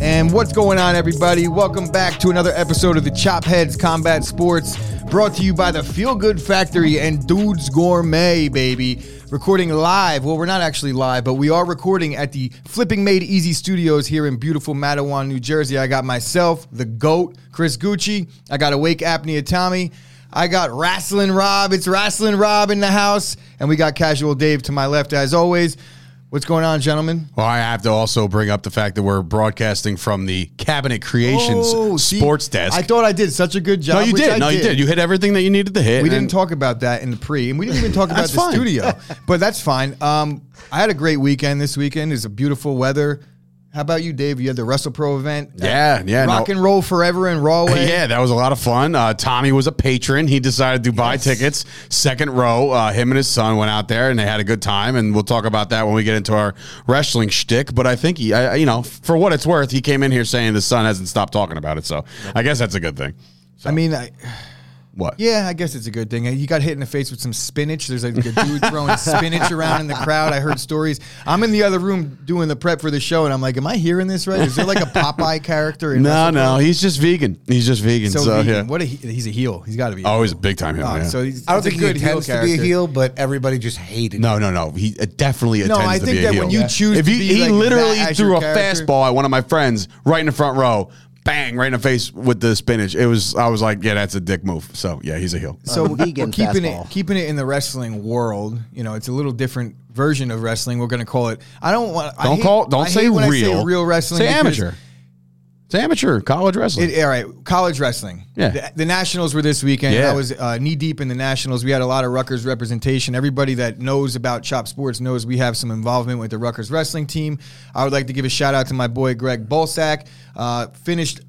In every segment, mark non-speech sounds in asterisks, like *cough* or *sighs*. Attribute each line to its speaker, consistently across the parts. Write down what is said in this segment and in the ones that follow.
Speaker 1: And what's going on, everybody? Welcome back to another episode of the Chop Heads Combat Sports, brought to you by the Feel Good Factory and Dudes Gourmet, baby. Recording live. Well, we're not actually live, but we are recording at the Flipping Made Easy Studios here in beautiful Mattawan, New Jersey. I got myself, the GOAT, Chris Gucci. I got Awake Apnea Tommy. I got Wrestling Rob. It's Wrestling Rob in the house. And we got Casual Dave to my left, as always. What's going on, gentlemen?
Speaker 2: Well, I have to also bring up the fact that we're broadcasting from the Cabinet Creations
Speaker 1: Oh, see,
Speaker 2: sports desk.
Speaker 1: I thought I did such a good job.
Speaker 2: no, you
Speaker 1: which I
Speaker 2: did. No, you did. You hit everything that you needed to hit.
Speaker 1: we
Speaker 2: and-
Speaker 1: didn't talk about that in the pre, and we didn't even talk about
Speaker 2: That's
Speaker 1: the
Speaker 2: fine. *laughs*
Speaker 1: studio. But that's fine. Um, I had a great weekend. This weekend is a beautiful weather. How about you, Dave? You had the Wrestle Pro event.
Speaker 2: Yeah, yeah, no.
Speaker 1: Rock and roll forever in Raw. Way.
Speaker 2: *laughs* Yeah, that was a lot of fun. Uh, Tommy was a patron. He decided to buy tickets. Second row, uh, him and his son went out there and they had a good time. And we'll talk about that when we get into our wrestling shtick. But I think he, I, I- you know, for what it's worth, he came in here saying the son hasn't stopped talking about it. So I guess that's a good thing.
Speaker 1: I mean, I,
Speaker 2: What?
Speaker 1: yeah, I guess it's a good thing. You got hit in the face with some spinach. There's like a
Speaker 2: *laughs*
Speaker 1: dude throwing spinach around in the crowd. I heard stories. I'm in the other room doing the prep for the show, and I'm like, am I hearing this right? Is there like a Popeye character? In
Speaker 2: *laughs* No,
Speaker 1: Wrestle Pro?
Speaker 2: no, he's just vegan. He's just vegan. So,
Speaker 1: So, vegan.
Speaker 2: yeah.
Speaker 1: what a, he- he's a heel. He's got to be. a
Speaker 2: Oh, he's a big time him.
Speaker 1: Oh,
Speaker 2: yeah.
Speaker 1: So he's,
Speaker 3: I don't
Speaker 1: he's a
Speaker 3: think he
Speaker 1: good heel
Speaker 3: intends to be a
Speaker 1: character.
Speaker 3: heel, but everybody just hated him.
Speaker 2: No, no, no. He uh, definitely
Speaker 1: No,
Speaker 2: intends
Speaker 1: I
Speaker 2: to
Speaker 1: think
Speaker 2: be a
Speaker 1: that
Speaker 2: heel.
Speaker 1: when you choose
Speaker 2: if
Speaker 1: to
Speaker 2: you,
Speaker 1: be
Speaker 2: he
Speaker 1: like
Speaker 2: literally
Speaker 1: that as
Speaker 2: threw
Speaker 1: your
Speaker 2: a
Speaker 1: character-
Speaker 2: fastball at one of my friends right in the front row, bang, right in the face with the spinach. It was. I was like, yeah, that's a dick move. So yeah, he's a heel.
Speaker 1: So
Speaker 4: Uh, vegan
Speaker 1: we're keeping
Speaker 4: fastball.
Speaker 1: it keeping it in the wrestling world. You know, it's a little different version of wrestling. We're going to call it. I don't want. I
Speaker 2: Don't
Speaker 1: hate-
Speaker 2: call. Don't
Speaker 1: I
Speaker 2: say
Speaker 1: hate when
Speaker 2: real.
Speaker 1: I real wrestling.
Speaker 2: Say
Speaker 1: because
Speaker 2: amateur. It's amateur college wrestling.
Speaker 1: It, all right, college wrestling.
Speaker 2: Yeah.
Speaker 1: The, the nationals were this weekend.
Speaker 2: Yeah.
Speaker 1: I was uh, knee deep in the nationals. We had a lot of Rutgers representation. Everybody that knows about Chop Sports knows we have some involvement with the Rutgers wrestling team. I would like to give a shout out to my boy Greg Bolsack. Uh, finished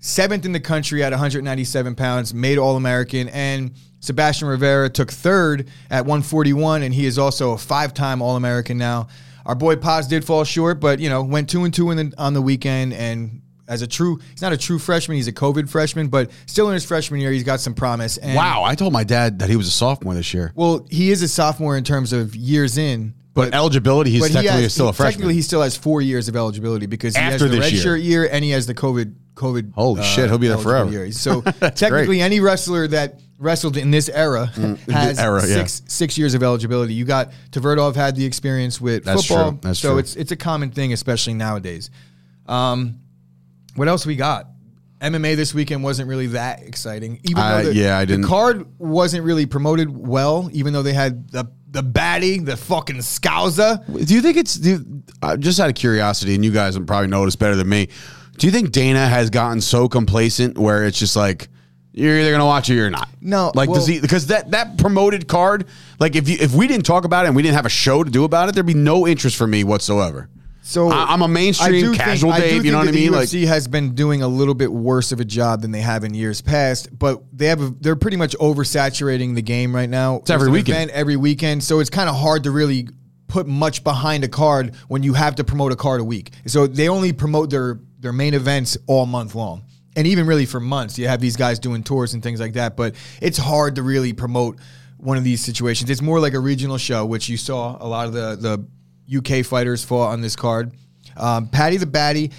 Speaker 1: seventh in the country at 197 pounds, made All American, and Sebastian Rivera took third at 141, and he is also a five-time All American now. Our boy Paz did fall short, but you know went two and two in the, on the weekend and as a true he's not a true freshman he's a covid freshman but still in his freshman year he's got some promise and
Speaker 2: wow, I told my dad that he was a sophomore this year,
Speaker 1: well he is a sophomore in terms of years in
Speaker 2: but, eligibility, he's
Speaker 1: but he
Speaker 2: technically
Speaker 1: has,
Speaker 2: still
Speaker 1: he-
Speaker 2: a freshman.
Speaker 1: technically he still has four years of eligibility because he
Speaker 2: After
Speaker 1: has the
Speaker 2: this year.
Speaker 1: redshirt year. and he has the covid covid
Speaker 2: Holy shit, he'll be there
Speaker 1: eligible
Speaker 2: forever.
Speaker 1: year.
Speaker 2: *laughs*
Speaker 1: so technically any wrestler that wrestled in this era has
Speaker 2: Mm, era, yeah.
Speaker 1: six six years of eligibility you got Tverdov had the experience with
Speaker 2: That's
Speaker 1: football
Speaker 2: true, that's
Speaker 1: so
Speaker 2: true.
Speaker 1: it's it's a common thing especially nowadays Um, what else we got? MMA this weekend wasn't really that exciting. Even
Speaker 2: Uh,
Speaker 1: though the,
Speaker 2: yeah, I
Speaker 1: the
Speaker 2: didn't-
Speaker 1: card wasn't really promoted well, even though they had the the baddie, the fucking Scouser.
Speaker 2: Do you think it's do, uh, just out of curiosity, and you guys would probably know this better than me? Do you think Dana has gotten so complacent where it's just like you're either gonna watch it or you're not?
Speaker 1: No,
Speaker 2: like
Speaker 1: well-
Speaker 2: does he because that that promoted card, like if you if we didn't talk about it and we didn't have a show to do about it, there'd be no interest for me whatsoever.
Speaker 1: So
Speaker 2: I- I'm a mainstream casual
Speaker 1: Oh, I do
Speaker 2: Dave, you know
Speaker 1: think
Speaker 2: what I
Speaker 1: that
Speaker 2: mean?
Speaker 1: The
Speaker 2: Like-
Speaker 1: UFC has been doing a little bit worse of a job than they have in years past, but they have a, they're pretty much oversaturating the game right now. It's
Speaker 2: every weekend.
Speaker 1: every weekend, so it's kind of hard to really put much behind a card when you have to promote a card a week. So they only promote their their main events all month long. And even really for months, you have these guys doing tours and things like that, but it's hard to really promote one of these situations. It's more like a regional show, which you saw a lot of the the UK fighters fought on this card. Um, Patty the Batty,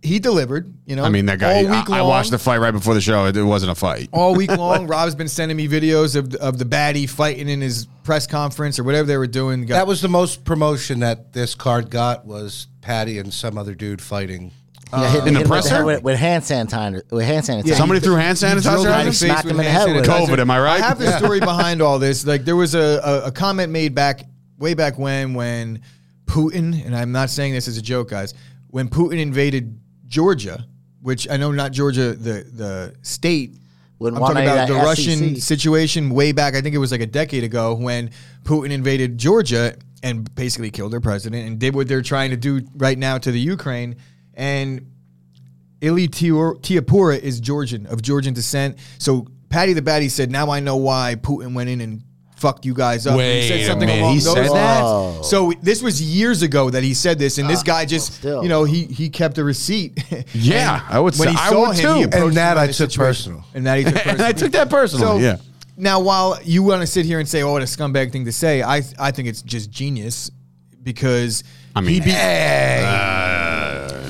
Speaker 1: he delivered. You know,
Speaker 2: I mean that
Speaker 1: all
Speaker 2: guy.
Speaker 1: week
Speaker 2: I, I
Speaker 1: long Oh,
Speaker 2: watched the fight right before the show. It, it wasn't a fight.
Speaker 1: all week long. Rob's been sending me videos of of the baddie fighting in his press conference or whatever they were doing. Got-
Speaker 3: That was the most promotion that this card got was Patty and some other dude fighting.
Speaker 1: Uh,
Speaker 4: Uh, Yeah, hit,
Speaker 2: an
Speaker 4: hit him with the
Speaker 2: oppressor?
Speaker 4: head with, with hand sanitizer. With hand sanitizer.
Speaker 2: Somebody threw hand
Speaker 1: drilled
Speaker 2: sanitizer.
Speaker 1: him in the
Speaker 2: at him?
Speaker 4: Right.
Speaker 1: face
Speaker 4: Smacked
Speaker 1: with
Speaker 4: him in
Speaker 1: hand
Speaker 4: the head with
Speaker 1: sanitizer.
Speaker 2: COVID, am I right?
Speaker 1: I have the
Speaker 4: *laughs*
Speaker 1: story behind all this. Like there was a, a, a comment made back way back when when Putin and I'm not saying this as a joke, guys. When Putin invaded Georgia, which I know not Georgia, the the state.
Speaker 4: Wouldn't
Speaker 1: I'm
Speaker 4: want
Speaker 1: talking
Speaker 4: any
Speaker 1: about
Speaker 4: of
Speaker 1: the
Speaker 4: that
Speaker 1: Russian
Speaker 4: SEC.
Speaker 1: situation way back. I think it was like a decade ago when Putin invaded Georgia and basically killed their president and did what they're trying to do right now to the Ukraine. And Ili Tior- Tiapura is Georgian of Georgian descent. So Patty the Batty said, "Now I know why Putin went in and fucked you guys up." And he
Speaker 2: Wait
Speaker 1: said
Speaker 2: a
Speaker 1: something
Speaker 2: minute,
Speaker 1: along
Speaker 2: he
Speaker 1: those
Speaker 2: said that?
Speaker 1: lines. So this was years ago that he said this, and this guy just,
Speaker 4: still.
Speaker 1: you know, he he kept a receipt. *laughs*
Speaker 2: Yeah,
Speaker 1: And
Speaker 2: I would
Speaker 1: When
Speaker 2: say-
Speaker 1: he
Speaker 2: I
Speaker 1: saw
Speaker 2: would
Speaker 1: him,
Speaker 2: too.
Speaker 1: he
Speaker 2: *laughs* And
Speaker 1: approached him
Speaker 3: that
Speaker 1: in
Speaker 3: I
Speaker 1: this
Speaker 3: took
Speaker 1: situation.
Speaker 3: personally.
Speaker 1: and that he took personally.
Speaker 2: *laughs* And I took that personally. yeah.
Speaker 1: Now, while you want to sit here and say, "Oh, what a scumbag thing to say," I
Speaker 2: eh,
Speaker 1: I think it's just genius because
Speaker 2: I mean,
Speaker 1: he beat.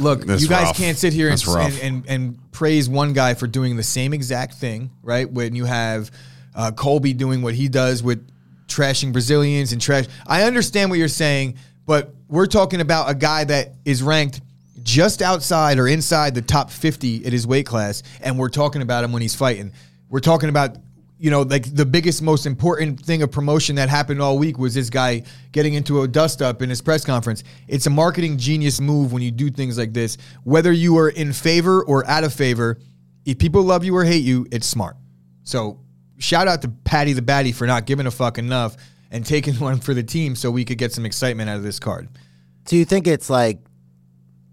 Speaker 1: look,
Speaker 2: That's
Speaker 1: you guys
Speaker 2: rough.
Speaker 1: can't sit here and,
Speaker 2: That's rough.
Speaker 1: and, and and praise one guy for doing the same exact thing, right? When you have uh, Colby doing what he does with trashing Brazilians and trash. I understand what you're saying, but we're talking about a guy that is ranked just outside or inside the top 50 at his weight class, and we're talking about him when he's fighting. We're talking about you know, like the biggest, most important thing of promotion that happened all week was this guy getting into a dust up in his press conference. It's a marketing genius move when you do things like this. Whether you are in favor or out of favor, if people love you or hate you, it's smart. So shout out to Patty the Batty for not giving a fuck enough and taking *laughs* one for the team so we could get some excitement out of this card.
Speaker 4: Do you think it's like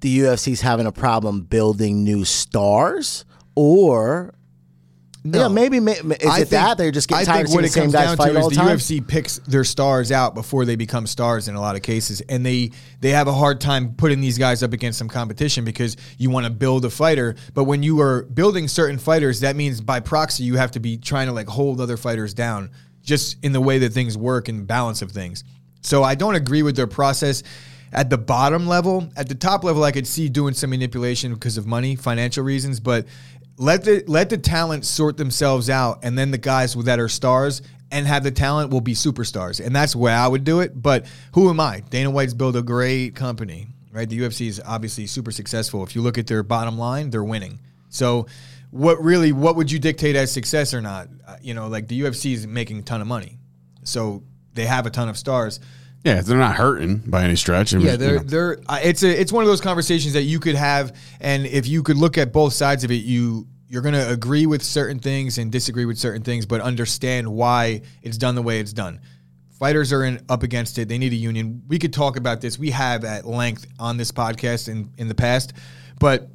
Speaker 4: the UFC's having a problem building new stars, or
Speaker 1: No.
Speaker 4: yeah, maybe, ma- ma- is it that they're just getting
Speaker 1: I think
Speaker 4: tired of seeing
Speaker 1: what
Speaker 4: the
Speaker 1: it
Speaker 4: same
Speaker 1: comes
Speaker 4: guys
Speaker 1: down
Speaker 4: fight
Speaker 1: to
Speaker 4: all
Speaker 1: is
Speaker 4: the
Speaker 1: the
Speaker 4: time?
Speaker 1: UFC picks their stars out before they become stars in a lot of cases, and they they have a hard time putting these guys up against some competition because you want to build a fighter. But when you are building certain fighters, that means by proxy you have to be trying to like hold other fighters down, just in the way that things work and balance of things. So I don't agree with their process. At the bottom level, at the top level, I could see doing some manipulation because of money, financial reasons, but let the let the talent sort themselves out, and then the guys with- that are stars and have the talent will be superstars, and that's the way I would do it. But who am I? Dana White's built a great company, right? The UFC is obviously super successful. If you look at their bottom line, they're winning. So, what really what would you dictate as success or not? Uh, You know, like the UFC is making a ton of money, so they have a ton of stars.
Speaker 2: Yeah, they're not hurting by any stretch. I mean,
Speaker 1: Yeah,
Speaker 2: you
Speaker 1: they're,
Speaker 2: know.
Speaker 1: they're, uh, it's a, it's one of those conversations that you could have, and if you could look at both sides of it, you you're gonna agree with certain things and disagree with certain things, but understand why it's done the way it's done. Fighters are in, up against it. They need a union. We could talk about this. We have at length on this podcast in in the past, but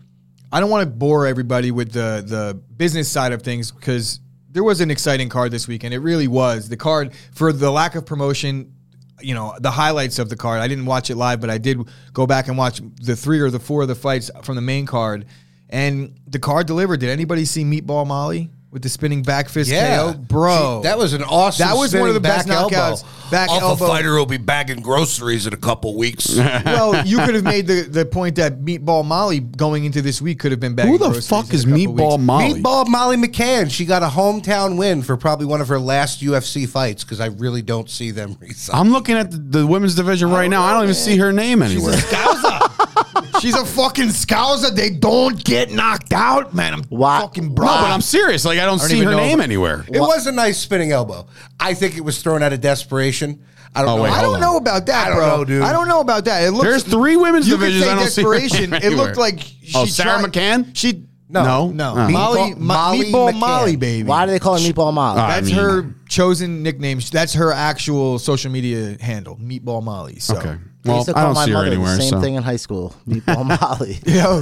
Speaker 1: I don't want to bore everybody with the the business side of things because there was an exciting card this weekend. It really was. The card for the lack of promotion, you know, the highlights of the card. I didn't watch it live, but I did go back and watch the three or the four of the fights from the main card. And the card delivered. Did anybody see Meatball Molly with the spinning back fist
Speaker 3: Yeah,
Speaker 1: KO? Bro.
Speaker 3: Gee, that was an awesome.
Speaker 1: That was one of the
Speaker 3: spinning
Speaker 1: best
Speaker 3: back elbow.
Speaker 1: knockouts. Back
Speaker 5: Alpha
Speaker 1: elbow.
Speaker 5: Fighter will be bagging groceries in a couple
Speaker 1: *laughs*
Speaker 5: weeks.
Speaker 2: *laughs*
Speaker 1: well, you could have made the, the point that Meatball Molly going into this week could have been back.
Speaker 2: Who the fuck is Meatball Molly?
Speaker 3: Meatball Molly McCann. She got a hometown win for probably one of her last UFC fights because I really don't see them *laughs* resign.
Speaker 2: I'm looking at the, the women's division right now. I don't even see her name anywhere. *laughs*
Speaker 1: She's a fucking scouser. They don't get knocked out, man. I'm
Speaker 4: Why-
Speaker 1: fucking
Speaker 4: No,
Speaker 1: bro.
Speaker 2: No, but I'm serious. Like I don't, see
Speaker 1: even
Speaker 2: her
Speaker 1: know.
Speaker 2: name anywhere.
Speaker 3: It was a nice spinning elbow. I think it was thrown out of desperation. I don't
Speaker 2: Oh,
Speaker 3: know.
Speaker 2: wait,
Speaker 1: I
Speaker 2: hold
Speaker 1: don't know about that,
Speaker 3: I don't
Speaker 1: bro.
Speaker 3: know, dude.
Speaker 1: I don't know about that. It looks,
Speaker 2: There's three women's
Speaker 1: you
Speaker 2: divisions.
Speaker 1: Could say
Speaker 2: I don't see her
Speaker 1: desperation.
Speaker 2: name
Speaker 1: it looked
Speaker 2: anywhere.
Speaker 1: like she
Speaker 2: Oh, Sarah
Speaker 1: tried-
Speaker 2: McCann?
Speaker 1: She
Speaker 2: No.
Speaker 1: no
Speaker 2: Oh.
Speaker 1: Molly, Molly
Speaker 3: Meatball- Molly
Speaker 1: Meatball
Speaker 3: McCann.
Speaker 1: Molly baby.
Speaker 4: Why do they call her Meatball Molly?
Speaker 2: Ah.
Speaker 1: That's
Speaker 2: I mean-
Speaker 1: her chosen nickname. That's her actual social media handle, Meatball Molly. So.
Speaker 2: Okay.
Speaker 4: I
Speaker 2: Well,
Speaker 4: used to
Speaker 2: I
Speaker 4: call
Speaker 2: don't
Speaker 4: my
Speaker 2: see her
Speaker 4: mother
Speaker 2: anywhere.
Speaker 4: the same
Speaker 2: so.
Speaker 4: thing in high school, Meatball *laughs* Molly.
Speaker 1: *laughs* Yo,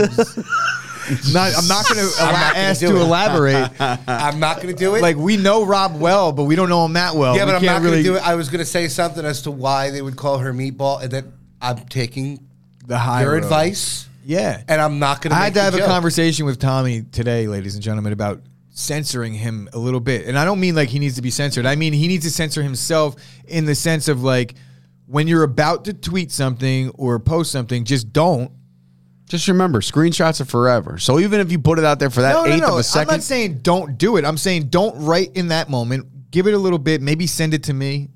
Speaker 1: not, I'm not going to
Speaker 3: not gonna
Speaker 1: ask
Speaker 3: do
Speaker 1: to
Speaker 3: it.
Speaker 1: elaborate.
Speaker 3: *laughs* I'm not going to do it.
Speaker 1: like we know Rob well, but we don't know him that well.
Speaker 3: yeah,
Speaker 1: Oh, We
Speaker 3: but I'm
Speaker 1: can't
Speaker 3: not
Speaker 1: really
Speaker 3: going to do it. I was going to say something as to why they would call her meatball, and then I'm taking
Speaker 1: The high
Speaker 3: your
Speaker 1: road.
Speaker 3: advice,
Speaker 1: Yeah,
Speaker 3: and I'm not going to.
Speaker 1: I had to
Speaker 3: the
Speaker 1: have a
Speaker 3: joke.
Speaker 1: conversation with Tommy today, ladies and gentlemen, about censoring him a little bit. And I don't mean like he needs to be censored. I mean he needs to censor himself in the sense of like when you're about to tweet something or post something, just don't.
Speaker 2: Just remember, screenshots are forever. So even if you put it out there for that
Speaker 1: No, no,
Speaker 2: eighth
Speaker 1: no.
Speaker 2: of a
Speaker 1: I'm
Speaker 2: second,
Speaker 1: not saying don't do it. I'm saying don't write in that moment. Give it a little bit. Maybe send it to me.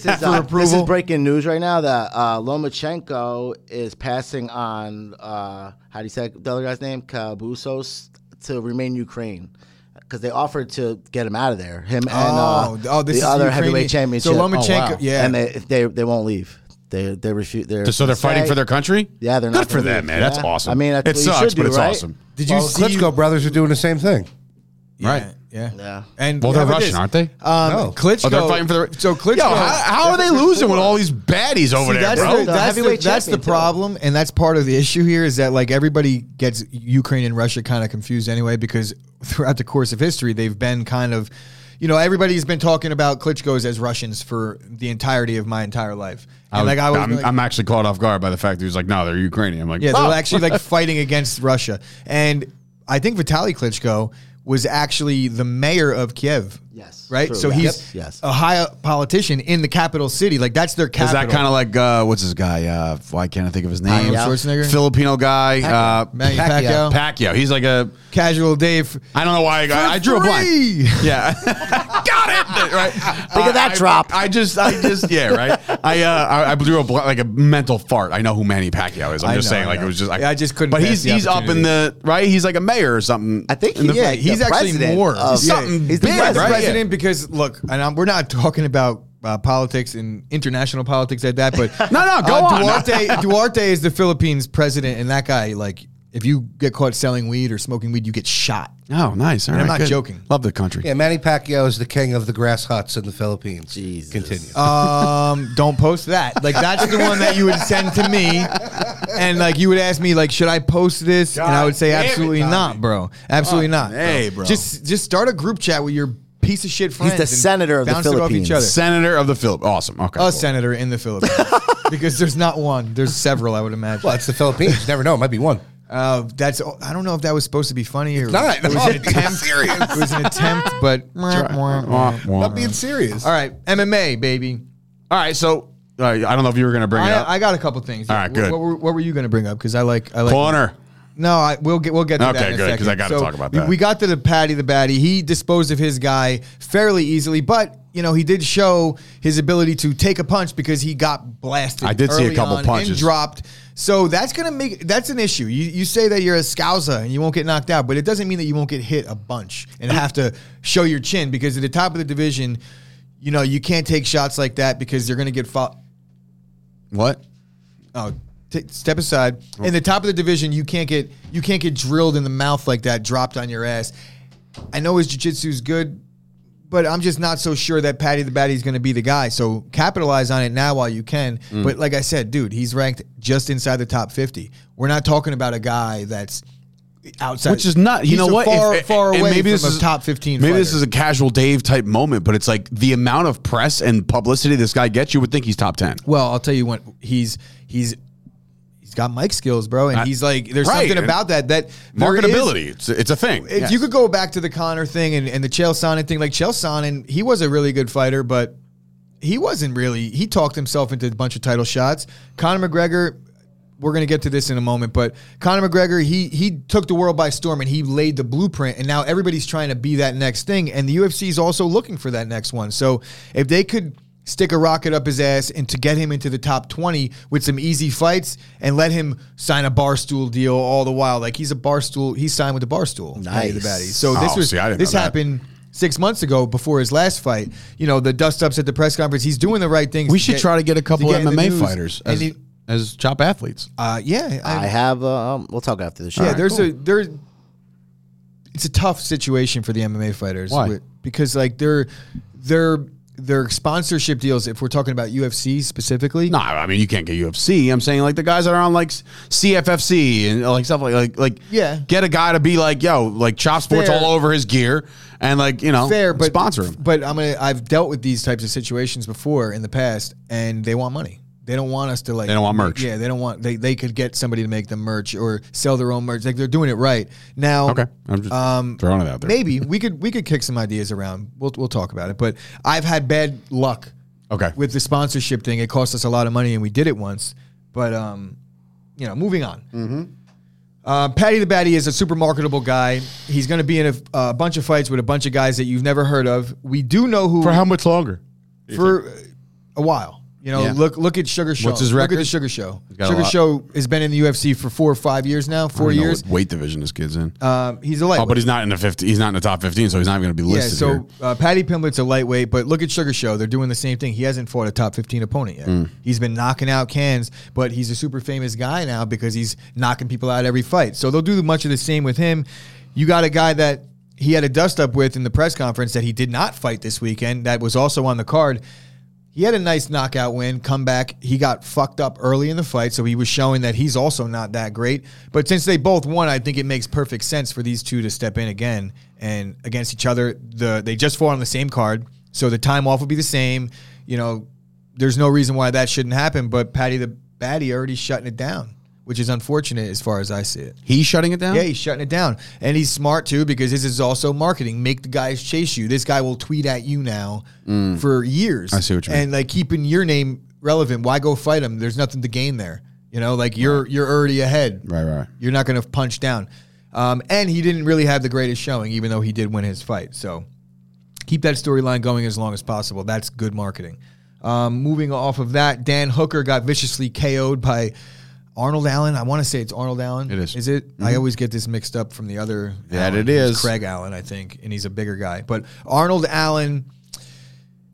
Speaker 1: *laughs*
Speaker 4: is, uh, this
Speaker 1: approval.
Speaker 4: is breaking news right now that uh, Lomachenko is passing on, uh, how do you say the other guy's name? Kabusos to remain Ukraine. Because they offered to get him out of there, him and uh,
Speaker 1: Oh, oh, this is
Speaker 4: the other
Speaker 1: Ukrainian-
Speaker 4: heavyweight championship. Oh,
Speaker 1: So Lomachenko- yeah.
Speaker 4: and they, they they won't leave. They they refuse. They're
Speaker 2: so they're fighting for their country.
Speaker 4: Yeah, they're
Speaker 2: good
Speaker 4: not
Speaker 2: for
Speaker 4: gonna
Speaker 2: them,
Speaker 4: leave.
Speaker 2: man. That's
Speaker 4: Yeah.
Speaker 2: awesome.
Speaker 4: I mean, that's
Speaker 2: it
Speaker 4: what you
Speaker 2: sucks,
Speaker 4: should
Speaker 2: but
Speaker 4: do,
Speaker 2: it's
Speaker 4: right?
Speaker 2: awesome.
Speaker 1: Did you
Speaker 3: Well, the
Speaker 1: see?
Speaker 3: Klitschko brothers are doing the same thing.
Speaker 2: Right.
Speaker 1: Yeah.
Speaker 4: Yeah.
Speaker 1: And
Speaker 2: Well, they're
Speaker 1: how about
Speaker 2: Russian,
Speaker 1: this?
Speaker 2: aren't they?
Speaker 1: Um,
Speaker 3: No.
Speaker 1: Klitschko.
Speaker 2: Oh, they're fighting for their.
Speaker 1: So Klitschko.
Speaker 2: Yo, how, how are they losing with all these baddies over
Speaker 1: See,
Speaker 2: there,
Speaker 1: that's
Speaker 2: bro?
Speaker 1: the,
Speaker 4: The
Speaker 1: that's, the,
Speaker 4: heavyweight
Speaker 1: that's the
Speaker 4: champion, too.
Speaker 1: problem, and that's part of the issue here is that like everybody gets Ukraine and Russia kind of confused anyway because *laughs* throughout the course of history they've been kind of, you know, everybody's been talking about Klitschko's as Russians for the entirety of my entire life, and like I was
Speaker 2: am
Speaker 1: like,
Speaker 2: I'm actually caught off guard by the fact that he was like, "No, they're Ukrainian." I'm like,
Speaker 1: yeah,
Speaker 2: "Oh."
Speaker 1: they're actually
Speaker 2: *laughs*
Speaker 1: like fighting against Russia, and I think Vitaly Klitschko was actually the mayor of Kiev
Speaker 4: Yes.
Speaker 1: Right?
Speaker 4: True,
Speaker 1: so
Speaker 4: yes.
Speaker 1: he's
Speaker 4: Yep. Yes.
Speaker 1: a high politician in the capital city. Like that's their
Speaker 2: Is
Speaker 1: capital.
Speaker 2: that kind of like uh, what's his guy? Uh, why can't I think of his name?
Speaker 1: Arnold Schwarzenegger?
Speaker 2: Filipino guy. Uh,
Speaker 1: Manny
Speaker 2: Pacquiao.
Speaker 1: Pacquiao.
Speaker 2: Pacquiao. He's like a.
Speaker 1: casual Dave?
Speaker 2: I don't know why I, got, I drew a blank.
Speaker 1: free!
Speaker 2: *laughs* Yeah, got it. Right. Think
Speaker 4: of that
Speaker 2: I,
Speaker 4: drop.
Speaker 2: I just, I just, yeah. Right. I, uh, I, I blew a bl- like a mental fart. I know who Manny Pacquiao is. I'm
Speaker 1: I
Speaker 2: just
Speaker 1: know,
Speaker 2: saying,
Speaker 1: I
Speaker 2: like it
Speaker 1: know.
Speaker 2: was just.
Speaker 1: Yeah, I just couldn't
Speaker 2: But
Speaker 1: pass
Speaker 2: he's
Speaker 1: the
Speaker 2: he's up in the right. He's like a mayor or something.
Speaker 4: I think
Speaker 2: in the
Speaker 4: he- yeah,
Speaker 2: fact.
Speaker 4: he's
Speaker 1: he's
Speaker 4: the
Speaker 1: actually
Speaker 4: president
Speaker 1: more
Speaker 4: of-
Speaker 1: yeah.
Speaker 2: Something
Speaker 1: He's the
Speaker 2: big,
Speaker 1: pres-
Speaker 2: right?
Speaker 1: president
Speaker 2: Yeah.
Speaker 1: because look, and I'm, we're not talking about uh, politics and international politics like that, but
Speaker 2: *laughs* No, no, go
Speaker 1: uh,
Speaker 2: on.
Speaker 1: Duarte, Duarte is the Philippines president, and that guy, like, if you get caught selling weed or smoking weed, you get shot.
Speaker 2: Oh, nice. All
Speaker 1: I'm
Speaker 2: right,
Speaker 1: not
Speaker 2: good.
Speaker 1: joking.
Speaker 2: Love the country.
Speaker 3: Yeah, Manny Pacquiao is the king of the grass huts in the Philippines.
Speaker 4: Jesus.
Speaker 3: Continue. Uh,
Speaker 1: Um, don't post that. Like that's the one that you would send to me, and like you would ask me, like, should I post this? and I would say,
Speaker 2: damn it,
Speaker 1: absolutely
Speaker 2: Tommy. Oh,
Speaker 1: not, bro. Absolutely not.
Speaker 2: hey, bro.
Speaker 1: Just just start a group chat with your piece of shit friends. and
Speaker 4: senator of the
Speaker 1: bounce it off each
Speaker 4: Philippines.
Speaker 1: other.
Speaker 2: Senator of the Philippines. Awesome. Okay.
Speaker 1: a *laughs*
Speaker 2: cool.
Speaker 1: senator in the
Speaker 4: *laughs*
Speaker 1: Philippines because there's not one. There's several, I would imagine.
Speaker 3: well, it's the Philippines. You never know. It might be one.
Speaker 1: Uh, that's I don't know if that was supposed to be funny or
Speaker 3: not.
Speaker 1: It was
Speaker 3: I'm
Speaker 4: *laughs*
Speaker 1: an
Speaker 3: being
Speaker 1: attempt.
Speaker 3: serious.
Speaker 1: It was an attempt, but all
Speaker 2: *laughs* Wah, wah.
Speaker 3: I'm being serious.
Speaker 1: right, MMA baby.
Speaker 2: All right. So uh, I don't know if you were going to bring it up.
Speaker 1: I, I got a couple things.
Speaker 2: All right,
Speaker 1: Wh-
Speaker 2: good.
Speaker 1: What, were, what were you going to bring up? Because I like I like
Speaker 2: Corner.
Speaker 1: No, I, we'll get we'll get to that.
Speaker 2: Okay,
Speaker 1: in a
Speaker 2: good, 'cause I
Speaker 1: second.
Speaker 2: gotta talk about
Speaker 1: we-
Speaker 2: that.
Speaker 1: We got to the Patty the Batty. He disposed of his guy fairly easily, but you know he did show his ability to take a punch because he got blasted.
Speaker 2: I did see a
Speaker 1: early
Speaker 2: couple
Speaker 1: on
Speaker 2: punches.
Speaker 1: and dropped. So that's gonna make that's an issue. You you say that you're a scouser and you won't get knocked out, but it doesn't mean that you won't get hit a bunch and have to show your chin because at the top of the division, you know you can't take shots like that because you're gonna get fought.
Speaker 2: What?
Speaker 1: Oh, t- step aside. In the top of the division, you can't get you can't get drilled in the mouth like that, dropped on your ass. I know his jiu-jitsu is good, but I'm just not so sure that Patty the Batty is going to be the guy. So capitalize on it now while you can.
Speaker 2: Mm.
Speaker 1: But like I said, dude, he's ranked just inside the top 50. We're not talking about a guy that's outside,
Speaker 2: Which is not, you
Speaker 1: He's
Speaker 2: know
Speaker 1: a
Speaker 2: what?
Speaker 1: Far,
Speaker 2: If-
Speaker 1: far
Speaker 2: and
Speaker 1: away from
Speaker 2: this
Speaker 1: a top 15.
Speaker 2: Maybe this
Speaker 1: fighter.
Speaker 2: is a casual Dave type moment, but it's like the amount of press and publicity this guy gets, you would think he's top ten.
Speaker 1: Well, I'll tell you what he's he's he's got mic skills, bro, and
Speaker 2: I-
Speaker 1: he's like there's
Speaker 2: Right,
Speaker 1: something
Speaker 2: and
Speaker 1: about that that there is-
Speaker 2: Marketability, it's, it's a thing.
Speaker 1: If you could go back to the Connor thing and, and the Chael Sonnen thing, like Chael Sonnen, he was a really good fighter, but he wasn't really. He talked himself into a bunch of title shots. Conor McGregor, we're gonna get to this in a moment, but Conor McGregor, he he took the world by storm and he laid the blueprint, and now everybody's trying to be that next thing, and the UFC is also looking for that next one. So if they could. Stick a rocket up his ass and to get him into the top 20 with some easy fights and let him sign a barstool deal all the while. Like he's a barstool, he signed with the barstool. Patty the
Speaker 4: Nice.
Speaker 1: Batty. So this
Speaker 2: Oh,
Speaker 1: was
Speaker 2: see, I didn't
Speaker 1: this
Speaker 2: know that.
Speaker 1: happened six months ago before his last fight. You know, the dust ups at the press conference. He's doing the right things.
Speaker 2: we should try to get a couple
Speaker 1: get in the
Speaker 2: MMA
Speaker 1: news.
Speaker 2: fighters
Speaker 1: And
Speaker 2: as,
Speaker 1: he-
Speaker 2: as chop athletes.
Speaker 1: uh, yeah, I-
Speaker 4: I have. uh, Um, we'll talk after the show.
Speaker 1: yeah. there's a there. It's a tough situation for the MMA fighters.
Speaker 2: Why?
Speaker 1: because like their their their sponsorship deals. If we're talking about UFC specifically,
Speaker 2: No, I mean you can't get UFC. I'm saying like the guys that are on like CFFC and like stuff like like like
Speaker 1: Yeah.
Speaker 2: get a guy to be like yo like chop sports
Speaker 1: Fair.
Speaker 2: all over his gear and like you know
Speaker 1: fair, but
Speaker 2: sponsor him.
Speaker 1: But I'm gonna. I've dealt with these types of situations before in the past, and they want money. They don't want us to like.
Speaker 2: They don't want merch.
Speaker 1: Yeah, they don't want. They they could get somebody to make them merch or sell their own merch. Like they're doing it right now.
Speaker 2: Okay, I'm just throwing it out
Speaker 1: Um,
Speaker 2: there.
Speaker 1: Maybe we could we could kick some ideas around. We'll we'll talk about it. But I've had bad luck.
Speaker 2: Okay.
Speaker 1: With the sponsorship thing, it cost us a lot of money, and we did it once. But um, you know, moving on.
Speaker 2: Mm-hmm.
Speaker 1: Uh, Patty the Batty is a super marketable guy. He's going to be in a, a bunch of fights with a bunch of guys that you've never heard of. We do know who
Speaker 2: for how much longer?
Speaker 1: for a while. You know,
Speaker 2: Yeah.
Speaker 1: look look at Sugar Show.
Speaker 2: What's his
Speaker 1: Look
Speaker 2: record?
Speaker 1: at the Sugar Show.
Speaker 2: got a
Speaker 1: Sugar
Speaker 2: lot.
Speaker 1: Show has been in the UFC for four or five years now. Four
Speaker 2: I don't know
Speaker 1: years.
Speaker 2: what weight division this kid's in.
Speaker 1: Um, he's a lightweight.
Speaker 2: Oh, but he's not in the fifty. He's not in the top fifteen, so he's not going to be
Speaker 1: yeah,
Speaker 2: listed. here.
Speaker 1: so uh, Patty Pimblett's a lightweight, but look at Sugar Show. They're doing the same thing. He hasn't fought a top 15 opponent yet.
Speaker 2: Mm.
Speaker 1: He's been knocking out cans, but he's a super famous guy now because he's knocking people out every fight. So they'll do much of the same with him. You got a guy that he had a dust up with in the press conference that he did not fight this weekend, that was also on the card. He had a nice knockout win, come back. He got fucked up early in the fight, so he was showing that he's also not that great. But since they both won, I think it makes perfect sense for these two to step in again and against each other. The they just fought on the same card, so the time off will be the same. You know, there's no reason why that shouldn't happen. But Patty the Batty already shutting it down which is unfortunate as far as I see it.
Speaker 2: He's shutting it down.
Speaker 1: Yeah, he's shutting it down. And he's smart too because this is also marketing. Make the guys chase you. This guy will tweet at you now for years. I
Speaker 2: Mm. see what you mean.
Speaker 1: And like keeping your name relevant. Why go fight him? There's nothing to gain there. You know, like you're you're already ahead.
Speaker 2: Right, right.
Speaker 1: You're not going to punch down. Um, and he didn't really have the greatest showing, even though he did win his fight. So keep that storyline going as long as possible. That's good marketing. Um, moving off of that, Dan Hooker got viciously KO'd by Arnold Allen. I want to say it's Arnold Allen.
Speaker 2: It is. Mm-hmm.
Speaker 1: Is it? I always get this mixed up from the other.
Speaker 2: That
Speaker 1: Allen.
Speaker 2: it
Speaker 1: It's
Speaker 2: is.
Speaker 1: Craig Allen, I think, and he's a bigger guy. But Arnold Allen,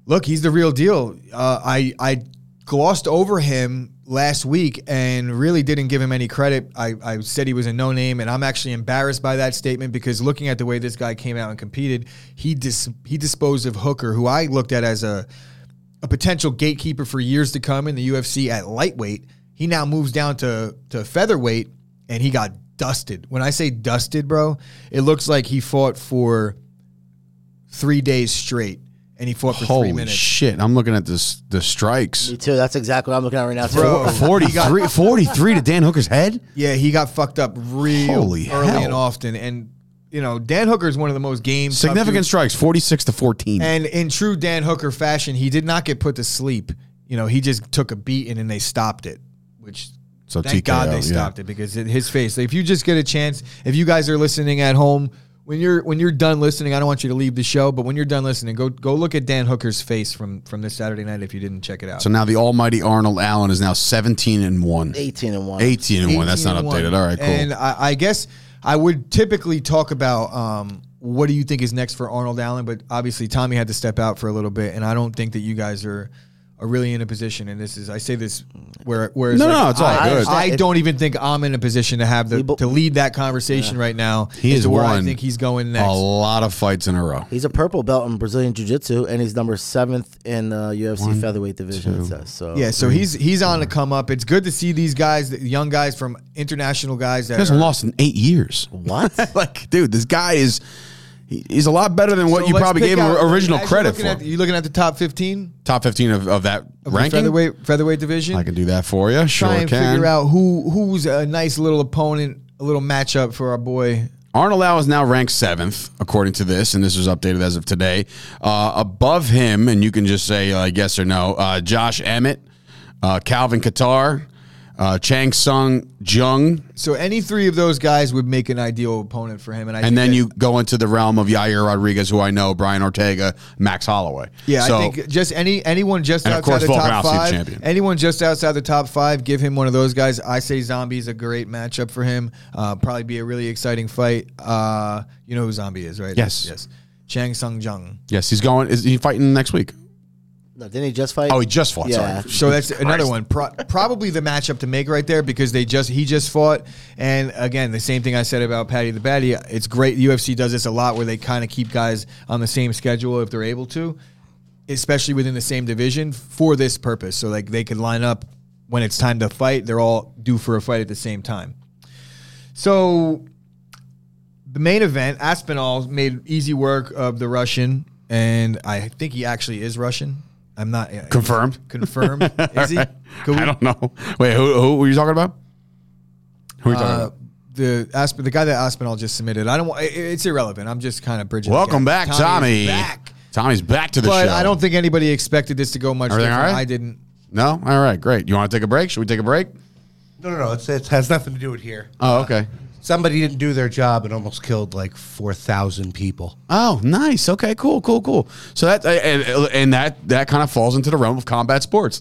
Speaker 1: look, he's the real deal. Uh, I I glossed over him last week and really didn't give him any credit. I, I said he was a no name, and I'm actually embarrassed by that statement because looking at the way this guy came out and competed, he dis- he disposed of Hooker, who I looked at as a a potential gatekeeper for years to come in the UFC at lightweight. He now moves down to to featherweight, and he got dusted. When I say dusted, bro, it looks like he fought for three days straight, and he fought for three
Speaker 2: Holy
Speaker 1: minutes.
Speaker 2: shit! I'm looking at this the strikes.
Speaker 4: Me too. That's exactly what I'm looking at right now. Too.
Speaker 1: Bro.
Speaker 2: 43, 43 to Dan Hooker's head.
Speaker 1: Yeah, he got fucked up real
Speaker 2: Holy
Speaker 1: early
Speaker 2: hell.
Speaker 1: and often. And you know, Dan Hooker is one of the most game tough
Speaker 2: Significant
Speaker 1: dudes.
Speaker 2: strikes, 46 to 14.
Speaker 1: And in true Dan Hooker fashion, he did not get put to sleep. You know, he just took a beating and they stopped it, which.
Speaker 2: So
Speaker 1: thank God
Speaker 2: TKO,
Speaker 1: they
Speaker 2: yeah.
Speaker 1: stopped it because it, his face. Like, if you just get a chance, if you guys are listening at home, when you're when you're done listening, I don't want you to leave the show, but when you're done listening, go go look at Dan Hooker's face from from this Saturday night if you didn't check it out.
Speaker 2: so now the almighty Arnold Allen is now 17 and 1.
Speaker 4: 18 and one.
Speaker 2: 18 and 1. That's
Speaker 1: 18
Speaker 2: not
Speaker 1: and one.
Speaker 2: updated. All right, cool.
Speaker 1: And I, I guess I would typically talk about um, what do you think is next for Arnold Allen, but obviously Tommy had to step out for a little bit, and I don't think that you guys are are really in a position. And this is I say this where where
Speaker 2: No, no, it's all
Speaker 1: I,
Speaker 2: good.
Speaker 1: I don't even think I'm in a position to have the to lead that conversation right now.
Speaker 2: He
Speaker 1: as
Speaker 2: has
Speaker 1: to where I
Speaker 2: won
Speaker 1: think he's going
Speaker 2: a
Speaker 1: next.
Speaker 2: lot of fights in a row.
Speaker 4: He's a purple belt in Brazilian Jiu Jitsu, and he's number seventh in uh, UFC featherweight division. It says so.
Speaker 1: Yeah, so he's he's on the come up. It's good to see these guys, the young guys from international guys
Speaker 2: He
Speaker 1: that
Speaker 2: hasn't
Speaker 1: are,
Speaker 2: lost in eight years.
Speaker 1: *laughs*
Speaker 4: What?
Speaker 2: like, dude, this guy is. he- He's a lot better than what
Speaker 1: So
Speaker 2: you
Speaker 1: let's
Speaker 2: probably
Speaker 1: pick
Speaker 2: gave him
Speaker 1: out-
Speaker 2: original
Speaker 1: as you're
Speaker 2: credit
Speaker 1: looking
Speaker 2: for.
Speaker 1: At, you looking at the top fifteen?
Speaker 2: Top 15 of, of that
Speaker 1: of the
Speaker 2: ranking.
Speaker 1: featherweight featherweight division.
Speaker 2: I can do that for you. Sure
Speaker 1: try and
Speaker 2: can.
Speaker 1: figure out who who's a nice little opponent, a little matchup for our boy.
Speaker 2: Arnold Lau is now ranked seventh, according to this, and this was updated as of today. Uh, above him, and you can just say uh, yes or no, uh, Josh Emmett, uh, Calvin Qatar, uh, Chang Sung Jung,
Speaker 1: So any three of those guys would make an ideal opponent for him. And I think
Speaker 2: and then
Speaker 1: that-
Speaker 2: you go into the realm of Yair Rodriguez, who I know, Brian Ortega, Max Holloway.
Speaker 1: yeah,
Speaker 2: So-
Speaker 1: I think just any anyone just
Speaker 2: And of
Speaker 1: outside
Speaker 2: course,
Speaker 1: the
Speaker 2: Volkanovski,
Speaker 1: top
Speaker 2: the
Speaker 1: five,
Speaker 2: champion.
Speaker 1: anyone just outside the top five, give him one of those guys. I say Zombie's a great matchup for him. Uh, probably be a really exciting fight. Uh, you know who Zombie is, right?
Speaker 2: Yes.
Speaker 1: yes. Chang Sung Jung.
Speaker 2: yes, he's going. Is he fighting next week?
Speaker 4: No, didn't he just fight?
Speaker 2: Oh, he just fought.
Speaker 1: *laughs*
Speaker 4: Yeah.
Speaker 2: Sorry.
Speaker 1: So that's another one. Pro- probably the matchup to make right there because they just he just fought, and again the same thing I said about Patty the Batty. It's great. UFC does this a lot where they kind of keep guys on the same schedule if they're able to, especially within the same division for this purpose. So like they can line up when it's time to fight. They're all due for a fight at the same time. So the main event, Aspinall made easy work of the Russian, and I think he actually is Russian. I'm not
Speaker 2: Confirmed? *laughs*
Speaker 1: Confirmed. Is he? Could we-
Speaker 2: I don't know. Wait, who, who were you talking about? Who are you talking
Speaker 1: uh,
Speaker 2: about?
Speaker 1: the Asp- the guy that Aspinall just submitted. I don't. wa- it- It's irrelevant. I'm just kind of bridging. the
Speaker 2: Welcome
Speaker 1: gap.
Speaker 2: back, Tommy.
Speaker 1: is Back.
Speaker 2: Tommy's back to the
Speaker 1: But
Speaker 2: show.
Speaker 1: I don't think anybody expected this to go much.
Speaker 2: Everything
Speaker 1: different.
Speaker 2: all right?
Speaker 1: I didn't.
Speaker 2: No? All right, great. You want to take a break? Should we take a break?
Speaker 3: No, no, no. It's, it has nothing to do with here.
Speaker 2: Oh, okay.
Speaker 3: Somebody didn't do their job and almost killed like 4,000 people.
Speaker 2: Oh, nice. Okay, cool, cool, cool. So that uh, and, and that that kind of falls into the realm of combat sports,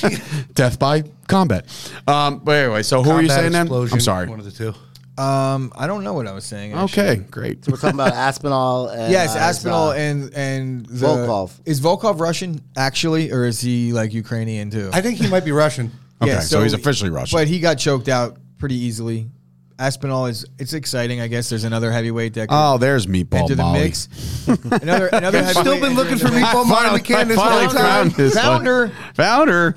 Speaker 2: *laughs* death by combat. Um, but anyway, so who are you
Speaker 3: Combat
Speaker 2: saying then?
Speaker 3: explosion,
Speaker 2: I'm sorry.
Speaker 3: One of the two.
Speaker 1: Um, I don't know what I was saying. actually.
Speaker 2: Okay, great.
Speaker 4: We're talking about Aspinall. And,
Speaker 1: Yes,
Speaker 4: uh,
Speaker 1: Aspinall
Speaker 4: his, uh,
Speaker 1: and and the,
Speaker 4: Volkov.
Speaker 1: Is Volkov Russian actually, or is he like Ukrainian too?
Speaker 3: I think he might
Speaker 1: *laughs*
Speaker 3: be Russian.
Speaker 2: Okay, so he's officially Russian.
Speaker 1: But he got choked out pretty easily. Aspinall is it's exciting. I guess there's another heavyweight that could
Speaker 2: Oh, there's meatball
Speaker 1: into the
Speaker 2: Molly.
Speaker 1: mix.
Speaker 2: *laughs*
Speaker 1: another another
Speaker 2: I've still
Speaker 1: heavyweight
Speaker 3: been looking
Speaker 1: entering
Speaker 3: for
Speaker 1: the mix.
Speaker 3: meatball Molly
Speaker 2: Finally-
Speaker 3: McCann this
Speaker 2: finally
Speaker 3: whole time.
Speaker 2: found this one.
Speaker 1: Found her.
Speaker 2: Found her.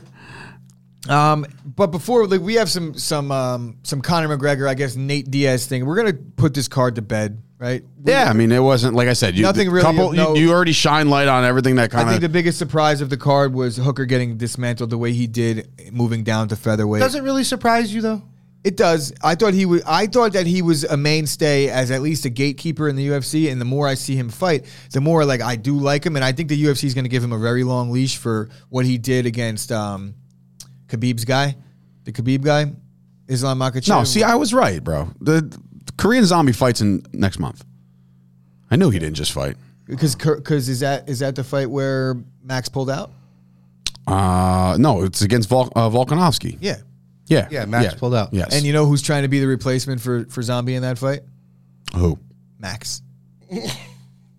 Speaker 1: Um, but before like, we have some some um, some Conor McGregor, I guess Nate Diaz thing. We're gonna put this card to bed, right? We-
Speaker 2: Yeah, I mean, it wasn't like I said. You,
Speaker 1: Nothing
Speaker 2: the
Speaker 1: really-
Speaker 2: Couple, you-
Speaker 1: no-
Speaker 2: you, already shine light on everything that
Speaker 1: I think
Speaker 2: kind
Speaker 1: the
Speaker 2: of.
Speaker 1: biggest surprise of the card was Hooker getting dismantled the way he did, moving down to featherweight.
Speaker 3: Does it really surprise you though?
Speaker 1: It does. I thought he was. I thought that he was a mainstay as at least a gatekeeper in the UFC. And the more I see him fight, the more like I do like him. And I think the UFC is going to give him a very long leash for what he did against um, Khabib's guy, the Khabib guy, Islam Makhachev.
Speaker 2: No, see, I was right, bro. The, the Korean zombie fights in next month. I knew he didn't just fight.
Speaker 1: because because is that is that the fight where Max pulled out?
Speaker 2: Uh, no, it's against Vol- uh, Volkanovski.
Speaker 1: Yeah.
Speaker 2: Yeah,
Speaker 3: Yeah, Max pulled out.
Speaker 2: Yes,
Speaker 1: And you know who's trying to be the replacement for for Zombie in that fight?
Speaker 2: who?
Speaker 1: Max.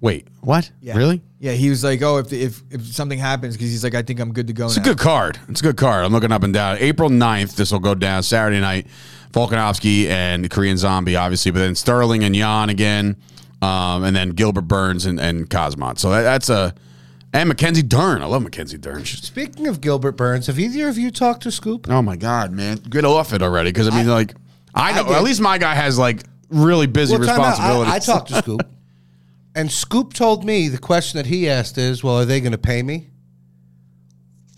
Speaker 2: Wait, what?
Speaker 1: Yeah.
Speaker 2: Really?
Speaker 1: Yeah, he was like, "Oh, if if, if something happens, because he's like, I think I'm good to go
Speaker 2: It's
Speaker 1: now."
Speaker 2: a good card. It's a good card. I'm looking up and down. April 9th, this will go down Saturday night. Volkanovski and the Korean Zombie, obviously, but then Sterling and Jan again, um, and then Gilbert Burns and, and Cosmont. So that, that's a and Mackenzie Dern. I love Mackenzie Dern. She's-
Speaker 3: Speaking of Gilbert Burns, have either of you talked to Scoop?
Speaker 2: oh my god, man, get off it already. Because I mean, like, I know at least my guy has like really busy
Speaker 3: Well, time out.
Speaker 2: responsibilities.
Speaker 3: I, I talked to Scoop, and Scoop told me the question that he asked is, "Well, are they going to pay me?"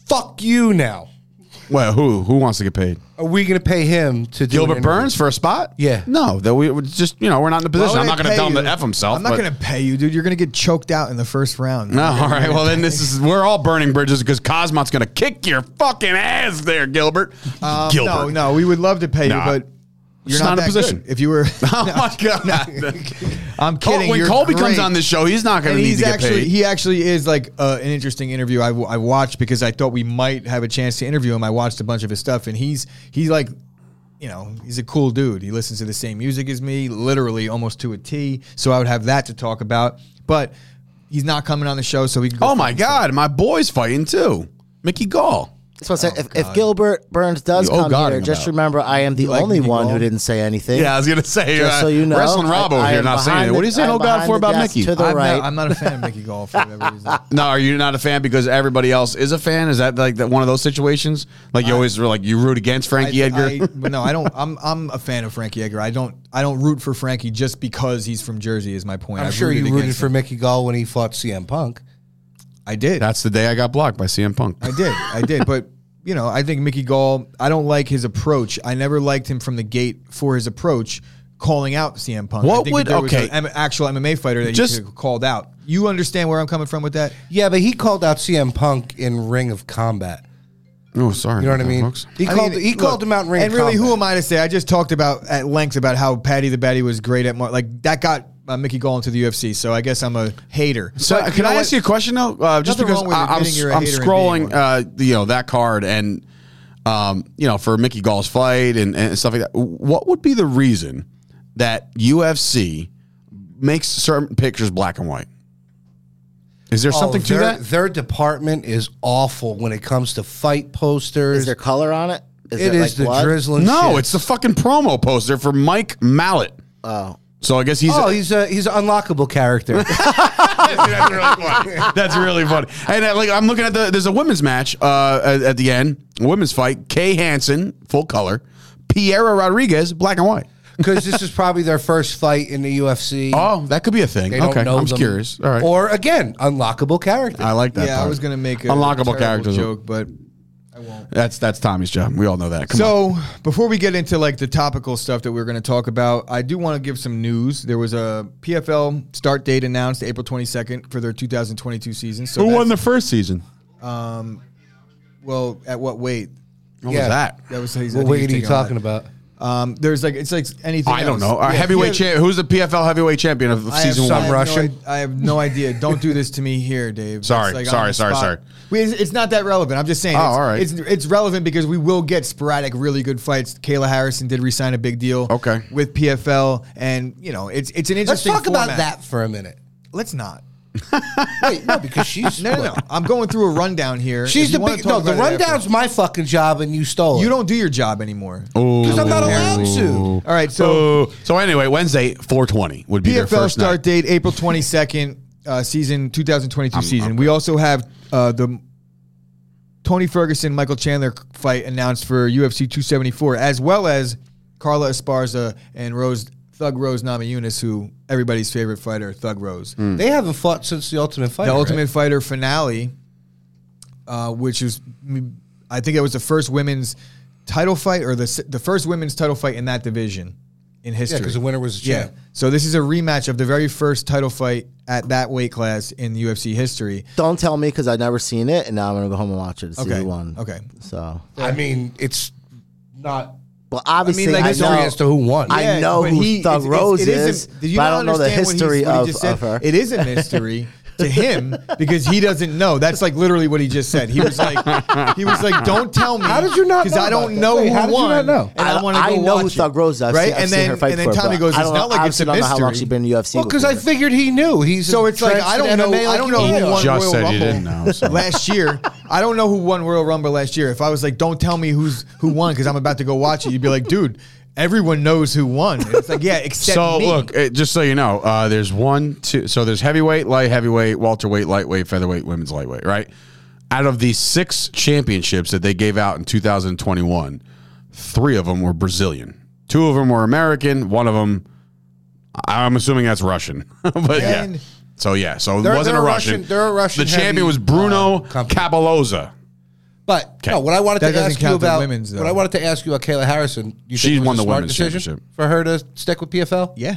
Speaker 3: Fuck you now.
Speaker 2: Well, who who wants to get paid?
Speaker 3: Are we going to pay him to do an
Speaker 2: Gilbert
Speaker 3: interview?
Speaker 2: Burns for a spot?
Speaker 3: Yeah.
Speaker 2: No, that we would just you know we're not in the
Speaker 1: Why
Speaker 2: position.
Speaker 1: would
Speaker 2: I'm
Speaker 1: I
Speaker 2: not going to
Speaker 1: pay
Speaker 2: tell him
Speaker 1: you?
Speaker 2: to f himself.
Speaker 1: I'm not
Speaker 2: but-
Speaker 1: going to pay you, dude. You're going to get choked out in the first round.
Speaker 2: *laughs* No, all right. Well, then this is we're all burning bridges because Cosmont's going to kick your fucking ass there, Gilbert.
Speaker 1: Um,
Speaker 2: Gilbert.
Speaker 1: No, no, we would love to pay
Speaker 2: Nah.
Speaker 1: you, but you're
Speaker 2: Just
Speaker 1: not,
Speaker 2: not in a
Speaker 1: that
Speaker 2: position.
Speaker 1: good. If
Speaker 2: *laughs*
Speaker 1: you were,
Speaker 2: *laughs*
Speaker 1: *laughs*
Speaker 2: Oh my god.
Speaker 1: I'm
Speaker 2: Col-
Speaker 1: kidding.
Speaker 2: Oh, when
Speaker 1: you're
Speaker 2: Colby
Speaker 1: great.
Speaker 2: comes on this show, he's not going
Speaker 1: and
Speaker 2: to need to
Speaker 1: he's
Speaker 2: get
Speaker 1: actually
Speaker 2: paid.
Speaker 1: he actually is like uh, an interesting interview I, w- I watched because I thought we might have a chance to interview him. I watched a bunch of his stuff, and he's he's like, you know, he's a cool dude. He listens to the same music as me, literally almost to a T. So I would have that to talk about, but he's not coming on the show, so we can. Go
Speaker 2: oh my
Speaker 1: fuck
Speaker 2: god, my boy's fighting too. Mickey Gall.
Speaker 4: That's what I'm saying.
Speaker 1: Oh,
Speaker 4: if, if Gilbert Burns does
Speaker 2: You owe
Speaker 4: come
Speaker 2: God
Speaker 4: here,
Speaker 2: him
Speaker 4: just
Speaker 2: about.
Speaker 4: remember I am the
Speaker 1: like
Speaker 4: only
Speaker 1: Mickey
Speaker 4: one
Speaker 1: Gall?
Speaker 4: who didn't say
Speaker 2: *laughs*
Speaker 4: anything.
Speaker 2: Yeah, I was going to say.
Speaker 4: Just
Speaker 2: uh,
Speaker 4: so you know,
Speaker 2: wrestling Rob
Speaker 4: I-
Speaker 2: over
Speaker 4: I
Speaker 2: here
Speaker 4: am
Speaker 2: not saying
Speaker 4: behind
Speaker 2: anything. What are you
Speaker 4: the-
Speaker 2: saying?
Speaker 4: I
Speaker 2: Oh
Speaker 4: am
Speaker 2: God,
Speaker 4: behind
Speaker 2: for
Speaker 4: the
Speaker 2: about
Speaker 4: desk
Speaker 2: Mickey.
Speaker 4: to the
Speaker 1: myself. I'm
Speaker 4: right.
Speaker 1: not, I'm not a fan of Mickey Gall for whatever reason.
Speaker 2: No, are you not a fan because everybody else is a fan? Is that like that one of those situations? Like you always were like you root against Frankie
Speaker 1: I-
Speaker 2: Edgar.
Speaker 1: I- but no, I don't. I'm I'm a fan of Frankie Edgar. I don't I don't root for Frankie just because he's from Jersey. Is my point.
Speaker 3: I'm
Speaker 1: I've
Speaker 3: sure you
Speaker 1: against
Speaker 3: rooted
Speaker 1: him.
Speaker 3: for Mickey Gall when he fought CM Punk.
Speaker 1: I did.
Speaker 2: That's the day I got blocked by CM Punk.
Speaker 1: I did. I did. But you know, I think Mickey Gall. I don't like his approach. I never liked him from the gate for his approach, calling out CM Punk. I
Speaker 2: What
Speaker 1: think
Speaker 2: would-
Speaker 1: if there was
Speaker 2: okay.
Speaker 1: an M- actual MMA fighter that
Speaker 2: Just-
Speaker 1: you could have called out? You understand where I'm coming from with that?
Speaker 3: Yeah, but he called out CM Punk in Ring of Combat.
Speaker 2: Oh, sorry.
Speaker 3: You know what I
Speaker 2: about that,
Speaker 3: mean?
Speaker 2: folks.
Speaker 3: He
Speaker 1: I
Speaker 3: called
Speaker 1: mean,
Speaker 3: he
Speaker 1: look,
Speaker 3: called him out in Ring
Speaker 1: And
Speaker 3: of
Speaker 1: really,
Speaker 3: Combat.
Speaker 1: who am I to say? I just talked about at length about how Patty the Batty was great at mar- like that got uh, Mickey Gall into the UFC. so I guess I'm a hater.
Speaker 2: So
Speaker 1: But you
Speaker 2: can
Speaker 1: know
Speaker 2: I
Speaker 1: what?
Speaker 2: ask you a question though? Uh, just
Speaker 1: Nothing
Speaker 2: because
Speaker 1: wrong with
Speaker 2: I, am
Speaker 1: admitting you're a
Speaker 2: I'm
Speaker 1: hater and
Speaker 2: scrolling,
Speaker 1: being
Speaker 2: uh, you know, that card and um, you know, for Mickey Gall's fight and, and stuff like that. What would be the reason that UFC makes certain pictures black and white? Is there
Speaker 3: Oh,
Speaker 2: something to
Speaker 3: their,
Speaker 2: that?
Speaker 3: Their department is awful when it comes to fight posters.
Speaker 4: Is there color on it? Is
Speaker 3: it is the
Speaker 4: blood?
Speaker 3: drizzling.
Speaker 2: No,
Speaker 3: shit.
Speaker 2: it's the fucking promo poster for Mike Mallet.
Speaker 4: Oh.
Speaker 2: So I guess he's
Speaker 3: oh, he's a he's an
Speaker 1: *laughs*
Speaker 3: unlockable character.
Speaker 2: That's really funny. *laughs* That's really funny. And uh, like I'm looking at the there's a women's match uh, at, at the end, a women's fight. Kay Hansen, full color. Piera Rodriguez, black and white.
Speaker 3: because this is probably their first fight in the UFC.
Speaker 2: Oh, that could be a thing.
Speaker 3: They don't
Speaker 2: okay,
Speaker 3: know
Speaker 2: I'm
Speaker 3: them.
Speaker 2: curious. All right,
Speaker 3: Or again, unlockable character.
Speaker 2: I like that.
Speaker 1: yeah, I
Speaker 2: part.
Speaker 1: was gonna make a
Speaker 2: unlockable
Speaker 1: terrible
Speaker 2: characters.
Speaker 1: joke, but I won't.
Speaker 2: That's that's Tommy's job. We all know that. Come on.
Speaker 1: So before we get into like the topical stuff that we're going to talk about, I do want to give some news. There was a PFL start date announced April 22nd for their 2022 season. So
Speaker 2: who won the
Speaker 1: that's-
Speaker 2: first season?
Speaker 1: well at what weight?
Speaker 2: What
Speaker 3: Yeah.
Speaker 2: was that?
Speaker 1: That was he's, I think
Speaker 3: What
Speaker 1: he's
Speaker 3: weight are you
Speaker 1: taking on
Speaker 3: talking
Speaker 1: that.
Speaker 3: about?
Speaker 1: Um, there's like it's like anything.
Speaker 2: I don't
Speaker 1: else.
Speaker 2: know. Our
Speaker 1: Yeah,
Speaker 2: heavyweight
Speaker 1: PF
Speaker 2: champ. Who's the PFL heavyweight champion of
Speaker 1: I have-
Speaker 2: season
Speaker 1: I
Speaker 2: one?
Speaker 1: have
Speaker 3: Some
Speaker 1: no
Speaker 3: Russian.
Speaker 1: i- I have no idea. Don't do this to me here, Dave. That's,
Speaker 2: Sorry,
Speaker 1: like, on
Speaker 2: sorry,
Speaker 1: the
Speaker 2: sorry,
Speaker 1: spot.
Speaker 2: sorry.
Speaker 1: We, it's, it's not that relevant. I'm just saying.
Speaker 2: Oh,
Speaker 1: it's,
Speaker 2: all right.
Speaker 1: It's it's relevant because we will get sporadic, really good fights. Kayla Harrison did resign a big deal.
Speaker 2: Okay.
Speaker 1: With PFL, and you know, it's it's an
Speaker 3: Let's
Speaker 1: interesting.
Speaker 3: talk about
Speaker 1: format.
Speaker 3: that for a minute.
Speaker 1: Let's not.
Speaker 3: Wait, no, because she's
Speaker 1: *laughs* No, no, no. I'm going through a rundown here. If
Speaker 3: She's
Speaker 1: you
Speaker 3: the
Speaker 1: wanna
Speaker 3: big
Speaker 1: talk
Speaker 3: no. The
Speaker 1: about it after-
Speaker 3: rundown's my fucking job, and you stole.
Speaker 1: You
Speaker 3: it.
Speaker 1: don't do your job anymore.
Speaker 3: because I'm not allowed to.
Speaker 1: All right, so-
Speaker 2: Oh. so anyway, Wednesday, 420 would be their
Speaker 1: PFL
Speaker 2: first night.
Speaker 1: start date
Speaker 2: *laughs*
Speaker 1: April 22nd, uh, season 2022 season. we also have uh, the Tony Ferguson Michael Chandler fight announced for UFC 274, as well as Carla Esparza and Rose Thug Rose Namajunas, who everybody's favorite fighter, Thug Rose.
Speaker 2: Hmm.
Speaker 3: They haven't fought since the Ultimate Fight.
Speaker 1: Hmm. The Ultimate Fighter finale, uh, which was, I think it was the first women's title fight or the s- the first women's title fight in that division in history.
Speaker 3: 'cause the winner was the champ.
Speaker 1: Yeah. So this is a rematch of the very first title fight at that weight class in UFC history.
Speaker 4: Don't tell me because I've never seen it, and now I'm gonna go home and watch it to see
Speaker 1: Okay.
Speaker 4: who won.
Speaker 1: Okay.
Speaker 4: So,
Speaker 3: I mean, it's not.
Speaker 4: well, obviously, I,
Speaker 1: like,
Speaker 3: I
Speaker 1: it's
Speaker 4: know.
Speaker 1: only
Speaker 3: as to who won.
Speaker 4: I- know
Speaker 1: but
Speaker 4: who Thug
Speaker 1: it's- it's-
Speaker 4: Rose
Speaker 1: isn't-
Speaker 4: is,
Speaker 1: did you
Speaker 4: but I
Speaker 1: not
Speaker 4: don't know the
Speaker 1: understand what he's-
Speaker 4: history
Speaker 1: what he
Speaker 4: of-
Speaker 1: just said?
Speaker 4: of her.
Speaker 1: It is a
Speaker 4: *laughs*
Speaker 1: mystery to him because he doesn't know. That's like literally what he just said. He was like, he was like, "Don't tell me."
Speaker 3: How did you not
Speaker 1: Because
Speaker 3: know
Speaker 1: I
Speaker 3: about
Speaker 1: don't
Speaker 3: that?
Speaker 1: know
Speaker 3: Wait,
Speaker 1: who
Speaker 3: how did you
Speaker 1: won.
Speaker 3: not know?
Speaker 1: And I, want to
Speaker 4: I
Speaker 1: go
Speaker 4: know
Speaker 1: watch
Speaker 4: who
Speaker 1: it.
Speaker 4: Thug Rose. I've
Speaker 1: right?
Speaker 4: seen, I've
Speaker 1: and
Speaker 4: seen
Speaker 1: then
Speaker 4: her fight
Speaker 1: and then
Speaker 4: before,
Speaker 1: Tommy
Speaker 4: but
Speaker 1: goes,
Speaker 4: I
Speaker 1: "It's
Speaker 4: don't
Speaker 1: not like
Speaker 4: know,
Speaker 1: it's a
Speaker 4: obviously don't know how long she's
Speaker 1: mystery."
Speaker 4: been in UFC.
Speaker 3: Well, because I
Speaker 4: before.
Speaker 3: figured he knew. He's
Speaker 1: So it's like I
Speaker 3: entrenched in
Speaker 1: don't know.
Speaker 3: MMA
Speaker 1: I don't
Speaker 3: like
Speaker 1: know
Speaker 3: you
Speaker 1: who
Speaker 3: are.
Speaker 1: won
Speaker 2: Just
Speaker 1: Royal
Speaker 2: said
Speaker 1: Rumble
Speaker 2: you didn't know, *laughs* so.
Speaker 1: last year. I don't know who won Royal Rumble last year. If I was like, don't tell me who's who won because I'm about to go watch it, you'd be like, dude, everyone knows who won. And it's like, yeah, except
Speaker 2: So
Speaker 1: me.
Speaker 2: look, it, just so you know, uh, there's one, two. So there's heavyweight, light heavyweight, welterweight, lightweight, featherweight, women's lightweight. Right. Out of the six championships that they gave out in 2021, three of them were Brazilian. Two of them were American. One of them, I'm assuming that's Russian. *laughs* but yeah.
Speaker 1: And-
Speaker 2: So yeah. So
Speaker 3: They're-
Speaker 2: it wasn't
Speaker 3: they're
Speaker 2: a
Speaker 3: a
Speaker 2: Russian.
Speaker 3: Russian- they're a Russian
Speaker 2: The champion
Speaker 3: heavy,
Speaker 2: was Bruno
Speaker 3: uh, company.
Speaker 2: Capoloza.
Speaker 3: But no, what I wanted
Speaker 1: That
Speaker 3: to
Speaker 1: doesn't
Speaker 3: ask you
Speaker 1: count the
Speaker 3: about
Speaker 1: women's, though.
Speaker 3: what I wanted to ask you about Kayla Harrison. You
Speaker 2: She
Speaker 3: think it was
Speaker 2: won
Speaker 3: a
Speaker 2: the
Speaker 3: smart
Speaker 2: women's
Speaker 3: decision
Speaker 2: championship.
Speaker 3: for her to stick with PFL.
Speaker 1: yeah.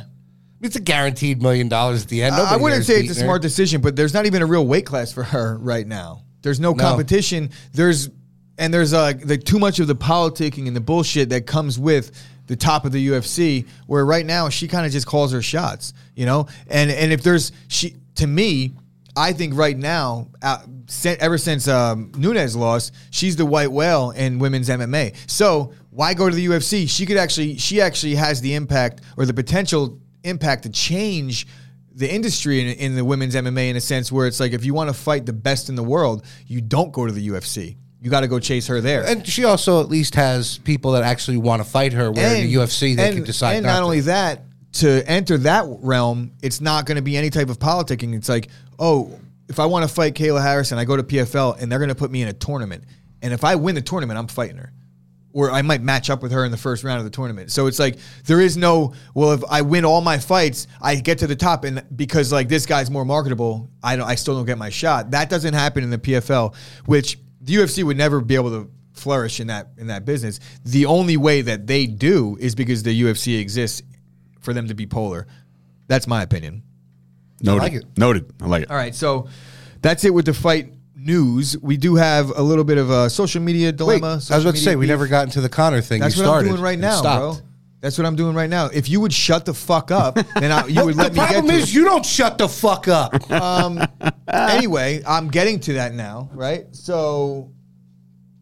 Speaker 3: It's a guaranteed million dollars at the end.
Speaker 1: I
Speaker 3: Nobody
Speaker 1: wouldn't
Speaker 3: there's
Speaker 1: say it's a
Speaker 3: beating her.
Speaker 1: smart decision, but there's not even a real weight class for her right now. There's no, competition. There's and there's uh, the, too much of the politicking and the bullshit that comes with the top of the UFC. Where right now she kind of just calls her shots, you know. And and if there's she to me, I think right now, uh, sen- ever since um, Nunes lost, she's the white whale in women's MMA. So why go to the UFC? She could actually she actually has the impact or the potential impact to change the industry in, in the women's MMA in a sense where it's like if you want to fight the best in the world, you don't go to the UFC. You got to go chase her there.
Speaker 3: And she also at least has people that actually want to fight her. Where in the UFC they
Speaker 1: and-
Speaker 3: can decide.
Speaker 1: And
Speaker 3: not,
Speaker 1: not,
Speaker 3: to.
Speaker 1: only that, to enter that realm, it's not going to be any type of politicking. It's like, oh, if I want to fight Kayla Harrison, I go to PFL and they're going to put me in a tournament. And if I win the tournament, I'm fighting her. Or I might match up with her in the first round of the tournament. So it's like there is no well. If I win all my fights, I get to the top, and because like this guy's more marketable, I don't. I still don't get my shot. That doesn't happen in the PFL, which the UFC would never be able to flourish in that in that business. The only way that they do is because the UFC exists for them to be polar. That's my opinion.
Speaker 2: Noted.
Speaker 3: like it.
Speaker 2: Noted. I like it.
Speaker 1: All right, so that's it with the fight news. We do have a little bit of a social media
Speaker 3: Wait,
Speaker 1: dilemma.
Speaker 3: I was
Speaker 1: social
Speaker 3: about to
Speaker 1: media
Speaker 3: say we
Speaker 1: beef.
Speaker 3: never got into the Connor thing.
Speaker 1: That's
Speaker 3: you
Speaker 1: what
Speaker 3: started
Speaker 1: I'm doing right
Speaker 3: and
Speaker 1: now, bro.
Speaker 3: stopped.
Speaker 1: That's what I'm doing right now. If you would shut the fuck up, then
Speaker 3: *laughs*
Speaker 1: I, you would
Speaker 3: The
Speaker 1: let me get
Speaker 3: problem
Speaker 1: to
Speaker 3: is
Speaker 1: it. Um,
Speaker 3: you don't shut the fuck up.
Speaker 1: *laughs* Anyway, I'm getting to that now, right? So,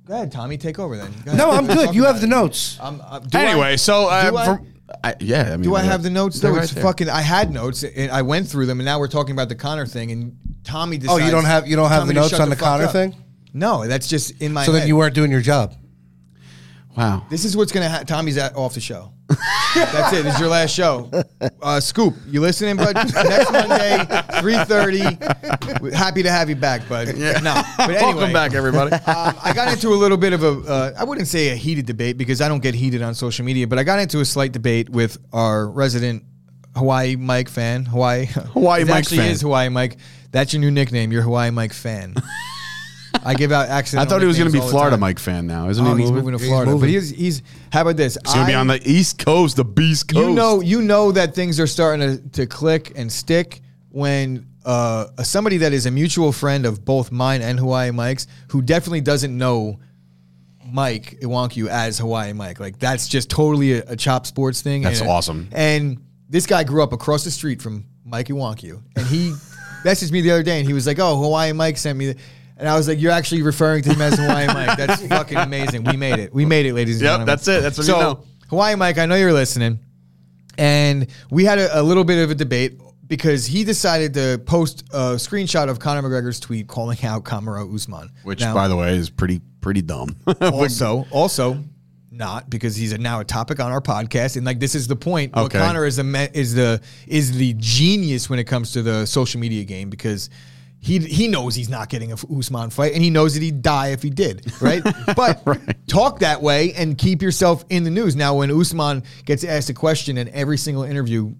Speaker 1: go ahead, Tommy, take over then. Go ahead.
Speaker 3: no, I'm
Speaker 1: *laughs*
Speaker 3: good.
Speaker 1: Talk
Speaker 3: You
Speaker 1: about
Speaker 3: have
Speaker 1: it.
Speaker 3: the notes.
Speaker 1: I'm, I'm- do I-
Speaker 2: Anyway, so uh,
Speaker 1: do I-
Speaker 2: from, I, yeah. I mean,
Speaker 1: Do I have the notes though?
Speaker 2: They're
Speaker 1: it's
Speaker 2: right there.
Speaker 1: fucking. I had notes and I went through them, and now we're talking about the Connor thing. And Tommy
Speaker 3: Oh,
Speaker 1: decides.
Speaker 3: you don't have you don't have
Speaker 1: Tommy
Speaker 3: the
Speaker 1: to
Speaker 3: notes
Speaker 1: shut
Speaker 3: on the,
Speaker 1: fuck
Speaker 3: Connor
Speaker 1: up.
Speaker 3: thing.
Speaker 1: No, that's just in my.
Speaker 3: So
Speaker 1: head.
Speaker 3: then you weren't doing your job.
Speaker 2: Wow.
Speaker 1: This is what's gonna. Ha- Tommy's at, off the show. that's it. This is your last show. Uh, Scoop, you listening, bud? *laughs* Next Monday, three thirty. Happy to have you back, bud. No, but anyway,
Speaker 2: Welcome back, everybody.
Speaker 3: *laughs*
Speaker 1: um, I got into a little bit of a, uh, I wouldn't say a heated debate because I don't get heated on social media, but I got into a slight debate with our resident Hawaii Mike fan. Hawaii,
Speaker 2: Hawaii
Speaker 1: It
Speaker 2: Mike
Speaker 1: actually
Speaker 2: fan.
Speaker 1: is Hawaii Mike. That's your new nickname. You're Hawaii Mike fan. I give out
Speaker 2: *laughs* I
Speaker 1: accidental.
Speaker 2: thought he was going
Speaker 1: nicknames
Speaker 2: to be
Speaker 1: all the
Speaker 2: Florida
Speaker 1: time.
Speaker 2: Mike fan now, isn't
Speaker 1: Oh,
Speaker 2: he?
Speaker 1: he's moving, to Florida,
Speaker 3: moving.
Speaker 1: but he's he's. How about this?
Speaker 2: He's going to be on the East Coast, the Beast Coast.
Speaker 1: You know, you know that things are starting to, to click and stick when uh, somebody that is a mutual friend of both mine and Hawaii Mike's, who definitely doesn't know Mike Iwanku as Hawaii Mike, like that's just totally a, a Chop Sports thing.
Speaker 2: That's
Speaker 1: And-
Speaker 2: awesome.
Speaker 1: And this guy grew up across the street from Mike Iwanku, and he *laughs* messaged me the other day, and he was like, "Oh, Hawaii Mike sent me." th-" And I was like, "You're actually referring to him as Hawaii Mike?
Speaker 2: *laughs*
Speaker 1: That's fucking amazing. We made it. We made it, ladies and
Speaker 2: Yep,
Speaker 1: gentlemen.
Speaker 2: that's it. That's what you
Speaker 1: so,
Speaker 2: know.
Speaker 1: Hawaii Mike, I know you're listening and we had a, a little bit of a debate because he decided to post a screenshot of Conor McGregor's tweet calling out Kamaru Usman.
Speaker 2: Which,
Speaker 1: Now,
Speaker 2: by the way, is pretty pretty dumb. *laughs*
Speaker 1: also, also not because he's a, now a topic on our podcast, and like this is the point. But
Speaker 2: Okay.
Speaker 1: Connor is a me- is the is the genius when it comes to the social media game because. He, he knows he's not getting a F- Usman fight, and he knows that he'd die if he did, right? But talk that way and keep yourself in the news. Now, when Usman gets asked a question in every single interview,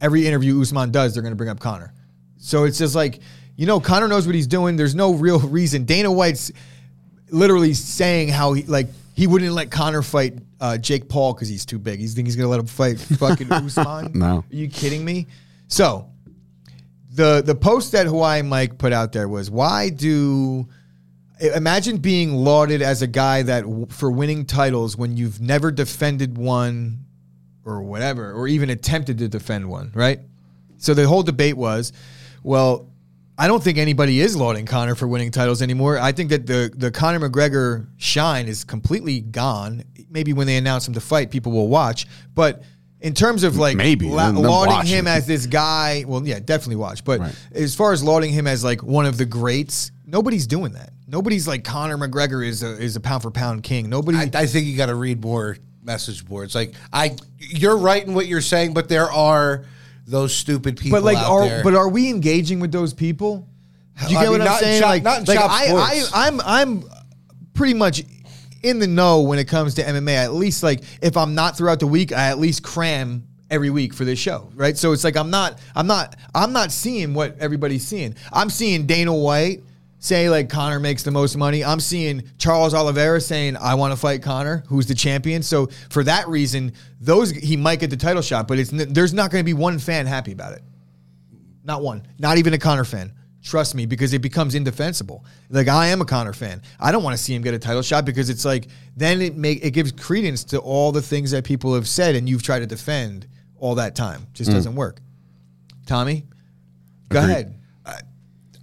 Speaker 1: every interview Usman does, they're going to bring up Connor. So it's just like, you know, Connor knows what he's doing. There's no real reason. Dana White's literally saying how he like he wouldn't let Connor fight uh, Jake Paul because he's too big. He's think he's gonna let him fight fucking Usman.
Speaker 2: No.
Speaker 1: Are you kidding me? So the the post that Hawaii Mike put out there was why do i- imagine being lauded as a guy that w- for winning titles when you've never defended one or whatever or even attempted to defend one, right? So the whole debate was, well, I don't think anybody is lauding Connor for winning titles anymore. I think that the the Conor McGregor shine is completely gone. Maybe when they announce him to fight, people will watch, but in terms of like
Speaker 2: Maybe.
Speaker 1: la-
Speaker 2: They'll
Speaker 1: lauding
Speaker 2: watch
Speaker 1: him
Speaker 2: it.
Speaker 1: as this guy, well, yeah, definitely watch. But
Speaker 2: Right.
Speaker 1: as far as lauding him as like one of the greats, nobody's doing that. Nobody's like Conor McGregor is a is a pound for pound king. Nobody.
Speaker 3: I, I think you got to read more message boards. Like I, you're right in what you're saying, but there are those stupid people.
Speaker 1: but like,
Speaker 3: out
Speaker 1: are
Speaker 3: there.
Speaker 1: but are we engaging with those people? Do you
Speaker 3: I
Speaker 1: get
Speaker 3: mean,
Speaker 1: what I'm
Speaker 3: not in
Speaker 1: saying?
Speaker 3: shop-
Speaker 1: like,
Speaker 3: not in
Speaker 1: like
Speaker 3: shop
Speaker 1: I, I,
Speaker 3: sports.
Speaker 1: I'm I'm pretty much in the know when it comes to MMA. At least like if I'm not throughout the week, I at least cram every week for this show, right? So it's like I'm not I'm not I'm not seeing what everybody's seeing. I'm seeing Dana White say like Connor makes the most money. I'm seeing Charles Oliveira saying I want to fight Connor, who's the champion. So for that reason, those he might get the title shot, but it's n- there's not going to be one fan happy about it. Not one. Not even a Connor fan. Trust me, because it becomes indefensible. Like I am a Connor fan. I don't want to see him get a title shot because it's like then it make it gives credence to all the things that people have said and you've tried to defend all that time. Just
Speaker 2: Hmm.
Speaker 1: doesn't work. Tommy, go ahead.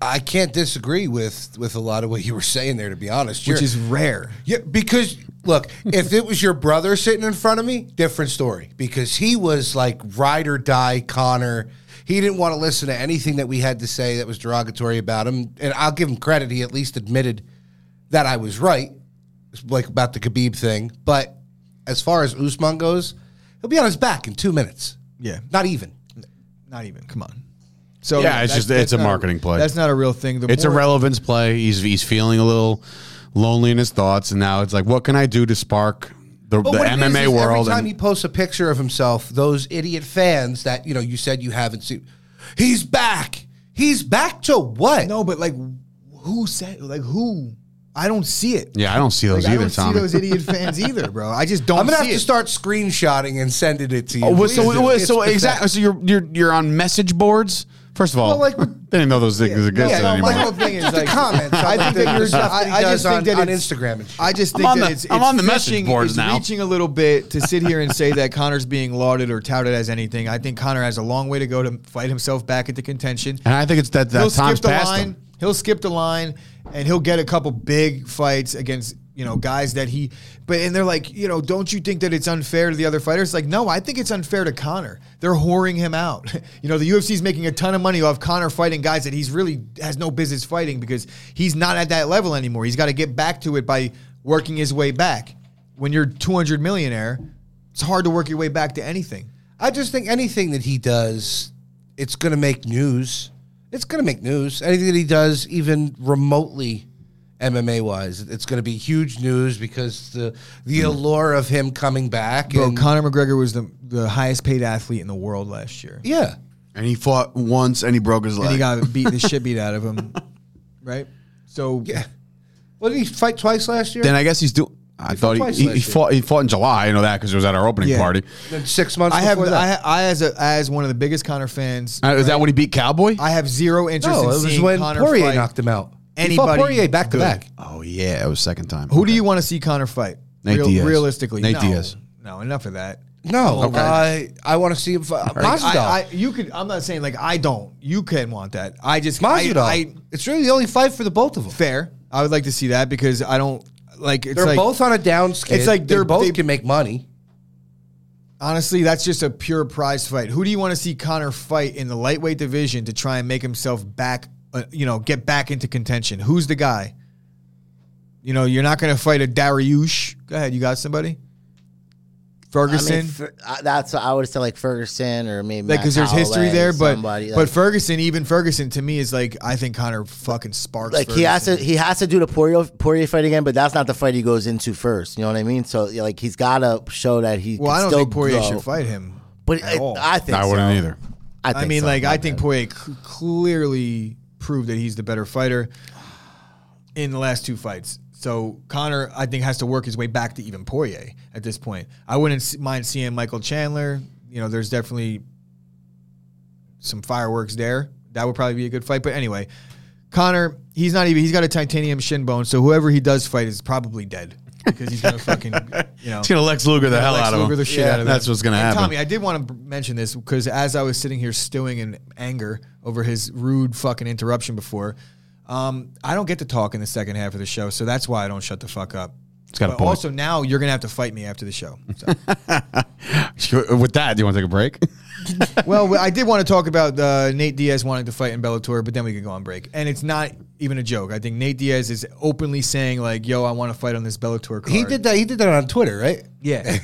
Speaker 3: I can't disagree with with a lot of what you were saying there. To be honest,
Speaker 1: Which
Speaker 3: You're-
Speaker 1: is rare.
Speaker 3: Yeah, because look, if it was your brother sitting in front of me, different story. Because he was like ride or die Connor. He didn't want to listen to anything that we had to say that was derogatory about him. And I'll give him credit; he at least admitted that I was right, like about the Khabib thing. But as far as Usman goes, he'll be on his back in two minutes.
Speaker 1: Yeah.
Speaker 3: not even.
Speaker 1: Not even. Come on. So
Speaker 2: Yeah, it's
Speaker 1: that's-
Speaker 2: just- it's
Speaker 1: that's
Speaker 2: a
Speaker 1: not
Speaker 2: marketing play.
Speaker 1: That's not a real thing. The
Speaker 2: It's a
Speaker 1: more-
Speaker 2: relevance play. He's he's feeling a little lonely in his thoughts, and now it's like, what can I do to spark the, the
Speaker 3: But what it is,
Speaker 2: MMA
Speaker 3: is
Speaker 2: world?
Speaker 3: Every time
Speaker 2: and-
Speaker 3: he posts a picture of himself, those idiot fans that you know you said you haven't seen, he's back. He's back to what?
Speaker 1: No, but like who said like who? I don't see it.
Speaker 2: yeah, I don't see those
Speaker 1: Like, I
Speaker 2: either,
Speaker 1: don't
Speaker 2: Tommy.
Speaker 1: see those idiot fans either, bro. I
Speaker 2: *laughs*
Speaker 1: just don't
Speaker 3: I'm gonna
Speaker 1: see
Speaker 3: have to
Speaker 1: it.
Speaker 3: start screenshotting and sending it to you.
Speaker 2: Oh, well,
Speaker 3: Please
Speaker 2: so
Speaker 3: do.
Speaker 2: well,
Speaker 3: It's
Speaker 2: so
Speaker 3: pathetic.
Speaker 2: exactly. So you're you're you're on message boards. First of all,
Speaker 1: Well, like-
Speaker 2: *laughs* they didn't know those things existed
Speaker 1: no,
Speaker 2: anymore.
Speaker 1: my whole thing is
Speaker 3: Just
Speaker 1: like
Speaker 3: the *laughs* comments.
Speaker 1: I think that you're.
Speaker 3: stuff that he
Speaker 1: I, I just
Speaker 3: does
Speaker 1: think
Speaker 3: on,
Speaker 1: that
Speaker 3: on
Speaker 1: it's-
Speaker 3: Instagram and shit.
Speaker 1: I just
Speaker 2: I'm
Speaker 1: think
Speaker 2: on
Speaker 1: that
Speaker 2: the-
Speaker 1: it's,
Speaker 2: I'm
Speaker 1: it's
Speaker 2: on the message
Speaker 1: reaching,
Speaker 2: boards
Speaker 1: it's
Speaker 2: now.
Speaker 1: reaching a little bit to sit here and say that Connor's being lauded or touted as anything. I think Connor has a long way to go to fight himself back into contention.
Speaker 2: and I think it's that
Speaker 1: he'll
Speaker 2: that time's
Speaker 1: skip the
Speaker 2: past
Speaker 1: line.
Speaker 2: him.
Speaker 1: He'll skip the line, and he'll get a couple big fights against you know guys that he. But and they're like, you know, don't you think that it's unfair to the other fighters? Like, no, I think it's unfair to Connor. They're whoring him out. *laughs* you know, the UFC's making a ton of money off Connor fighting guys that he's really has no business fighting because he's not at that level anymore. He's got to get back to it by working his way back. When you're 200 millionaire, it's hard to work your way back to anything.
Speaker 3: I just think anything that he does, it's going to make news. It's going to make news. Anything that he does, even remotely MMA wise, it's going to be huge news because the the allure of him coming back.
Speaker 1: Hmm. Bro,
Speaker 3: and-
Speaker 1: Conor McGregor was the, the highest paid athlete in the world last year.
Speaker 3: yeah.
Speaker 2: And he fought once, and he broke his leg.
Speaker 1: and he got beat the shit beat out of him,
Speaker 3: *laughs*
Speaker 1: right? So
Speaker 3: Yeah. What did he fight twice last year?
Speaker 2: then I guess he's doing. I
Speaker 3: fought
Speaker 2: thought he,
Speaker 3: twice
Speaker 2: he,
Speaker 3: last
Speaker 2: he
Speaker 3: year.
Speaker 2: fought. He fought in July. I know that because it was at our opening
Speaker 1: Yeah.
Speaker 2: party.
Speaker 3: Then six months.
Speaker 1: I have,
Speaker 3: before that.
Speaker 1: I, I as a, as one of the biggest Connor fans,
Speaker 2: Uh, Is that when he beat Cowboy?
Speaker 1: I have zero interest
Speaker 3: no,
Speaker 1: in
Speaker 3: it was
Speaker 1: seeing
Speaker 3: when
Speaker 1: Connor
Speaker 3: Poirier
Speaker 1: fight.
Speaker 3: knocked him out. he fought
Speaker 1: anybody
Speaker 3: Poirier back to
Speaker 1: good.
Speaker 3: back.
Speaker 2: oh yeah, it was second time.
Speaker 1: Who do you want to see Connor fight?
Speaker 2: Nate Diaz.
Speaker 1: Realistically,
Speaker 2: Nate
Speaker 1: no,
Speaker 2: Diaz.
Speaker 1: No, enough of that. Oh,
Speaker 3: No, I, I want to see him fight. Masvidal.
Speaker 1: I, I, you could. I'm not saying like I don't. You can want that. I just
Speaker 3: Masvidal.
Speaker 1: I, I,
Speaker 3: it's really the only fight for the both of them.
Speaker 1: fair. I would like to see that because I don't like. It's
Speaker 3: They're
Speaker 1: like,
Speaker 3: both on a down skid.
Speaker 1: It's like
Speaker 3: they
Speaker 1: they're-
Speaker 3: both
Speaker 1: they-
Speaker 3: can make money.
Speaker 1: Honestly, that's just a pure prize fight. Who do you want to see Connor fight in the lightweight division to try and make himself back, uh, you know, get back into contention? Who's the guy? You know, you're not going to fight a Dariush. Go ahead, you got somebody?
Speaker 4: I mean,
Speaker 1: Ferguson?
Speaker 4: Fer- I- that's I would say like Ferguson or maybe
Speaker 1: like, because
Speaker 4: Matt
Speaker 1: there's history
Speaker 4: Holloway,
Speaker 1: there, but
Speaker 4: somebody,
Speaker 1: but
Speaker 4: like-
Speaker 1: Ferguson, even Ferguson, to me is like I think Connor fucking sparks.
Speaker 4: like he has to
Speaker 1: Ferguson.
Speaker 4: he has to do the Poirier, Poirier fight again, but that's not the fight he goes into first. You know what I mean? So yeah, like he's got to show that he.
Speaker 1: Well,
Speaker 4: can
Speaker 1: I don't
Speaker 4: still
Speaker 1: think Poirier
Speaker 4: go.
Speaker 1: should fight him.
Speaker 4: but
Speaker 1: at
Speaker 4: it-
Speaker 1: all.
Speaker 4: I think
Speaker 2: I wouldn't
Speaker 4: so.
Speaker 2: either.
Speaker 4: I,
Speaker 1: I
Speaker 4: think
Speaker 1: mean,
Speaker 4: so,
Speaker 1: like
Speaker 4: my
Speaker 1: I think
Speaker 4: bad.
Speaker 1: Poirier cl- clearly proved that he's the better fighter in the last two fights. So Connor, I think, has to work his way back to even Poirier at this point. I wouldn't s- mind seeing Michael Chandler. You know, there's definitely some fireworks there. That would probably be a good fight. But anyway, Connor, he's not even. He's got a titanium shin bone, so whoever he does fight is probably dead because he's gonna fucking you
Speaker 4: *laughs*
Speaker 1: know. *laughs*
Speaker 2: It's gonna Lex Luger the hell
Speaker 1: Lex
Speaker 2: out of
Speaker 1: Luger
Speaker 2: him.
Speaker 1: the shit out of
Speaker 2: That's
Speaker 1: him.
Speaker 2: what's gonna
Speaker 1: And
Speaker 2: happen.
Speaker 1: Tommy, I did want to mention this because as I was sitting here stewing in anger over his rude fucking interruption before, um, I don't get to talk in the second half of the show, so that's why I don't shut the fuck up.
Speaker 2: It's got a
Speaker 1: but
Speaker 2: point.
Speaker 1: also now you're gonna have to fight me after the show. So. *laughs*
Speaker 2: uh, With that, do you want to take a break?
Speaker 1: well, I did want to talk about uh, Nate Diaz wanting to fight in Bellator, but then we could go on break, and it's not even a joke. I think Nate Diaz is openly saying like, "Yo, I want to fight on this Bellator card."
Speaker 3: He did that. He did that on Twitter, right?
Speaker 1: Yeah,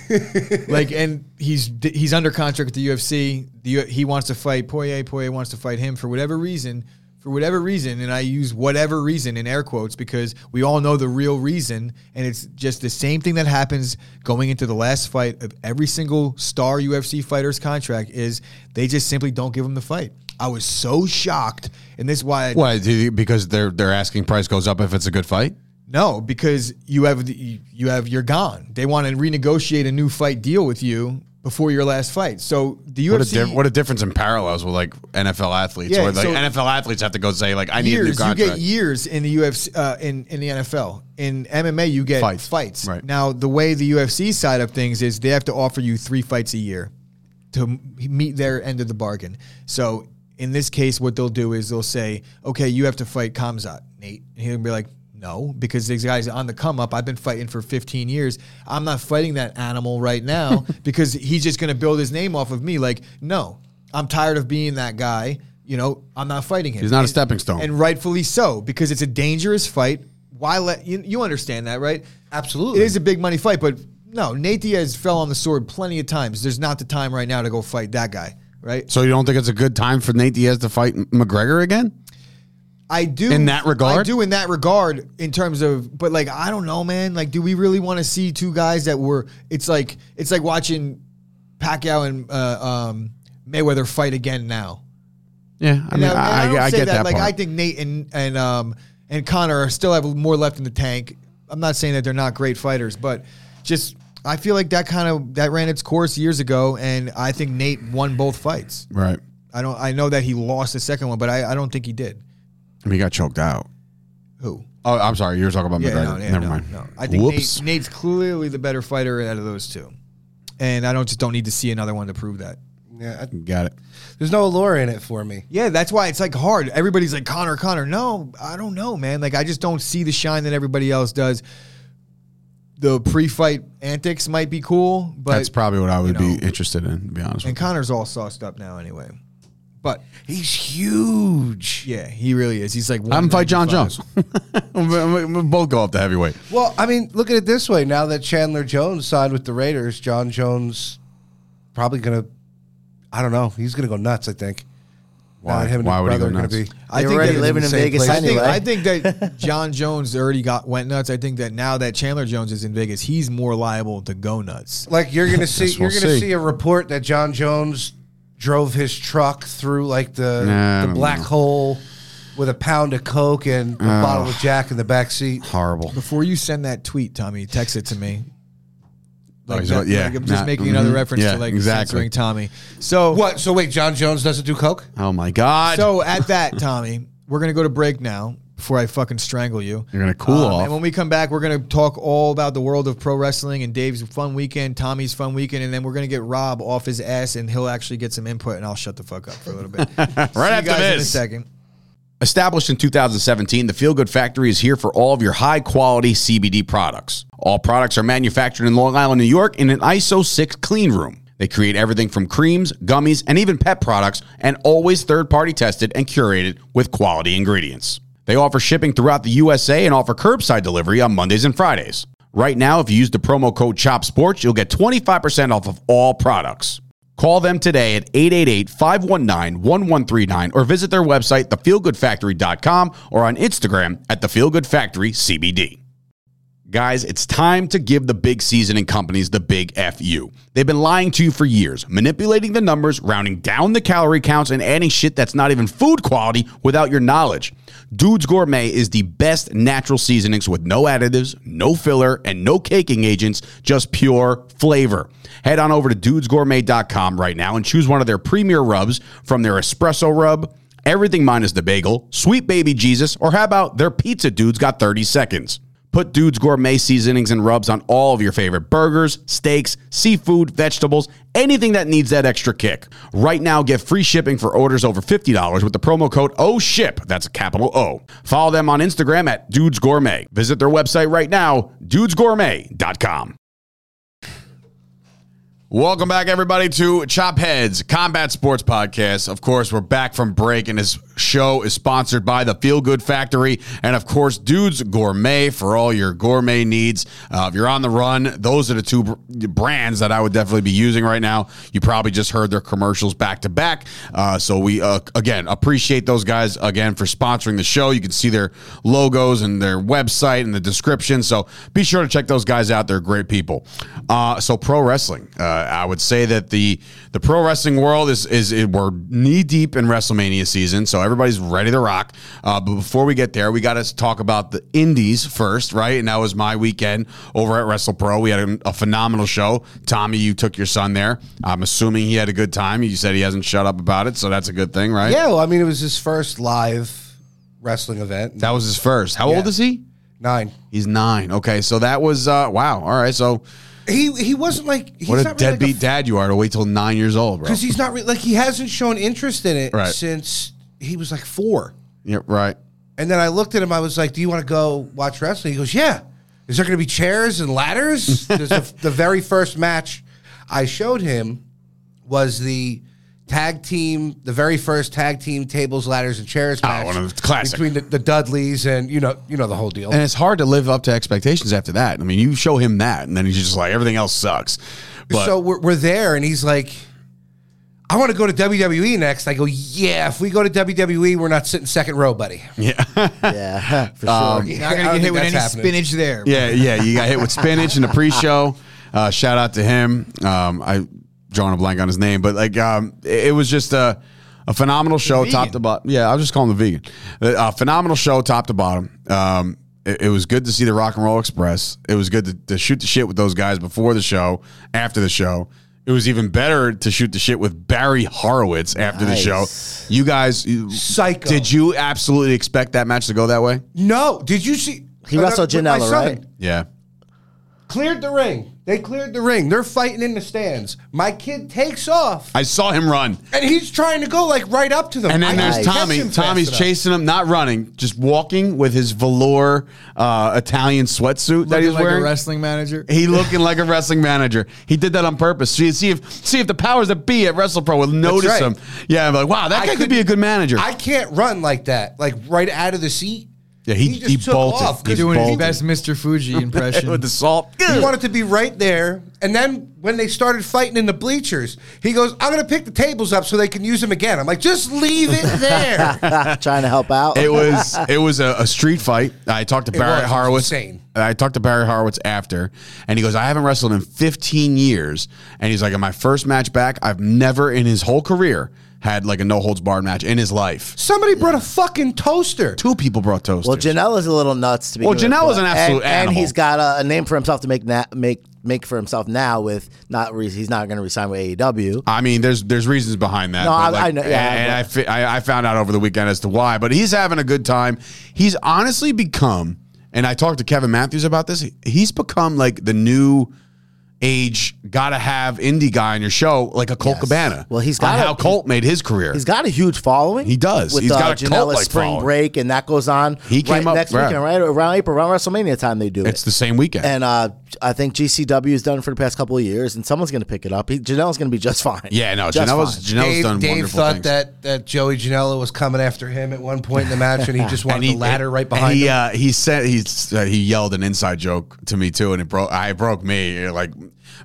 Speaker 1: like, and he's he's under contract with the UFC. The, U- he wants to fight Poirier. Poirier wants to fight him for whatever reason. For whatever reason, and I use whatever reason in air quotes because we all know the real reason, and it's just the same thing that happens going into the last fight of every single star UFC fighter's contract is they just simply don't give him the fight. I was so shocked, and this is why I
Speaker 2: *laughs* Why? do you- Because their their asking price goes up if it's a good fight.
Speaker 1: no, because you have the- you you have you're gone. They want to renegotiate a new fight deal with you before your last fight. So the UFC
Speaker 2: What a, diff- what a difference in parallels with like NFL athletes,
Speaker 1: Yeah,
Speaker 2: where like
Speaker 1: so-
Speaker 2: NFL athletes have to go say like I need a new
Speaker 1: years you
Speaker 2: contract.
Speaker 1: get years in the UFC uh, in in the NFL. In MMA you get
Speaker 2: Fights.
Speaker 1: fights.
Speaker 2: Right.
Speaker 1: Now the way the UFC side of things is they have to offer you 3 fights a year to m- meet their end of the bargain. So in this case what they'll do is they'll say, "Okay, you have to fight Kamzat, Nate." And he'll be like, "No, because this guy's on the come up. I've been fighting for 15 years. I'm not fighting that animal right
Speaker 2: *laughs*
Speaker 1: now because he's just going to build his name off of me." Like, "No, I'm tired of being that guy." You know, I'm not fighting him.
Speaker 2: He's not a
Speaker 1: And-
Speaker 2: stepping stone.
Speaker 1: and rightfully so because it's a dangerous fight. Why let you, you understand that, right?
Speaker 3: Absolutely.
Speaker 1: It is a big money fight, but no, Nate Diaz fell on the sword plenty of times. There's not the time right now to go fight that guy, right?
Speaker 2: so you don't think it's a good time for Nate Diaz to fight M- McGregor again?
Speaker 1: I do
Speaker 2: In that regard?
Speaker 1: I do in that regard in terms of, but like I don't know, man. Like, do we really want to see two guys that were? It's like it's like watching Pacquiao and uh, um, Mayweather fight again now.
Speaker 2: Yeah, I mean,
Speaker 1: Now, and
Speaker 2: I,
Speaker 1: don't
Speaker 2: I,
Speaker 1: say
Speaker 2: get that,
Speaker 1: like
Speaker 2: part.
Speaker 1: I think Nate and and um and Connor are still have more left in the tank. I'm not saying that they're not great fighters, but just I feel like that kind of that ran its course years ago, and I think Nate won both fights.
Speaker 2: right.
Speaker 1: I don't. I know that he lost the second one, but I, I don't think he did.
Speaker 2: I mean, he got choked out.
Speaker 1: Who?
Speaker 2: Oh, I'm sorry. You were talking about McGregor. Never
Speaker 1: no,
Speaker 2: mind.
Speaker 1: no. I think
Speaker 2: Whoops.
Speaker 1: Nate, Nate's clearly the better fighter out of those two, and I don't just don't need to see another one to prove that.
Speaker 3: Yeah. I-
Speaker 2: got it.
Speaker 3: there's no allure in it for me.
Speaker 1: Yeah, that's why it's like hard. Everybody's like Connor, Connor. No, I don't know, man. Like I just don't see the shine that everybody else does. The pre-fight antics might be cool, but
Speaker 2: That's probably what I would
Speaker 1: you know.
Speaker 2: be interested in. To be honest,
Speaker 1: and
Speaker 2: with
Speaker 1: Connor's all sauced up now anyway. But
Speaker 3: He's huge.
Speaker 1: yeah, he really is. He's like
Speaker 2: you. I'm fight John
Speaker 1: 195.
Speaker 2: Jones. *laughs* we we- we both go up to heavyweight.
Speaker 3: Well, I mean, look at it this way. Now that Chandler Jones signed with the Raiders, John Jones probably gonna. I don't know. He's gonna go nuts. I think. Now
Speaker 2: Why-
Speaker 3: that him and
Speaker 2: why
Speaker 3: his
Speaker 2: would he go
Speaker 3: brother are
Speaker 2: nuts?
Speaker 3: Gonna be.
Speaker 1: I
Speaker 4: They're
Speaker 1: think
Speaker 4: already
Speaker 1: that-
Speaker 4: living in
Speaker 3: the same
Speaker 4: Vegas
Speaker 3: place.
Speaker 1: I think,
Speaker 4: anyway.
Speaker 1: I think that John Jones already got went nuts. I think that now that Chandler Jones is in Vegas, he's more liable to go nuts.
Speaker 2: *laughs*
Speaker 3: Like you're gonna see.
Speaker 2: we'll
Speaker 3: you're gonna
Speaker 2: see.
Speaker 3: see. a report that John Jones drove his truck through like the
Speaker 2: Nah, I
Speaker 3: the
Speaker 2: don't
Speaker 3: black
Speaker 2: know. Uh,
Speaker 3: hole with a pound of coke and a bottle of Jack in the back seat.
Speaker 2: Horrible.
Speaker 1: Before you send that tweet, Tommy, text it to me. Like,
Speaker 2: Oh, he's
Speaker 1: that-
Speaker 2: about- yeah,
Speaker 1: like I'm just
Speaker 2: not-
Speaker 1: making another
Speaker 2: mhm.
Speaker 1: reference
Speaker 2: Yeah,
Speaker 1: to like
Speaker 2: exactly.
Speaker 1: censoring Tommy. So
Speaker 3: What? So wait, John Jones doesn't do coke?
Speaker 2: Oh my god.
Speaker 1: So at that, Tommy, we're gonna go to break now before I fucking strangle you.
Speaker 2: You're gonna cool off.
Speaker 1: um, And when we come back, we're gonna talk all about the world of pro wrestling and Dave's fun weekend, Tommy's fun weekend, and then we're gonna get Rob off his ass and he'll actually get some input, and I'll shut the fuck up for a little
Speaker 2: *laughs*
Speaker 1: bit. right
Speaker 2: after
Speaker 1: in a
Speaker 2: this.
Speaker 1: second.
Speaker 2: Established in 2017, the Feel Good Factory is here for all of your high quality CBD products. All products are manufactured in Long Island, New York, in an ISO 6 clean room. They create everything from creams, gummies, and even pet products, and always third party tested and curated with quality ingredients. They offer shipping throughout the USA and offer curbside delivery on Mondays and Fridays. Right now, if you use the promo code CHOPSPORTS, you'll get 25% off of all products. Call them today at 888-519-1139 or visit their website, thefeelgoodfactory.com, or on Instagram at thefeelgoodfactorycbd. Guys, it's time to give the big seasoning companies the big FU. They've been lying to you for years, manipulating the numbers, rounding down the calorie counts, and adding shit that's not even food quality without your knowledge. Dudes Gourmet is the best natural seasonings with no additives, no filler, and no caking agents, just pure flavor. Head on over to dudesgourmet.com right now and choose one of their premier rubs from their espresso rub. Everything minus the bagel, sweet baby Jesus, or how about their pizza dudes got 30 seconds? Put Dude's Gourmet seasonings and rubs on all of your favorite burgers, steaks, seafood, vegetables, anything that needs that extra kick. Right now, get free shipping for orders over $50 with the promo code OSHIP. That's a capital O. Follow them on Instagram at Dudes Gourmet. Visit their website right now, dudesgourmet.com. Welcome back, everybody, to Chop Heads Combat Sports Podcast. Of course, we're back from break, and this show is sponsored by the Feel Good Factory and, of course, Dudes Gourmet for all your gourmet needs. Uh, if you're on the run, those are the two br- brands that I would definitely be using right now. You probably just heard their commercials back to back. Uh, So, we, uh, again, appreciate those guys again for sponsoring the show. You can see their logos and their website and the description. So, be sure to check those guys out. They're great people. Uh, so, pro wrestling. Uh, I would say that the the pro wrestling world is is it, we're knee deep in WrestleMania season, so everybody's ready to rock. Uh, but before we get there, we got to talk about the Indies first, right? And that was my weekend over at Wrestle Pro. We had a, a phenomenal show. Tommy, you took your son there. I'm assuming he had a good time. You said he hasn't shut up about it, so that's a good thing, right?
Speaker 3: Yeah, well, I mean, it was his first live wrestling event.
Speaker 2: That was his first. How old
Speaker 3: Yeah.
Speaker 2: is he?
Speaker 3: Nine.
Speaker 2: He's nine. Okay, so that was uh, wow. All right, so
Speaker 3: He he wasn't like he's
Speaker 2: what a
Speaker 3: not really
Speaker 2: deadbeat dad you are to wait till nine years old, bro.
Speaker 3: because he's not re- like he hasn't shown interest in it
Speaker 2: Right.
Speaker 3: since he was like four.
Speaker 2: yeah, right.
Speaker 3: And then I looked at him. I was like, "Do you want to go watch wrestling?" He goes, "Yeah." Is there going to be chairs
Speaker 2: *laughs*
Speaker 3: and ladders? There's a, the very first match I showed him was the tag team, the very first tag team tables, ladders, and chairs match
Speaker 2: Ah, one of the classic.
Speaker 3: between the, the Dudleys and you know, you know the whole deal.
Speaker 2: And it's hard to live up to expectations after that. I mean, you show him that, and then he's just like, everything else sucks. But
Speaker 3: so we're, we're there, and he's like, "I want to go to WWE next." I go, "Yeah, if we go to WWE, we're not sitting second row, buddy."
Speaker 4: *laughs* Yeah,
Speaker 1: *laughs*
Speaker 4: for sure.
Speaker 3: *laughs*
Speaker 1: Not
Speaker 3: I
Speaker 1: gonna get
Speaker 3: don't
Speaker 1: hit
Speaker 3: think
Speaker 1: with
Speaker 3: that's
Speaker 1: any
Speaker 3: happening.
Speaker 1: spinach there.
Speaker 2: yeah, yeah, you got hit with spinach in the pre-show. Uh, shout out to him. Um, I drawing a blank on his name, but like, um, it, it was just a a phenomenal show, top
Speaker 1: vegan.
Speaker 2: to bottom. Yeah, I'll just call him the vegan. Uh, A a phenomenal show, top to bottom. Um, it, it was good to see the Rock and Roll Express. It was good to, to shoot the shit with those guys before the show, after the show. It was even better to shoot the shit with Barry Horowitz after
Speaker 4: Nice.
Speaker 2: the show. You guys, you-
Speaker 3: Psycho.
Speaker 2: Did you absolutely expect that match to go that way?
Speaker 3: No, did you see?
Speaker 4: He wrestled
Speaker 3: With my
Speaker 4: Janela,
Speaker 3: son.
Speaker 4: right?
Speaker 2: Yeah.
Speaker 3: Cleared the ring. They cleared the ring. They're fighting in the stands. My kid takes off,
Speaker 2: I saw him run.
Speaker 3: and he's trying to go like right up to them.
Speaker 2: And then
Speaker 3: I
Speaker 2: there's
Speaker 3: didn't catch
Speaker 2: Tommy.
Speaker 3: him fast
Speaker 2: Tommy's
Speaker 3: enough.
Speaker 2: chasing him, not running, just walking with his velour uh, Italian sweatsuit
Speaker 1: Looking
Speaker 2: that he was
Speaker 1: like
Speaker 2: wearing.
Speaker 1: a wrestling manager.
Speaker 2: he looking like a wrestling manager. He did that on purpose. See, see if see if the powers that be at WrestlePro will notice
Speaker 3: right.
Speaker 2: him. Yeah, I'm like, wow, that
Speaker 3: I
Speaker 2: guy could,
Speaker 3: couldn't-
Speaker 2: be a good manager.
Speaker 3: I can't run like that, like right out of the seat.
Speaker 2: yeah, he, he,
Speaker 3: he just took
Speaker 2: bolted.
Speaker 3: off 'cause
Speaker 2: He
Speaker 1: Doing his
Speaker 2: bolted.
Speaker 1: best Mr.
Speaker 2: *laughs*
Speaker 1: Fuji impression.
Speaker 2: with the salt.
Speaker 3: He wanted to be right there. And then when they started fighting in the bleachers, he goes, "I'm going to pick the tables up so they can use them again." I'm like, "Just leave *laughs* it there."
Speaker 4: *laughs* Trying to help out.
Speaker 2: it
Speaker 3: *laughs*
Speaker 2: was it was a, a street fight. I talked to Barry
Speaker 3: was. It was
Speaker 2: Horowitz.
Speaker 3: insane.
Speaker 2: I talked to Barry Horowitz after, and he goes, "I haven't wrestled in 15 years," and he's like, "In my first match back, I've never in his whole career had like a no holds barred match in his life."
Speaker 3: Somebody brought a fucking toaster.
Speaker 2: Two people brought toasters.
Speaker 4: well, Janela's a little nuts to be.
Speaker 2: Well, Janela's an absolute
Speaker 4: and,
Speaker 2: animal.
Speaker 4: and he's got a, a name for himself to make na- make make for himself now. With not re- he's not going to resign with E AEW.
Speaker 2: I mean, there's there's reasons behind that.
Speaker 4: No,
Speaker 2: but,
Speaker 4: I- I know- yeah,
Speaker 2: and
Speaker 4: I-
Speaker 2: I, fi- I I found out over the weekend as to why. But he's having a good time. He's honestly become, and I talked to Kevin Matthews about this. he- He's become like the new age gotta have indie guy on your show, like a Colt Cabana.
Speaker 4: Well, he's
Speaker 2: on
Speaker 4: got a-
Speaker 2: how Colt made his career.
Speaker 4: He's got a huge following.
Speaker 2: He does.
Speaker 4: With
Speaker 2: He's
Speaker 4: uh,
Speaker 2: got a
Speaker 4: Janela's
Speaker 2: cult-like
Speaker 4: spring
Speaker 2: following.
Speaker 4: break, and that goes on.
Speaker 2: He came
Speaker 4: right
Speaker 2: up-
Speaker 4: next
Speaker 2: right.
Speaker 4: weekend, right around April, around WrestleMania time. They do it.
Speaker 2: it's the same weekend.
Speaker 4: and uh, I think GCW has done it for the past couple of years, and someone's going to pick it up. He, Janela's going to be just fine.
Speaker 2: yeah, no,
Speaker 4: just
Speaker 2: Janela's
Speaker 4: fine.
Speaker 2: Janela's
Speaker 3: Dave,
Speaker 2: done
Speaker 3: Dave
Speaker 2: wonderful
Speaker 3: thought
Speaker 2: things.
Speaker 3: that that Joey Janela was coming after him at one point in the match, and he just wanted the ladder right behind
Speaker 2: he,
Speaker 3: him.
Speaker 2: Uh, he said he uh, he yelled an inside joke to me too, and it broke. I it broke me like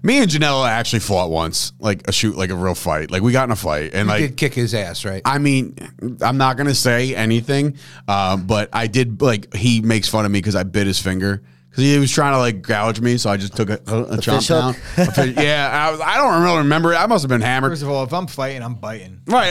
Speaker 2: me and Janela actually fought once, like a shoot, like a real fight. Like we got in a fight, and
Speaker 3: He
Speaker 2: like
Speaker 3: did kick his ass, right?
Speaker 2: I mean, I'm not uh, gonna say anything, um, but I did like he makes fun of me because I bit his finger. because he was trying to like gouge me, so I just took a, a, a chomp
Speaker 4: fish hook?
Speaker 2: down. A fish- yeah, I, was, I don't really remember. it. I must have been hammered.
Speaker 1: First of all, if I'm fighting, I'm biting.
Speaker 2: Right.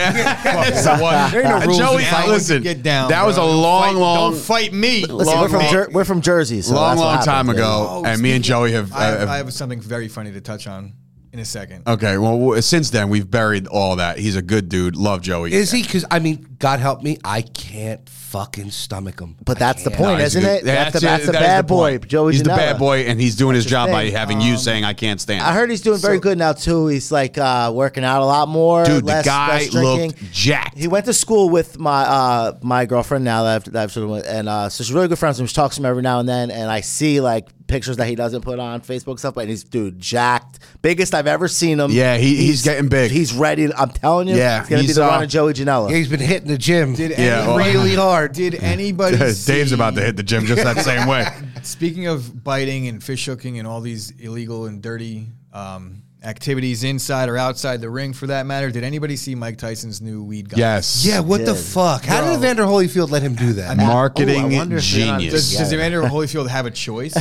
Speaker 2: It's a-
Speaker 1: There ain't no rules
Speaker 2: Joey,
Speaker 1: in fighting.
Speaker 2: listen,
Speaker 1: Get down,
Speaker 2: that was a
Speaker 1: bro.
Speaker 2: long,
Speaker 1: Fight-
Speaker 2: long,
Speaker 1: Don't fight me.
Speaker 2: Listen,
Speaker 4: Listen,
Speaker 2: Long
Speaker 4: we're from
Speaker 2: walk.
Speaker 4: Jer- we're from Jersey, so
Speaker 2: long,
Speaker 4: that's what
Speaker 2: long
Speaker 4: happens,
Speaker 2: time
Speaker 4: dude.
Speaker 2: ago. and me and Joey have.
Speaker 1: I have,
Speaker 2: have-
Speaker 1: I have something very funny to touch on in a second.
Speaker 2: okay. Well, w- since then we've buried all that. He's a good dude. Love Joey.
Speaker 3: Is he? Because I mean, God help me, I can't fucking stomach him.
Speaker 4: But that's the
Speaker 2: No,
Speaker 4: point,
Speaker 2: he's a
Speaker 4: isn't
Speaker 2: good-
Speaker 4: it? That's, the,
Speaker 2: it.
Speaker 4: that's the
Speaker 2: That is
Speaker 4: bad boy,
Speaker 2: point.
Speaker 4: Joey
Speaker 2: He's the
Speaker 4: Janela.
Speaker 2: bad boy, and he's doing his job by
Speaker 4: thing.
Speaker 2: having you saying I can't stand.
Speaker 4: I heard he's doing very good now too. He's like uh, working out a lot more.
Speaker 2: Dude, the
Speaker 4: less-
Speaker 2: guy
Speaker 4: less drinking.
Speaker 2: looked jacked.
Speaker 4: He went to school with my uh, my girlfriend now that I've, that I've children with, and uh, so she's really good friends. with him. She talks to him every now and then, and I see like pictures that he doesn't put on Facebook and stuff. But he's dude jacked, biggest I've ever seen him.
Speaker 2: Yeah, he- he's getting big.
Speaker 4: He's ready. I'm telling you,
Speaker 2: Yeah,
Speaker 4: he's gonna
Speaker 2: he's,
Speaker 4: be the
Speaker 2: uh,
Speaker 4: run of Joey Janela.
Speaker 3: He's been hitting the gym
Speaker 1: Did
Speaker 2: Yeah,
Speaker 1: any-
Speaker 2: well-
Speaker 3: really hard.
Speaker 1: Did anybody?
Speaker 2: *laughs* Dave's
Speaker 1: see-
Speaker 2: about to hit the gym just that same way.
Speaker 1: Speaking of biting and fish hooking and all these illegal and dirty um, activities inside or outside the ring, for that matter, did anybody see Mike Tyson's new weed gun?
Speaker 2: Yes.
Speaker 3: Yeah, what the
Speaker 4: Yeah.
Speaker 3: fuck? How did Evander Holyfield let him do that?
Speaker 4: Ooh, I
Speaker 2: Marketing
Speaker 4: wonder if they're not
Speaker 1: Oh, Does,
Speaker 2: genius.
Speaker 1: does Evander Holyfield have a
Speaker 2: *laughs*
Speaker 1: choice?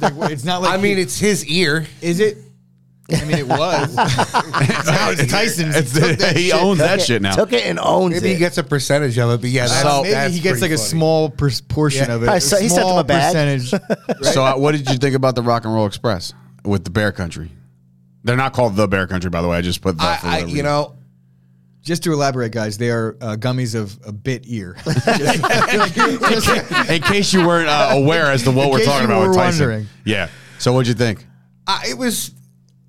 Speaker 1: Like, wh- it's not like
Speaker 3: I mean,
Speaker 1: he-
Speaker 3: it's his ear.
Speaker 1: is it? I mean, it
Speaker 2: *laughs*
Speaker 1: was. now it's Tyson's.
Speaker 2: It's- he owns
Speaker 4: Took
Speaker 2: that
Speaker 4: it-
Speaker 2: shit now.
Speaker 4: Took it and owns
Speaker 3: Maybe
Speaker 4: it.
Speaker 3: he gets a percentage of it, but yeah, that's,
Speaker 1: so maybe
Speaker 3: that's
Speaker 1: he gets like
Speaker 3: pretty
Speaker 1: a
Speaker 3: funny.
Speaker 1: small per- portion of it.
Speaker 4: I
Speaker 1: a
Speaker 4: saw- he sent him
Speaker 1: small
Speaker 4: a bag.
Speaker 1: percentage.
Speaker 2: So, uh, what did you think about the Rock and Roll Express with the Bear Country? They're not called the Bear Country, by the way. I just put that. for
Speaker 3: I, I,
Speaker 2: whatever
Speaker 3: you
Speaker 2: reason.
Speaker 3: know,
Speaker 1: Just to elaborate, guys, they are uh, gummies of a bit ear. *laughs*
Speaker 2: *laughs*
Speaker 1: Just- just-
Speaker 2: in case you weren't uh, aware as to what we're
Speaker 1: case
Speaker 2: talking
Speaker 1: you
Speaker 2: about with
Speaker 1: were
Speaker 2: Tyson.
Speaker 1: wondering.
Speaker 2: Yeah. So, what'd you think?
Speaker 3: I, it was.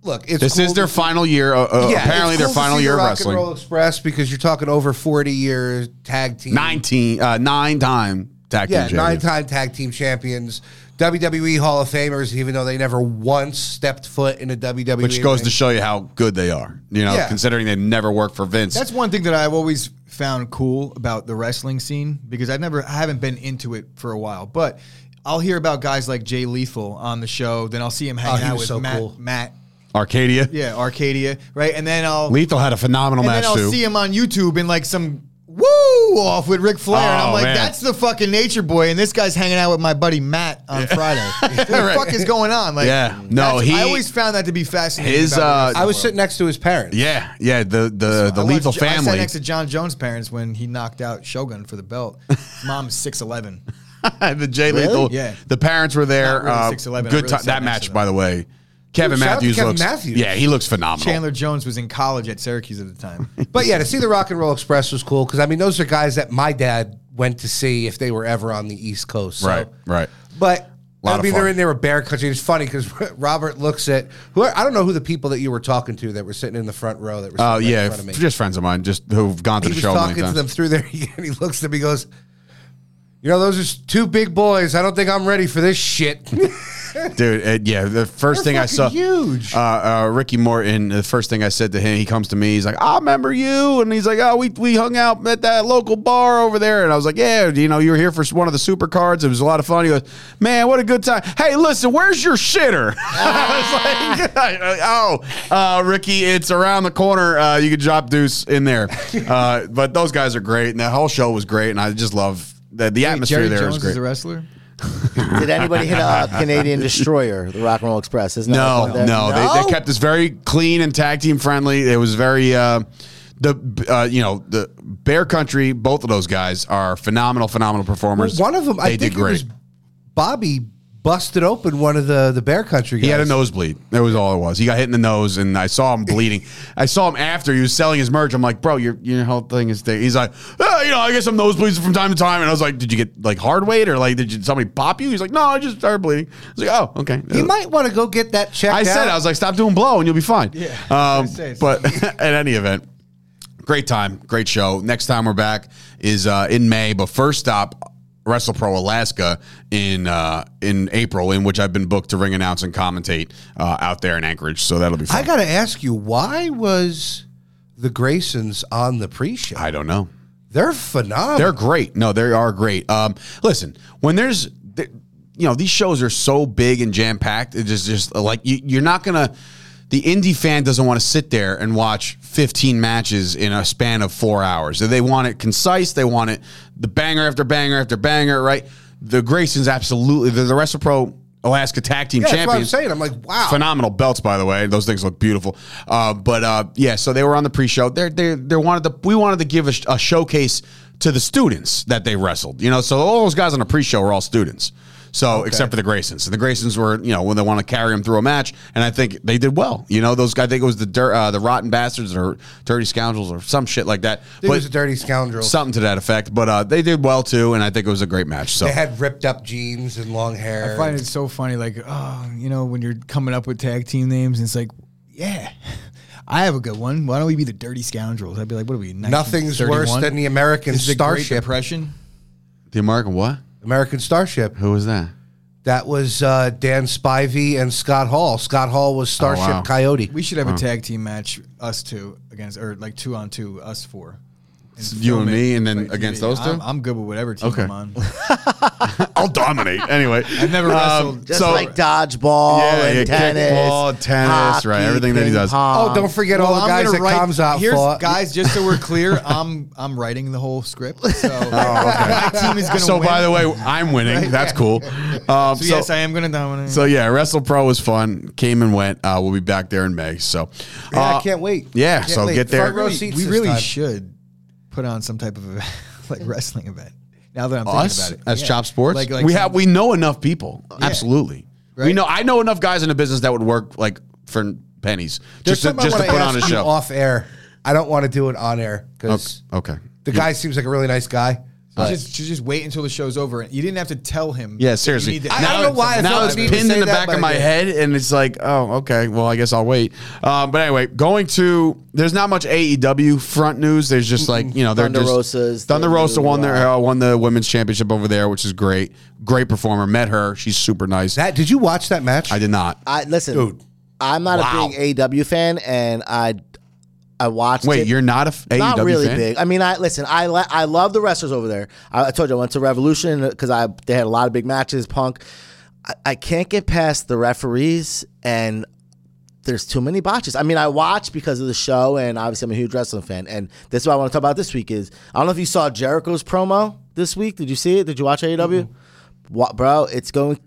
Speaker 3: Look, it's
Speaker 2: This
Speaker 3: cool
Speaker 2: is their final year. Uh, uh,
Speaker 3: Yeah,
Speaker 2: apparently,
Speaker 3: it's
Speaker 2: their
Speaker 3: cool to
Speaker 2: final
Speaker 3: see
Speaker 2: year
Speaker 3: the
Speaker 2: of
Speaker 3: Rock
Speaker 2: wrestling.
Speaker 3: And Roll Express because you're talking over 40 year tag team.
Speaker 2: Nineteen, uh, nine time tag team
Speaker 3: Yeah,
Speaker 2: champion.
Speaker 3: nine time tag team champions. WWE Hall of Famers, even though they never once stepped foot in a E WWE.
Speaker 2: which goes
Speaker 3: ring.
Speaker 2: to show you how good they are. You know,
Speaker 3: Yeah.
Speaker 2: considering they never worked for Vince.
Speaker 1: That's one thing that I've always found cool about the wrestling scene because I've never, I haven't been into it for a while. But I'll hear about guys like Jay Lethal on the show. Then I'll see him
Speaker 3: Oh,
Speaker 1: hanging
Speaker 3: he
Speaker 1: out
Speaker 3: was
Speaker 1: with
Speaker 3: so
Speaker 1: Matt,
Speaker 3: cool.
Speaker 1: Matt,
Speaker 2: Arcadia.
Speaker 1: yeah, Arcadia, right? And then I'll
Speaker 2: Lethal had a phenomenal
Speaker 1: and
Speaker 2: match
Speaker 1: then I'll
Speaker 2: too.
Speaker 1: see him on YouTube in like some woo off with Ric Flair, and
Speaker 2: Oh,
Speaker 1: I'm like,
Speaker 2: man.
Speaker 1: that's the fucking Nature Boy, and this guy's hanging out with my buddy Matt on
Speaker 2: *laughs*
Speaker 1: Friday. what the
Speaker 2: Right.
Speaker 1: fuck is going on? Like,
Speaker 2: Yeah. No,
Speaker 1: that's-
Speaker 2: he-
Speaker 1: I always found that to be fascinating.
Speaker 2: His,
Speaker 1: about the
Speaker 2: uh,
Speaker 1: wrestling
Speaker 3: I was
Speaker 1: world.
Speaker 3: sitting next to his parents.
Speaker 2: yeah, yeah. The the the
Speaker 1: I watched
Speaker 2: Lethal
Speaker 1: Jo- I sat
Speaker 2: family.
Speaker 1: next to John Jones' parents when he knocked out Shogun for the belt. His mom's six
Speaker 2: *laughs*
Speaker 1: eleven.
Speaker 2: Oh. the Jay Lethal.
Speaker 1: Yeah.
Speaker 2: The parents were there.
Speaker 1: Not really
Speaker 2: uh,
Speaker 1: 6'11", I
Speaker 2: good
Speaker 1: really
Speaker 2: ti-
Speaker 1: sat
Speaker 2: that
Speaker 1: next
Speaker 2: match,
Speaker 1: to them.
Speaker 2: by the way. Kevin
Speaker 3: shout out to
Speaker 2: Matthews
Speaker 3: Kevin
Speaker 2: looks.
Speaker 3: Matthews.
Speaker 2: Yeah, he looks phenomenal.
Speaker 1: Chandler Jones was in college at Syracuse at the
Speaker 2: *laughs*
Speaker 1: time.
Speaker 3: But yeah, to see the Rock and Roll Express was cool because, I mean, those are guys that my dad went to see if they were ever on the East Coast. So.
Speaker 2: Right, right.
Speaker 3: But.
Speaker 2: Lot
Speaker 3: I
Speaker 2: of
Speaker 3: mean, they're
Speaker 2: fun.
Speaker 3: in there with Bear Country. It's funny because *laughs* Robert looks at who I don't know who the people that you were talking to that were sitting in the front row that were sitting
Speaker 2: Oh
Speaker 3: right
Speaker 2: yeah,
Speaker 3: in front of me.
Speaker 2: just friends of mine, just who've gone to
Speaker 3: he
Speaker 2: the
Speaker 3: was
Speaker 2: show many
Speaker 3: talking to
Speaker 2: times.
Speaker 3: them through there, *laughs* and he looks at me, and goes, "You know, those are two big boys. I don't think I'm ready for this shit."
Speaker 2: *laughs* Dude, uh, yeah, the 1st
Speaker 3: They're
Speaker 2: thing I
Speaker 3: fucking
Speaker 2: saw,
Speaker 3: huge.
Speaker 2: Uh, uh, Ricky Morton. The first thing I said to him, he comes to me, he's like, "I remember you," and he's like, "Oh, we we hung out at that local bar over there," and I was like, "Yeah, you know, you were here for one of the super cards. It was a lot of fun." He goes, "Man, what a good time." Hey, listen, where's your shitter? *laughs* I was like, *laughs* "Oh, uh, Ricky, it's around the corner. Uh, you can drop Deuce in there." Uh, but those guys are great, and the whole show was great, and I just love. The, the atmosphere
Speaker 1: Jerry
Speaker 2: there is
Speaker 1: Jones
Speaker 2: great.
Speaker 1: is a wrestler.
Speaker 4: Did anybody
Speaker 2: *laughs*
Speaker 4: hit a Canadian destroyer, the Rock and Roll Express? Isn't that
Speaker 2: No,
Speaker 4: one
Speaker 2: no,
Speaker 4: there?
Speaker 2: They, they kept us very clean and tag team friendly. It was very uh, the uh, you know the Bear Country. Both of those guys are phenomenal, phenomenal performers.
Speaker 3: one of them,
Speaker 2: they
Speaker 3: I
Speaker 2: did
Speaker 3: think it
Speaker 2: great.
Speaker 3: was Bobby busted open one of the the Bear Country guys.
Speaker 2: he had a nosebleed. That was all it was. He got hit in the nose, and I saw him bleeding. I saw him after he was selling his merch. I'm like, bro, your your whole thing is. Thing. He's like, "Ah, you know, I get some nosebleeds from time to time. And I was like, did you get like hard weight or like did you, somebody pop you? He's like, no, I just started bleeding. I was like, oh, okay.
Speaker 3: He might want to go get that checked.
Speaker 2: I said,
Speaker 3: out.
Speaker 2: I was like, stop doing blow and you'll be fine.
Speaker 1: Yeah,
Speaker 2: Um,
Speaker 1: I say it's-
Speaker 2: but *laughs* at any event, great time, great show. Next time we're back is uh, in May, but first stop, Wrestle Pro Alaska in uh, in April, in which I've been booked to ring announce and commentate uh, out there in Anchorage. So that'll be fun.
Speaker 3: I
Speaker 2: I,
Speaker 3: got to ask you, why was the Graysons on the pre-show?
Speaker 2: don't know.
Speaker 3: They're phenomenal.
Speaker 2: They're great. No, they are great. Um, listen, when there's, th- you know, these shows are so big and jam packed. It's just, just like you, you're not gonna. The indie fan doesn't want to sit there and watch 15 matches in a span of four hours. They want it concise. They want it the banger after banger after banger. Right. The Graysons absolutely. The, the WrestlePro Alaska Tag Team
Speaker 3: Yeah, that's
Speaker 2: Champions.
Speaker 3: what I'm saying. I'm like, wow.
Speaker 2: Phenomenal belts, by the way. Those things look beautiful. Uh, but uh, yeah, so they were on the pre-show. They they they wanted to. We wanted to give a, sh- a showcase to the students that they wrestled. You know, so all those guys on the pre-show were all students. So except for the Graysons, and the Graysons were you know when they want to carry them through a match, and I think they did well. You know, those guys. I think it was the dir- uh, the rotten bastards or dirty scoundrels or some shit like that.
Speaker 3: He was a dirty scoundrel.
Speaker 2: Something to that effect, but uh, they did well too, and I think it was a great match. So
Speaker 3: they had ripped up jeans and long hair.
Speaker 1: I find it so funny, like, oh, you know, when you're coming up with tag team names, and it's like, yeah, *laughs* I have a good one. Why don't we be the Dirty Scoundrels? I'd be like, what are we?
Speaker 3: Nothing's worse
Speaker 1: 1931?
Speaker 3: than the American
Speaker 1: Is the Great
Speaker 3: Starship.
Speaker 1: Depression.
Speaker 2: the American what?
Speaker 3: American Starship.
Speaker 2: Who was that?
Speaker 3: That was uh, Dan Spivey and Scott Hall. Scott Hall was Starship
Speaker 2: Oh, wow.
Speaker 3: Coyote.
Speaker 1: We should have a tag team match, us two against, or like two on two, us four.
Speaker 2: you and
Speaker 1: film
Speaker 2: me,
Speaker 1: it,
Speaker 2: and then
Speaker 1: like,
Speaker 2: against
Speaker 1: yeah,
Speaker 2: those
Speaker 1: I'm,
Speaker 2: two.
Speaker 1: I'm good with whatever team
Speaker 2: Okay.
Speaker 1: I'm on. *laughs*
Speaker 2: I'll dominate anyway. um, I've
Speaker 1: never wrestled.
Speaker 4: Just like dodgeball
Speaker 2: Yeah,
Speaker 4: and
Speaker 2: yeah,
Speaker 4: tennis,
Speaker 2: kickball, tennis, right,
Speaker 4: hockey,
Speaker 2: everything that he
Speaker 4: ping
Speaker 2: does.
Speaker 4: pong.
Speaker 3: oh, don't forget all
Speaker 1: Well,
Speaker 3: the
Speaker 1: I'm
Speaker 3: guys
Speaker 1: gonna
Speaker 3: that
Speaker 1: write-
Speaker 3: comes out
Speaker 1: here's,
Speaker 3: fought.
Speaker 1: guys. Just so we're clear, *laughs* I'm I'm writing the whole script, so my team is gonna.
Speaker 2: So
Speaker 1: win.
Speaker 2: by the way, I'm
Speaker 1: *laughs*
Speaker 2: winning. That's cool.
Speaker 1: so,
Speaker 2: Um, so,
Speaker 1: yes, I am gonna dominate.
Speaker 2: so yeah, Wrestle Pro was fun. Came and went. Uh, we'll be back there in May. So
Speaker 3: Yeah, I
Speaker 2: uh,
Speaker 3: can't wait.
Speaker 2: yeah,
Speaker 3: Can't
Speaker 2: so
Speaker 3: wait.
Speaker 2: get there.
Speaker 3: Front row
Speaker 2: Really,
Speaker 3: seats
Speaker 1: we
Speaker 3: this
Speaker 1: really
Speaker 3: time.
Speaker 1: should put on some type of *laughs* event, like wrestling event. Now that I'm
Speaker 2: us
Speaker 1: thinking about it,
Speaker 2: as
Speaker 1: Yeah.
Speaker 2: Chop Sports,
Speaker 1: Like- like
Speaker 2: we
Speaker 1: some-
Speaker 2: have we know enough people. Absolutely, we
Speaker 1: Right.
Speaker 2: know. I know enough guys in the business that would work like for pennies just
Speaker 3: There's
Speaker 2: to,
Speaker 3: something I
Speaker 2: just to
Speaker 3: wanna
Speaker 2: put on a
Speaker 3: ask you
Speaker 2: show.
Speaker 3: off air. I don't want to do it on air because
Speaker 2: Okay.
Speaker 3: the guy seems like a really nice guy.
Speaker 1: You just, you just wait until the show's over. You didn't have to tell him.
Speaker 2: Yeah,
Speaker 1: that
Speaker 2: seriously.
Speaker 1: you need to-
Speaker 3: I- don't know why I
Speaker 2: now
Speaker 3: felt
Speaker 2: it's
Speaker 3: the need to
Speaker 2: pinned
Speaker 3: say
Speaker 2: in the
Speaker 3: that,
Speaker 2: back
Speaker 3: but
Speaker 2: of
Speaker 3: I
Speaker 2: my
Speaker 3: did.
Speaker 2: head, and it's like, oh, okay. Well, I guess I'll wait. Um, but anyway, going to there's not much AEW front news. There's just like you know they're
Speaker 4: Thunder
Speaker 2: just
Speaker 4: Rosa's
Speaker 2: Thunder
Speaker 4: the
Speaker 2: Rosa
Speaker 4: new,
Speaker 2: won their
Speaker 4: uh,
Speaker 2: uh, won the women's championship over there, which is great. Great performer. Met her. She's super nice.
Speaker 3: That did you watch that match?
Speaker 2: I did not.
Speaker 4: I listen,
Speaker 3: Dude.
Speaker 4: I'm not
Speaker 2: Wow.
Speaker 4: a big AW fan, and I I watched.
Speaker 2: Wait,
Speaker 4: it.
Speaker 2: you're not a f- AEW
Speaker 4: not really
Speaker 2: fan?
Speaker 4: big. I mean, I listen. I li- I love the wrestlers over there. I, I told you I went to Revolution because I they had a lot of big matches. Punk. I, I can't get past the referees and. There's too many botches. I mean, I watch because of the show, and obviously I'm a huge wrestling fan. And this is what I want to talk about this week is I don't know if you saw Jericho's promo this week. Did you see it? Did you watch E AEW? Wha- bro, it's going.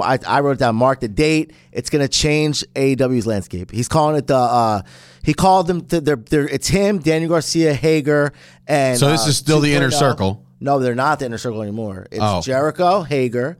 Speaker 4: I, I wrote down mark the date. It's going to change AEW's landscape. He's calling it the. Uh, he called them. To their, their, it's him, Daniel Garcia, Hager, and.
Speaker 2: So this
Speaker 4: uh,
Speaker 2: is still the inner
Speaker 4: 2.0.
Speaker 2: circle?
Speaker 4: No, they're not the inner circle anymore. It's
Speaker 2: Oh.
Speaker 4: Jericho, Hager,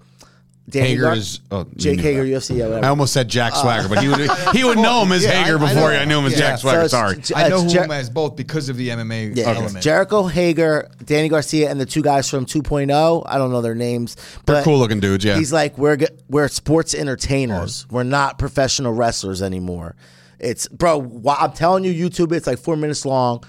Speaker 4: Daniel
Speaker 2: Hager
Speaker 4: Gar-
Speaker 2: is- oh, you
Speaker 4: Jake
Speaker 2: knew
Speaker 4: Hager,
Speaker 2: that.
Speaker 4: UFC. Yeah,
Speaker 2: I
Speaker 4: whatever.
Speaker 2: almost said Jack Swagger, but he would he would know him as
Speaker 1: Yeah, I-
Speaker 2: Hager
Speaker 1: I know
Speaker 2: before I,
Speaker 1: that.
Speaker 2: knew him as
Speaker 1: Yeah.
Speaker 2: Jack
Speaker 1: So
Speaker 2: Swagger.
Speaker 4: it's
Speaker 2: Sorry.
Speaker 4: J-
Speaker 1: I know
Speaker 4: it's
Speaker 1: who
Speaker 4: Jer-
Speaker 1: him as both because of the MMA
Speaker 4: Yeah, it's
Speaker 1: element.
Speaker 4: Jericho, Hager, Danny Garcia, and the two guys from 2.0. I don't know their names, but
Speaker 2: cool looking dudes, yeah.
Speaker 4: he's like we're g- we're sports entertainers. We're not professional wrestlers anymore. It's bro. wh- I'm telling you, YouTube. It's like four minutes long.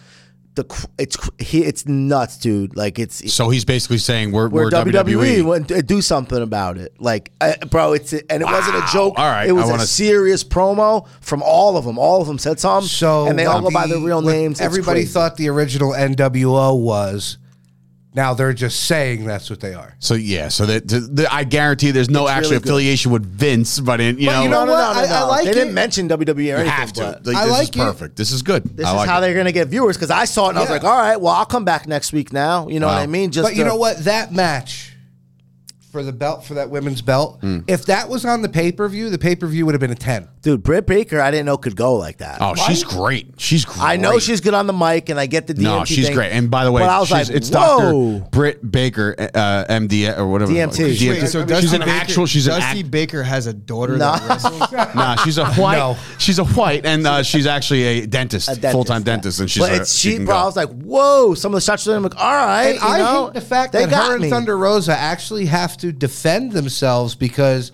Speaker 4: The cr- it's cr- he, it's nuts, dude. Like it's
Speaker 2: so he's basically saying we're, E.
Speaker 4: we're
Speaker 2: we're,
Speaker 4: WWE.
Speaker 2: WWE.
Speaker 4: When- uh, Do something about it, like uh, bro. It's and it wasn't a joke.
Speaker 2: All right,
Speaker 4: it was
Speaker 2: I
Speaker 4: a
Speaker 2: wanna-
Speaker 4: serious promo from all of them. All of them said something,
Speaker 3: So
Speaker 4: and they all
Speaker 3: what
Speaker 4: go by their
Speaker 3: the-
Speaker 4: real
Speaker 3: what
Speaker 4: names. It's
Speaker 3: Everybody
Speaker 4: crazy.
Speaker 3: thought the original NWO was. Now they're just saying that's what they are.
Speaker 2: So yeah, so that that- I guarantee there's no actual
Speaker 4: really good.
Speaker 2: affiliation with Vince, but in, you, know,
Speaker 3: you
Speaker 4: No, no, no,
Speaker 3: know what?
Speaker 4: no,
Speaker 3: I- I
Speaker 4: no.
Speaker 3: like
Speaker 4: they
Speaker 3: it.
Speaker 4: didn't mention WWE or
Speaker 2: you
Speaker 4: anything.
Speaker 2: have to.
Speaker 4: but-
Speaker 2: Like,
Speaker 3: I
Speaker 2: this
Speaker 3: like it.
Speaker 2: is perfect. This is good.
Speaker 4: This
Speaker 2: I
Speaker 4: is
Speaker 2: like
Speaker 4: how
Speaker 2: it.
Speaker 4: they're going to get viewers because I saw it and I was
Speaker 3: Yeah.
Speaker 4: like, all right, well, I'll come back next week now. You know what I mean? Just
Speaker 3: But you
Speaker 4: to-
Speaker 3: know what? That match for the belt for that women's belt, if that was on the pay per view, the pay per view would have been a ten.
Speaker 4: dude, Britt Baker, I didn't know could go like that.
Speaker 2: Oh, she's great. She's great.
Speaker 4: I know she's good on the mic, and I get the DMT
Speaker 2: no, she's
Speaker 4: thing,
Speaker 2: great. And by the way,
Speaker 4: but I was
Speaker 2: she's,
Speaker 4: like,
Speaker 2: it's
Speaker 4: whoa.
Speaker 2: Doctor Britt Baker, uh, MD or whatever.
Speaker 4: DMT.
Speaker 1: Wait, so Dusty
Speaker 2: she's an
Speaker 1: Baker,
Speaker 2: actual. She's an
Speaker 1: Dusty
Speaker 2: act,
Speaker 1: Baker has a daughter that
Speaker 4: Nah.
Speaker 1: wrestles.
Speaker 2: Nah, she's
Speaker 4: *laughs*
Speaker 2: a white.
Speaker 3: No.
Speaker 2: She's a white, and uh, she's actually a dentist,
Speaker 4: A dentist,
Speaker 2: full time
Speaker 4: yeah.
Speaker 2: dentist, and she's.
Speaker 4: but
Speaker 2: a-
Speaker 4: it's
Speaker 2: she
Speaker 4: she,
Speaker 2: can
Speaker 4: bro.
Speaker 2: go.
Speaker 4: I was like, whoa. Some of the shots to them, like, all right.
Speaker 3: And
Speaker 4: you
Speaker 3: I
Speaker 4: know,
Speaker 3: hate the fact
Speaker 4: they
Speaker 3: that
Speaker 4: got
Speaker 3: her and
Speaker 4: me.
Speaker 3: Thunder Rosa actually have to defend themselves because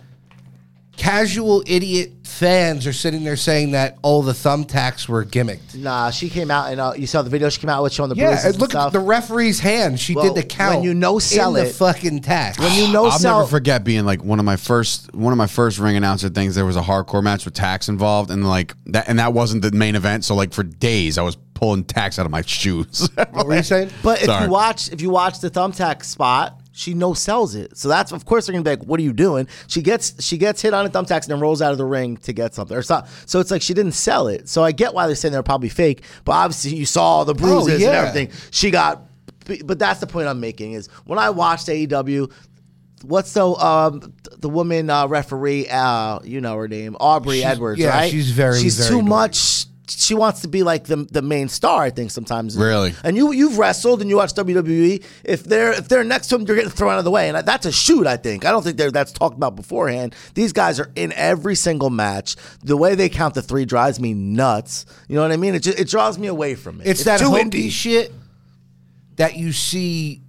Speaker 3: casual idiot fans are sitting there saying that all the thumbtacks were gimmicked.
Speaker 4: Nah, she came out and uh, you saw the video she came out with showing the bruises
Speaker 3: Yeah, and
Speaker 4: and
Speaker 3: look
Speaker 4: stuff.
Speaker 3: at
Speaker 2: *sighs*
Speaker 3: the referee's hand. She
Speaker 4: Well,
Speaker 3: did the count.
Speaker 4: when you no sell
Speaker 3: in the
Speaker 4: it-
Speaker 3: fucking tax.
Speaker 4: when you know
Speaker 2: I'll
Speaker 4: sell,
Speaker 2: never forget being like one of my first one of my first ring announcer things. There was a hardcore match with Tax involved, and like that, and that wasn't the main event. So like for days, I was pulling Tax out of my shoes.
Speaker 3: *laughs*
Speaker 2: *laughs*
Speaker 3: what were you saying?
Speaker 4: But if
Speaker 2: Sorry.
Speaker 4: you watch, if you watch the thumbtack spot, she no sells it. So that's of course they're gonna be like, "What are you doing?" She gets she gets hit on a thumbtack and then rolls out of the ring to get something or something. So it's like she didn't sell it. So I get why they're saying they're probably fake. But obviously you saw all the bruises
Speaker 3: Oh, yeah.
Speaker 4: and everything. She got. But that's the point I'm making is when I watched AEW. E what's the um th- the woman uh, referee? Uh, you know her name, Aubrey Edwards.
Speaker 3: yeah,
Speaker 4: right?
Speaker 3: she's very,
Speaker 4: She's
Speaker 3: very
Speaker 4: too
Speaker 3: annoying.
Speaker 4: much. She wants to be like the the main star. I think sometimes.
Speaker 2: Really?
Speaker 4: And you you've wrestled and you watch WWE. E. If they're if they're next to him, you're getting thrown out of the way, and that's a shoot. I think I don't think they're, that's talked about beforehand. These guys are in every single match. The way they count the three drives me nuts. You know what I mean? It, ju- it draws me away from it.
Speaker 3: It's that
Speaker 4: too
Speaker 3: hokey
Speaker 4: indie.
Speaker 3: shit that you see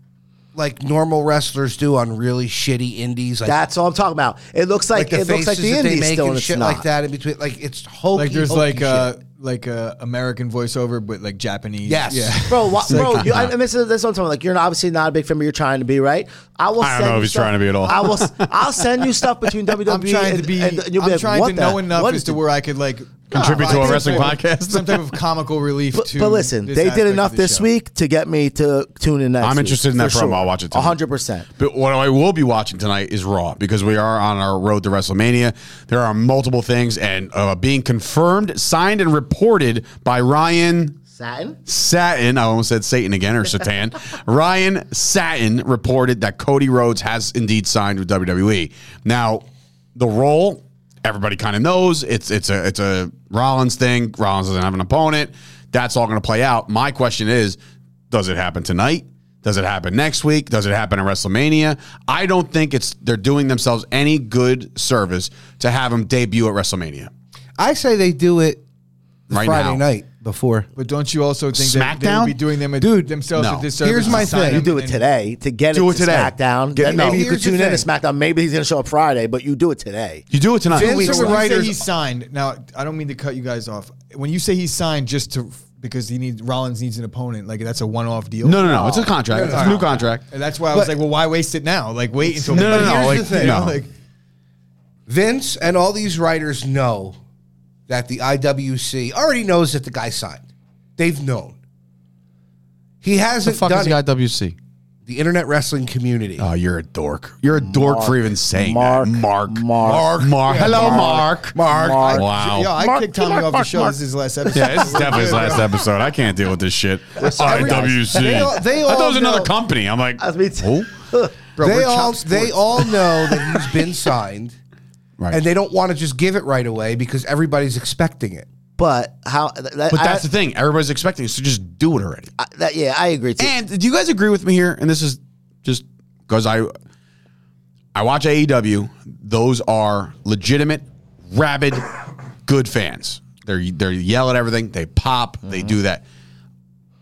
Speaker 3: like normal wrestlers do on really shitty indies. Like,
Speaker 4: That's all I'm talking about. It looks like, it looks like the
Speaker 3: that
Speaker 4: indies still, and it's
Speaker 3: shit
Speaker 4: not.
Speaker 3: like that in between. Like it's hokey.
Speaker 1: Like there's
Speaker 3: hokey
Speaker 1: like uh,
Speaker 3: shit.
Speaker 1: a like a American voiceover, but like Japanese.
Speaker 3: Yes.
Speaker 1: Yeah.
Speaker 4: Bro, why, bro, you, I, and this is this one time. Like, you're obviously not a big fan, but you're trying to be, right? I will.
Speaker 2: I don't
Speaker 4: send
Speaker 2: know
Speaker 4: you
Speaker 2: if he's
Speaker 4: stuff-
Speaker 2: trying to be at all.
Speaker 4: I will. s- I'll send you stuff between
Speaker 1: *laughs*
Speaker 4: WWE.
Speaker 1: I'm trying
Speaker 4: and,
Speaker 1: to be.
Speaker 4: And, you'll
Speaker 1: I'm
Speaker 4: be like,
Speaker 1: trying
Speaker 4: what
Speaker 1: to
Speaker 4: the-
Speaker 1: know enough
Speaker 4: what
Speaker 1: as
Speaker 4: is
Speaker 1: to
Speaker 4: it?
Speaker 1: where I could like Ah,
Speaker 2: Contribute
Speaker 1: provide
Speaker 2: to a
Speaker 1: some
Speaker 2: wrestling
Speaker 1: type of-
Speaker 2: podcast.
Speaker 1: some type of comical relief.
Speaker 4: But,
Speaker 1: to
Speaker 4: but listen,
Speaker 1: this
Speaker 4: they
Speaker 1: aspect
Speaker 4: did
Speaker 1: of
Speaker 4: enough
Speaker 1: the
Speaker 4: this
Speaker 1: show.
Speaker 4: week to get me to tune in next.
Speaker 2: I'm
Speaker 4: week,
Speaker 2: interested in that
Speaker 4: for
Speaker 2: promo.
Speaker 4: Sure.
Speaker 2: I'll watch it tonight.
Speaker 4: 100. percent
Speaker 2: But what I will be watching tonight is Raw because we are on our road to WrestleMania. There are multiple things and uh, being confirmed, signed, and reported by Ryan
Speaker 4: Satin.
Speaker 2: Satin. I almost said Satan again or Satan. Ryan Satin reported that Cody Rhodes has indeed signed with WWE. Now, the role everybody kind of knows it's it's a it's a Rollins thing. Rollins doesn't have an opponent. That's all going to play out. My question is, does it happen tonight? Does it happen next week? Does it happen at WrestleMania? I don't think it's they're doing themselves any good service to have him debut at WrestleMania.
Speaker 3: *laughs* I say they do it the
Speaker 2: Right
Speaker 3: Friday
Speaker 2: now.
Speaker 3: night before.
Speaker 1: But don't you also think that they
Speaker 2: SmackDown?
Speaker 1: would be doing them a,
Speaker 3: Dude,
Speaker 1: themselves
Speaker 2: no.
Speaker 1: a disservice?
Speaker 3: Here's
Speaker 1: to
Speaker 3: my
Speaker 1: sign
Speaker 3: thing.
Speaker 4: You
Speaker 1: him
Speaker 4: do it
Speaker 1: and-
Speaker 4: today to get
Speaker 2: Do
Speaker 4: it,
Speaker 2: it
Speaker 4: to
Speaker 2: today.
Speaker 4: SmackDown.
Speaker 2: Get-
Speaker 4: Then
Speaker 2: no.
Speaker 4: maybe you could
Speaker 3: Here's the
Speaker 4: tune in to
Speaker 3: thing.
Speaker 4: SmackDown. Maybe he's going to show up Friday, but you do it today.
Speaker 2: You do it tonight.
Speaker 1: Vince,
Speaker 3: weeks
Speaker 1: when
Speaker 3: away.
Speaker 1: you say
Speaker 3: writers-
Speaker 1: he's signed, now I don't mean to cut you guys off. When you say he's signed, just to because he needs Rollins needs an opponent, like that's a one-off deal.
Speaker 2: No, no, no. It's
Speaker 3: Oh.
Speaker 2: a contract. It's a new contract.
Speaker 1: And that's why I was
Speaker 3: But-
Speaker 1: like, well, why waste it now? Like, wait until
Speaker 2: No, no,
Speaker 1: But
Speaker 2: no,
Speaker 1: here's
Speaker 2: like,
Speaker 1: the thing,
Speaker 2: no.
Speaker 1: like,
Speaker 3: Vince and all these writers know that the IWC already knows that the guy signed. They've known. He hasn't done it.
Speaker 2: IWC?
Speaker 3: the internet wrestling community.
Speaker 2: Oh, you're a dork. You're a dork for even saying
Speaker 4: Mark,
Speaker 2: that. Mark.
Speaker 4: Mark,
Speaker 2: Mark. Mark. Hello, Mark.
Speaker 4: Mark. Mark.
Speaker 2: Wow.
Speaker 1: yo, I
Speaker 4: Mark,
Speaker 1: kicked Tommy
Speaker 4: Mark,
Speaker 1: off the
Speaker 4: Mark,
Speaker 1: show.
Speaker 4: Mark.
Speaker 1: This is his last episode.
Speaker 2: yeah, it's definitely his last episode. I can't deal with this shit. IWC.
Speaker 3: They all-
Speaker 2: I thought it
Speaker 3: they
Speaker 2: was
Speaker 3: all
Speaker 2: another
Speaker 3: know-
Speaker 2: company. I'm like,
Speaker 4: That's me too.
Speaker 2: oh,
Speaker 1: Bro,
Speaker 3: they
Speaker 1: we're Chop
Speaker 3: all
Speaker 1: Sports.
Speaker 3: they all know that he's been *laughs* signed,
Speaker 2: right.
Speaker 3: and they don't want to just give it right away because everybody's expecting it.
Speaker 4: But how? that,
Speaker 2: but
Speaker 4: I-
Speaker 2: that's the thing. Everybody's expecting us to just do it already.
Speaker 4: I- that, yeah, I agree too.
Speaker 2: And do you guys agree with me here? And this is just because I I watch AEW. Those are legitimate, rabid, good fans. They're they yell at everything. They pop. They
Speaker 4: Mm-hmm.
Speaker 2: do that.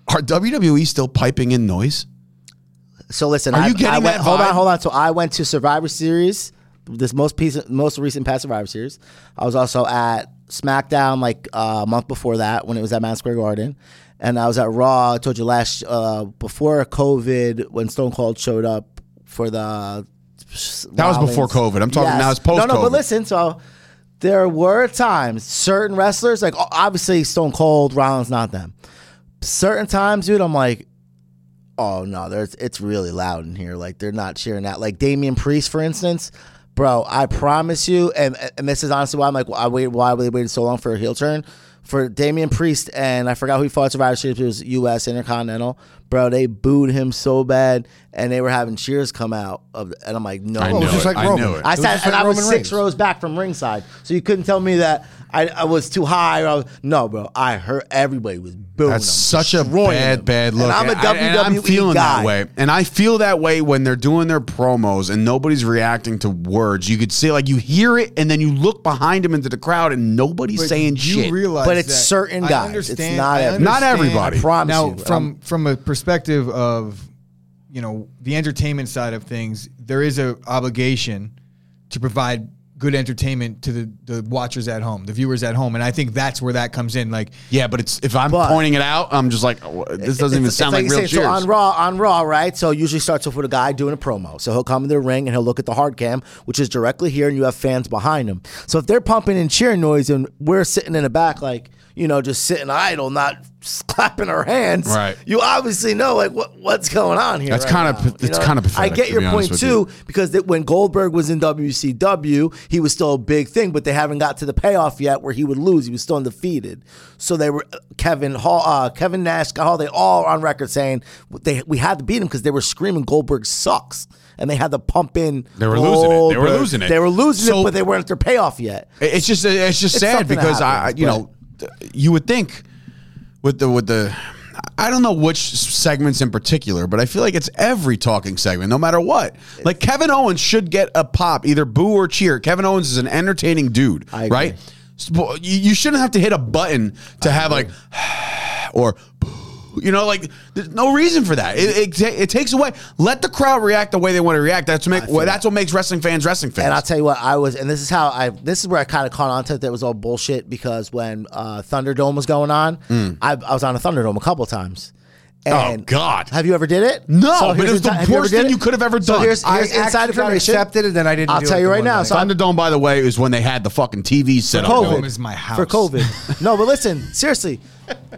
Speaker 2: Are WWE still piping in noise?
Speaker 4: So listen,
Speaker 2: Are
Speaker 4: I,
Speaker 2: you getting
Speaker 4: I went,
Speaker 2: that
Speaker 4: Hold
Speaker 2: vibe?
Speaker 4: on, hold on. So I went to Survivor Series, this most piece, most recent past Survivor Series. I was also at SmackDown like uh, a month before that when it was at Madison Square Garden, and I was at Raw. I told you last uh, before COVID when Stone Cold showed up for the.
Speaker 2: That was before COVID. I'm talking now it's
Speaker 4: No, no,
Speaker 2: post-COVID.
Speaker 4: but listen. So there were times certain wrestlers, like o- obviously Stone Cold, Rollins, not them. Certain times, dude, I'm like, oh no, there's it's really loud in here. Like they're not cheering out. Like Damian Priest, for instance, bro. I promise you, and and this is honestly why I'm like, I wait, why they waited so long for a heel turn for Damian Priest, and I forgot who he fought at Survivor Series. but It was U.S. Intercontinental, bro. They booed him so bad, and they were having cheers come out of, and I'm like, no,
Speaker 2: I
Speaker 3: Well, it
Speaker 2: know
Speaker 3: was just
Speaker 2: it.
Speaker 3: like
Speaker 2: I
Speaker 3: Roman.
Speaker 2: know it.
Speaker 3: It
Speaker 4: I
Speaker 3: was
Speaker 4: sat
Speaker 3: just
Speaker 4: and
Speaker 3: like
Speaker 4: I was
Speaker 3: Roman
Speaker 4: six
Speaker 3: Reigns.
Speaker 4: rows back from ringside, so you couldn't tell me that I, I was too high. Or I was, no, bro, I heard everybody was booing.
Speaker 2: That's
Speaker 4: him,
Speaker 2: such a
Speaker 4: Oh, destroying
Speaker 2: bad,
Speaker 4: him.
Speaker 2: bad look.
Speaker 4: And I'm a
Speaker 2: I-
Speaker 4: WWE
Speaker 2: and I'm feeling
Speaker 4: guy.
Speaker 2: that way, and I feel that way when they're doing their promos and nobody's reacting to words. You could see, like, you hear it, and then you look behind him into the crowd, and nobody's
Speaker 1: But
Speaker 2: saying
Speaker 1: you
Speaker 2: shit.
Speaker 1: realize
Speaker 4: But it's
Speaker 1: that.
Speaker 4: certain
Speaker 1: I
Speaker 4: guys. It's
Speaker 1: Understand,
Speaker 4: not
Speaker 1: I
Speaker 4: every-
Speaker 2: Not
Speaker 1: understand-
Speaker 2: everybody.
Speaker 4: I promise
Speaker 1: now,
Speaker 4: you. um,
Speaker 1: from from a perspective of you know the entertainment side of things, there is a obligation to provide good entertainment to the, the watchers at home, the viewers at home, and I think that's where that comes in. Like,
Speaker 2: Yeah, but it's if I'm
Speaker 4: But-
Speaker 2: pointing it out, I'm just like, oh, this doesn't even
Speaker 4: It's-
Speaker 2: sound
Speaker 4: it's
Speaker 2: like,
Speaker 4: you
Speaker 2: real
Speaker 4: say,
Speaker 2: cheers.
Speaker 4: So on Raw, on Raw, right? So it usually starts off with a guy doing a promo. So he'll come in the ring and he'll look at the hard cam, which is directly here, and you have fans behind him. So if they're pumping and cheering noise, and we're sitting in the back, like you know, just sitting idle, not *laughs* clapping her hands,
Speaker 2: Right.
Speaker 4: you obviously know like what what's going on here.
Speaker 2: That's
Speaker 4: right
Speaker 2: kinda
Speaker 4: now,
Speaker 2: pa-
Speaker 4: you
Speaker 2: that's
Speaker 4: know?
Speaker 2: kinda
Speaker 4: I
Speaker 2: pathetic,
Speaker 4: get
Speaker 2: to
Speaker 4: your
Speaker 2: be honest
Speaker 4: point
Speaker 2: with
Speaker 4: too, because that when Goldberg was in WCW, he was still a big thing, but they haven't got to the payoff yet where he would lose. He was still undefeated. So they were Kevin Hall, uh, Kevin Nash, Scott Hall. They all on record saying they we had to beat him because they were screaming Goldberg sucks, and they had to pump in.
Speaker 2: They were losing it. They were
Speaker 4: Goldberg.
Speaker 2: losing it.
Speaker 4: They were losing
Speaker 2: So-
Speaker 4: it, but they weren't at their payoff yet.
Speaker 2: It- It's just it's just
Speaker 4: It's
Speaker 2: sad
Speaker 4: something that
Speaker 2: because I I-
Speaker 4: happens,
Speaker 2: you
Speaker 4: but-
Speaker 2: know th- you would think with the with the I don't know which segments in particular, but I feel like it's every talking segment, no matter what. Like Kevin Owens should get a pop, either boo or cheer. Kevin Owens is an entertaining dude,
Speaker 4: I agree.
Speaker 2: right? So, You you shouldn't have to hit a button to have like *sighs* or you know like there's no reason for that it, it, ta- it takes away let the crowd react the way they want to react that's make that's what makes wrestling fans wrestling fans
Speaker 4: And I'll tell you what, I was, and this is how I, this is where I kind of caught on to it that it was all bullshit because when uh, Thunderdome was going on,
Speaker 2: Mm.
Speaker 4: I, I was on a Thunderdome a couple times. And
Speaker 2: Oh, God.
Speaker 4: Have you ever did it?
Speaker 2: No, but
Speaker 4: here's
Speaker 2: it was the
Speaker 4: insi- have ever
Speaker 2: worst
Speaker 4: did
Speaker 2: thing
Speaker 4: it?
Speaker 2: you could have ever
Speaker 4: So
Speaker 2: done.
Speaker 4: here's,
Speaker 3: I
Speaker 4: here's inside
Speaker 3: actually tried to
Speaker 4: information.
Speaker 3: accepted it, then I didn't
Speaker 4: I'll
Speaker 3: do
Speaker 4: tell
Speaker 3: it
Speaker 4: you
Speaker 3: the
Speaker 4: right
Speaker 3: one
Speaker 4: now.
Speaker 2: *laughs*
Speaker 3: night.
Speaker 4: So I'm-
Speaker 2: Thunderdome, by the way, is when they had the fucking TV set up.
Speaker 1: COVID.
Speaker 2: going.
Speaker 1: Home is my house.
Speaker 4: For COVID. No, but listen, seriously,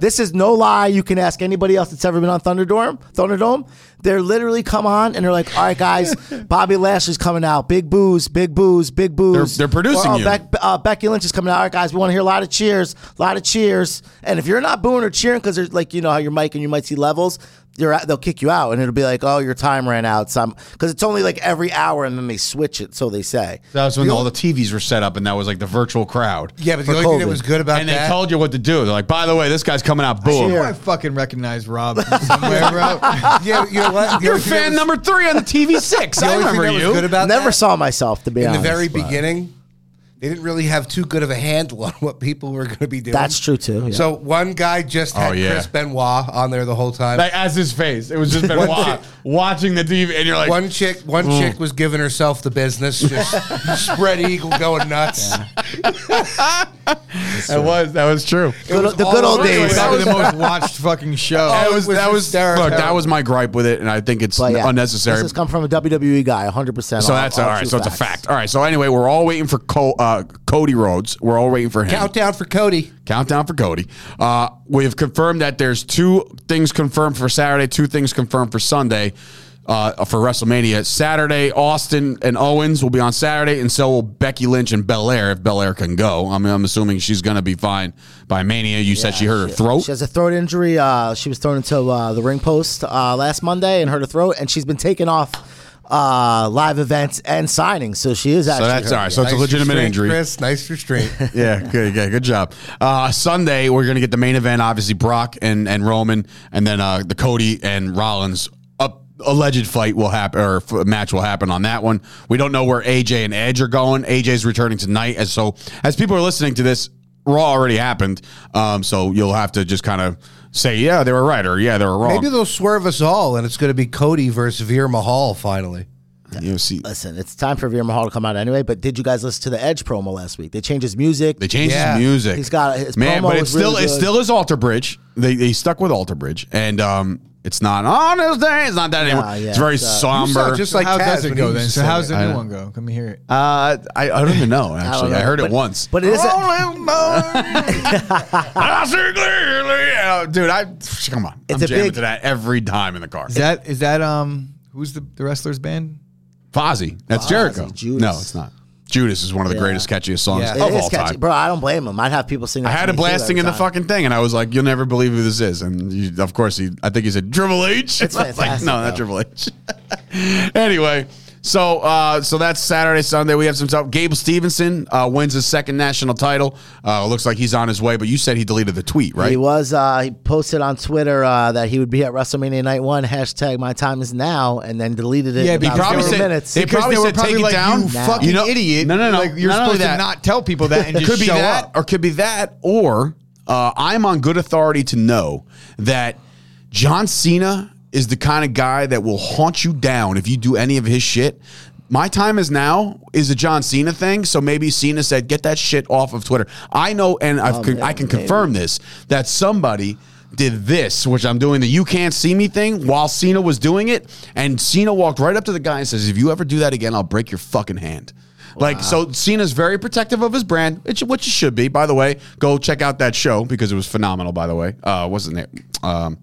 Speaker 4: this is no lie. You can ask anybody else that's ever been on Thunderdome. Thunderdome, they're literally come on and they're like, "All right, guys, Bobby Lashley's coming out. Big booze, big booze, big booze."
Speaker 2: They're- they're producing
Speaker 4: Or,
Speaker 2: you.
Speaker 4: Beck- uh, Becky Lynch is coming out. All right, guys, we want to hear a lot of cheers, a lot of cheers. And if you're not booing or cheering because there's like you know how your mic and you might see levels. You're at, they'll kick you out, and it'll be like, "Oh, your time ran out." Some because it's only like every hour, and then they switch it, so they say.
Speaker 2: That was when all the TVs were set up, and that was like the virtual crowd.
Speaker 3: Yeah, but
Speaker 4: For
Speaker 3: the only thing
Speaker 4: COVID.
Speaker 3: that was good about
Speaker 2: and
Speaker 3: that.
Speaker 2: they told you what to do. They're like, by the way, this guy's coming out. Boom.
Speaker 1: I fucking recognize
Speaker 4: *laughs*
Speaker 1: Rob from somewhere, bro.
Speaker 3: yeah, you know what? The
Speaker 2: You're
Speaker 3: only thing that
Speaker 2: fan
Speaker 3: was-
Speaker 2: number three on the
Speaker 3: *laughs*
Speaker 2: TV six.
Speaker 3: The
Speaker 2: I
Speaker 3: only thing
Speaker 2: remember
Speaker 3: that
Speaker 2: you.
Speaker 3: was good about
Speaker 4: Never
Speaker 3: that,
Speaker 4: saw myself to be
Speaker 3: in the
Speaker 4: honest.
Speaker 3: very
Speaker 4: but-
Speaker 3: beginning, they didn't really have too good of a handle on what people were going to be doing.
Speaker 4: That's true too. yeah.
Speaker 3: So one guy just had
Speaker 2: Oh, yeah.
Speaker 3: Chris Benoit on there the whole time.
Speaker 2: like as his face, it was just been wa- watching the TV, and you're like,
Speaker 3: one chick, one chick was giving herself the business, just spread eagle going nuts.
Speaker 2: that was that was true.
Speaker 4: Good-
Speaker 3: was
Speaker 4: the
Speaker 3: all
Speaker 4: good old
Speaker 3: over.
Speaker 4: days.
Speaker 1: That was the
Speaker 2: *laughs*
Speaker 1: most watched fucking show.
Speaker 2: That was,
Speaker 3: was
Speaker 2: that was
Speaker 3: hysterical.
Speaker 2: look, that was my gripe with it, and I think it's
Speaker 4: But yeah,
Speaker 2: unnecessary.
Speaker 4: This has come from a WWE guy, 100. percent
Speaker 2: So that's all right. So it's a fact. All right. So anyway, we're all waiting for Co- uh, Cody Rhodes. We're all waiting for him.
Speaker 3: Countdown for Cody.
Speaker 2: Countdown for Cody. Uh, we have confirmed that there's two things confirmed for Saturday, two things confirmed for Sunday. Uh, for WrestleMania, Saturday, Austin and Owens will be on Saturday, and so will Becky Lynch and Belair if Belair can go. I mean, I'm assuming she's going to be fine by Mania. You said she hurt her throat.
Speaker 4: She has a throat injury. Uh, she was thrown into uh, the ring post uh, last Monday and hurt her throat, and she's been taken off uh, live events and signings. So she is actually.
Speaker 2: that's
Speaker 4: hurt.
Speaker 2: all right. So it's a legitimate
Speaker 3: restraint,
Speaker 2: injury.
Speaker 3: Chris, nice restraint.
Speaker 2: yeah, good, good, good job. Uh, Sunday, we're gonna get the main event, obviously Brock and and Roman, and then uh, the Cody and Rollins up alleged fight will happen or f- match will happen on that one. We don't know where AJ and Edge are going. AJ's returning tonight, and so as people are listening to this, Raw already happened. Um, so you'll have to just kind of say, yeah, they were right, or yeah, they were wrong.
Speaker 3: *laughs* Maybe they'll swerve us all, and it's going to be Cody versus Veer Mahal finally.
Speaker 2: you know, see,
Speaker 4: Listen, it's time for Veer Mahal to come out anyway. But did you guys listen to the Edge promo last week? They changed his music.
Speaker 2: They changed
Speaker 3: Yeah.
Speaker 2: his music.
Speaker 4: He's got- his
Speaker 2: man,
Speaker 4: promo
Speaker 2: but it's
Speaker 4: was
Speaker 2: still
Speaker 4: really
Speaker 2: it's
Speaker 4: good.
Speaker 2: still his alter bridge. They they stuck with alter bridge, and um, it's not on this day. It's not that anymore.
Speaker 4: yeah,
Speaker 2: it's very
Speaker 4: it's, uh,
Speaker 3: You
Speaker 2: somber.
Speaker 3: sound just
Speaker 1: So
Speaker 3: like
Speaker 1: how
Speaker 3: Taz
Speaker 1: does
Speaker 3: when
Speaker 1: it
Speaker 3: he
Speaker 1: go
Speaker 3: used
Speaker 1: then?
Speaker 3: to
Speaker 1: So
Speaker 3: sing
Speaker 1: how's
Speaker 3: it.
Speaker 1: the new one go? Let me hear it.
Speaker 2: uh, I, I don't even know.
Speaker 4: *laughs* I
Speaker 2: Actually,
Speaker 4: don't
Speaker 2: I,
Speaker 4: know,
Speaker 2: heard it
Speaker 4: but-
Speaker 2: once. Oh,
Speaker 4: But it is. *laughs*
Speaker 2: I see clearly, uh, dude. I come on. I'm
Speaker 4: It's a
Speaker 2: jamming
Speaker 4: big-
Speaker 2: to that every time in the car.
Speaker 1: Is that is that um who's the, the wrestler's band?
Speaker 2: Fozzy. That's
Speaker 4: Fozzy,
Speaker 2: Jericho.
Speaker 4: Judas.
Speaker 2: No, it's not. Judas is one of the
Speaker 4: Yeah.
Speaker 2: greatest, catchiest songs
Speaker 1: Yeah.
Speaker 4: it
Speaker 2: of
Speaker 4: is
Speaker 2: all
Speaker 4: catchy.
Speaker 2: time.
Speaker 4: bro. I don't blame him. I'd have people singing.
Speaker 2: I
Speaker 4: that
Speaker 2: had
Speaker 4: to
Speaker 2: a
Speaker 4: me, too,
Speaker 2: blasting
Speaker 4: every
Speaker 2: in the
Speaker 4: time.
Speaker 2: fucking thing, and I was like, "You'll never believe who this is." And you, of course, he, I think he said Triple H. *laughs*
Speaker 4: It's
Speaker 2: I was like,
Speaker 4: fantastic,
Speaker 2: no, not
Speaker 4: though.
Speaker 2: Triple H. *laughs* anyway, so uh, so that's Saturday, Sunday. We have some stuff. Gabe Stevenson uh, wins his second national title. Uh, looks like he's on his way, but you said he deleted the tweet, right?
Speaker 4: He was. Uh, he posted on Twitter uh, that he would be at WrestleMania Night One. Hashtag My Time Is Now, and then deleted it.
Speaker 1: Yeah,
Speaker 4: in
Speaker 1: he
Speaker 4: about
Speaker 1: probably
Speaker 4: four
Speaker 1: said-
Speaker 4: minutes.
Speaker 2: they
Speaker 1: Because
Speaker 2: probably
Speaker 1: they were
Speaker 2: said
Speaker 1: probably
Speaker 2: take it
Speaker 1: like,
Speaker 2: down.
Speaker 1: you
Speaker 4: Nah.
Speaker 1: fucking
Speaker 2: You know-
Speaker 1: idiot.
Speaker 2: No, no, no.
Speaker 1: Like, you're
Speaker 2: Not only
Speaker 1: supposed
Speaker 2: that.
Speaker 1: to not tell people that and just
Speaker 2: could be
Speaker 1: show
Speaker 2: that,
Speaker 1: up.
Speaker 2: or could be that, or uh, I'm on good authority to know that John Cena is the kind of guy that will haunt you down if you do any of his shit. My time is now is a John Cena thing, so maybe Cena said, "Get that shit off of Twitter." I know, and I've, con- I can confirm this that somebody did this, which I'm doing the "You Can't See Me" thing while Cena was doing it, and Cena walked right up to the guy and says, "If you ever do that again, I'll break your fucking hand." Like so, Cena's very protective of his brand, which, which he should be. By the way, go check out that show because it was phenomenal. By the way, uh, what's his name? Um,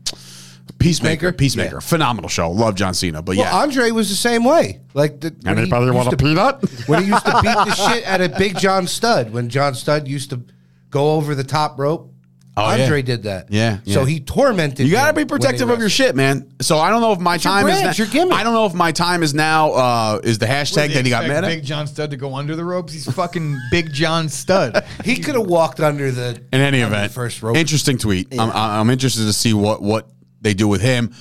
Speaker 2: Peacemaker. Peacemaker. Phenomenal show. Love John Cena, but
Speaker 3: Well,
Speaker 2: yeah.
Speaker 3: Andre was the same way. Like, the, when he
Speaker 2: Anybody
Speaker 3: used
Speaker 2: want a
Speaker 3: to-
Speaker 2: peanut?
Speaker 3: *laughs* when he used to beat the shit out of Big John Stud when John Stud used to go over the top rope.
Speaker 2: Oh, yeah.
Speaker 3: Andre did that.
Speaker 2: Yeah,
Speaker 3: So
Speaker 2: yeah.
Speaker 3: he tormented.
Speaker 2: You got to
Speaker 3: him
Speaker 2: be
Speaker 3: when they
Speaker 2: protective of your
Speaker 3: wrestled.
Speaker 2: shit, man. So I don't know if my
Speaker 3: your
Speaker 2: time
Speaker 3: brand, it's your
Speaker 2: is.
Speaker 3: gimmick.
Speaker 2: I don't know if my time is now uh, is the hashtag that he got mad
Speaker 1: Big
Speaker 2: at.
Speaker 1: John Stud to go under the ropes. He's fucking Big John *laughs* Stud.
Speaker 3: He could have walked under the
Speaker 2: In any
Speaker 3: under the
Speaker 2: event,
Speaker 3: first rope.
Speaker 2: interesting tweet. I'm, I'm interested to see what what they do with him.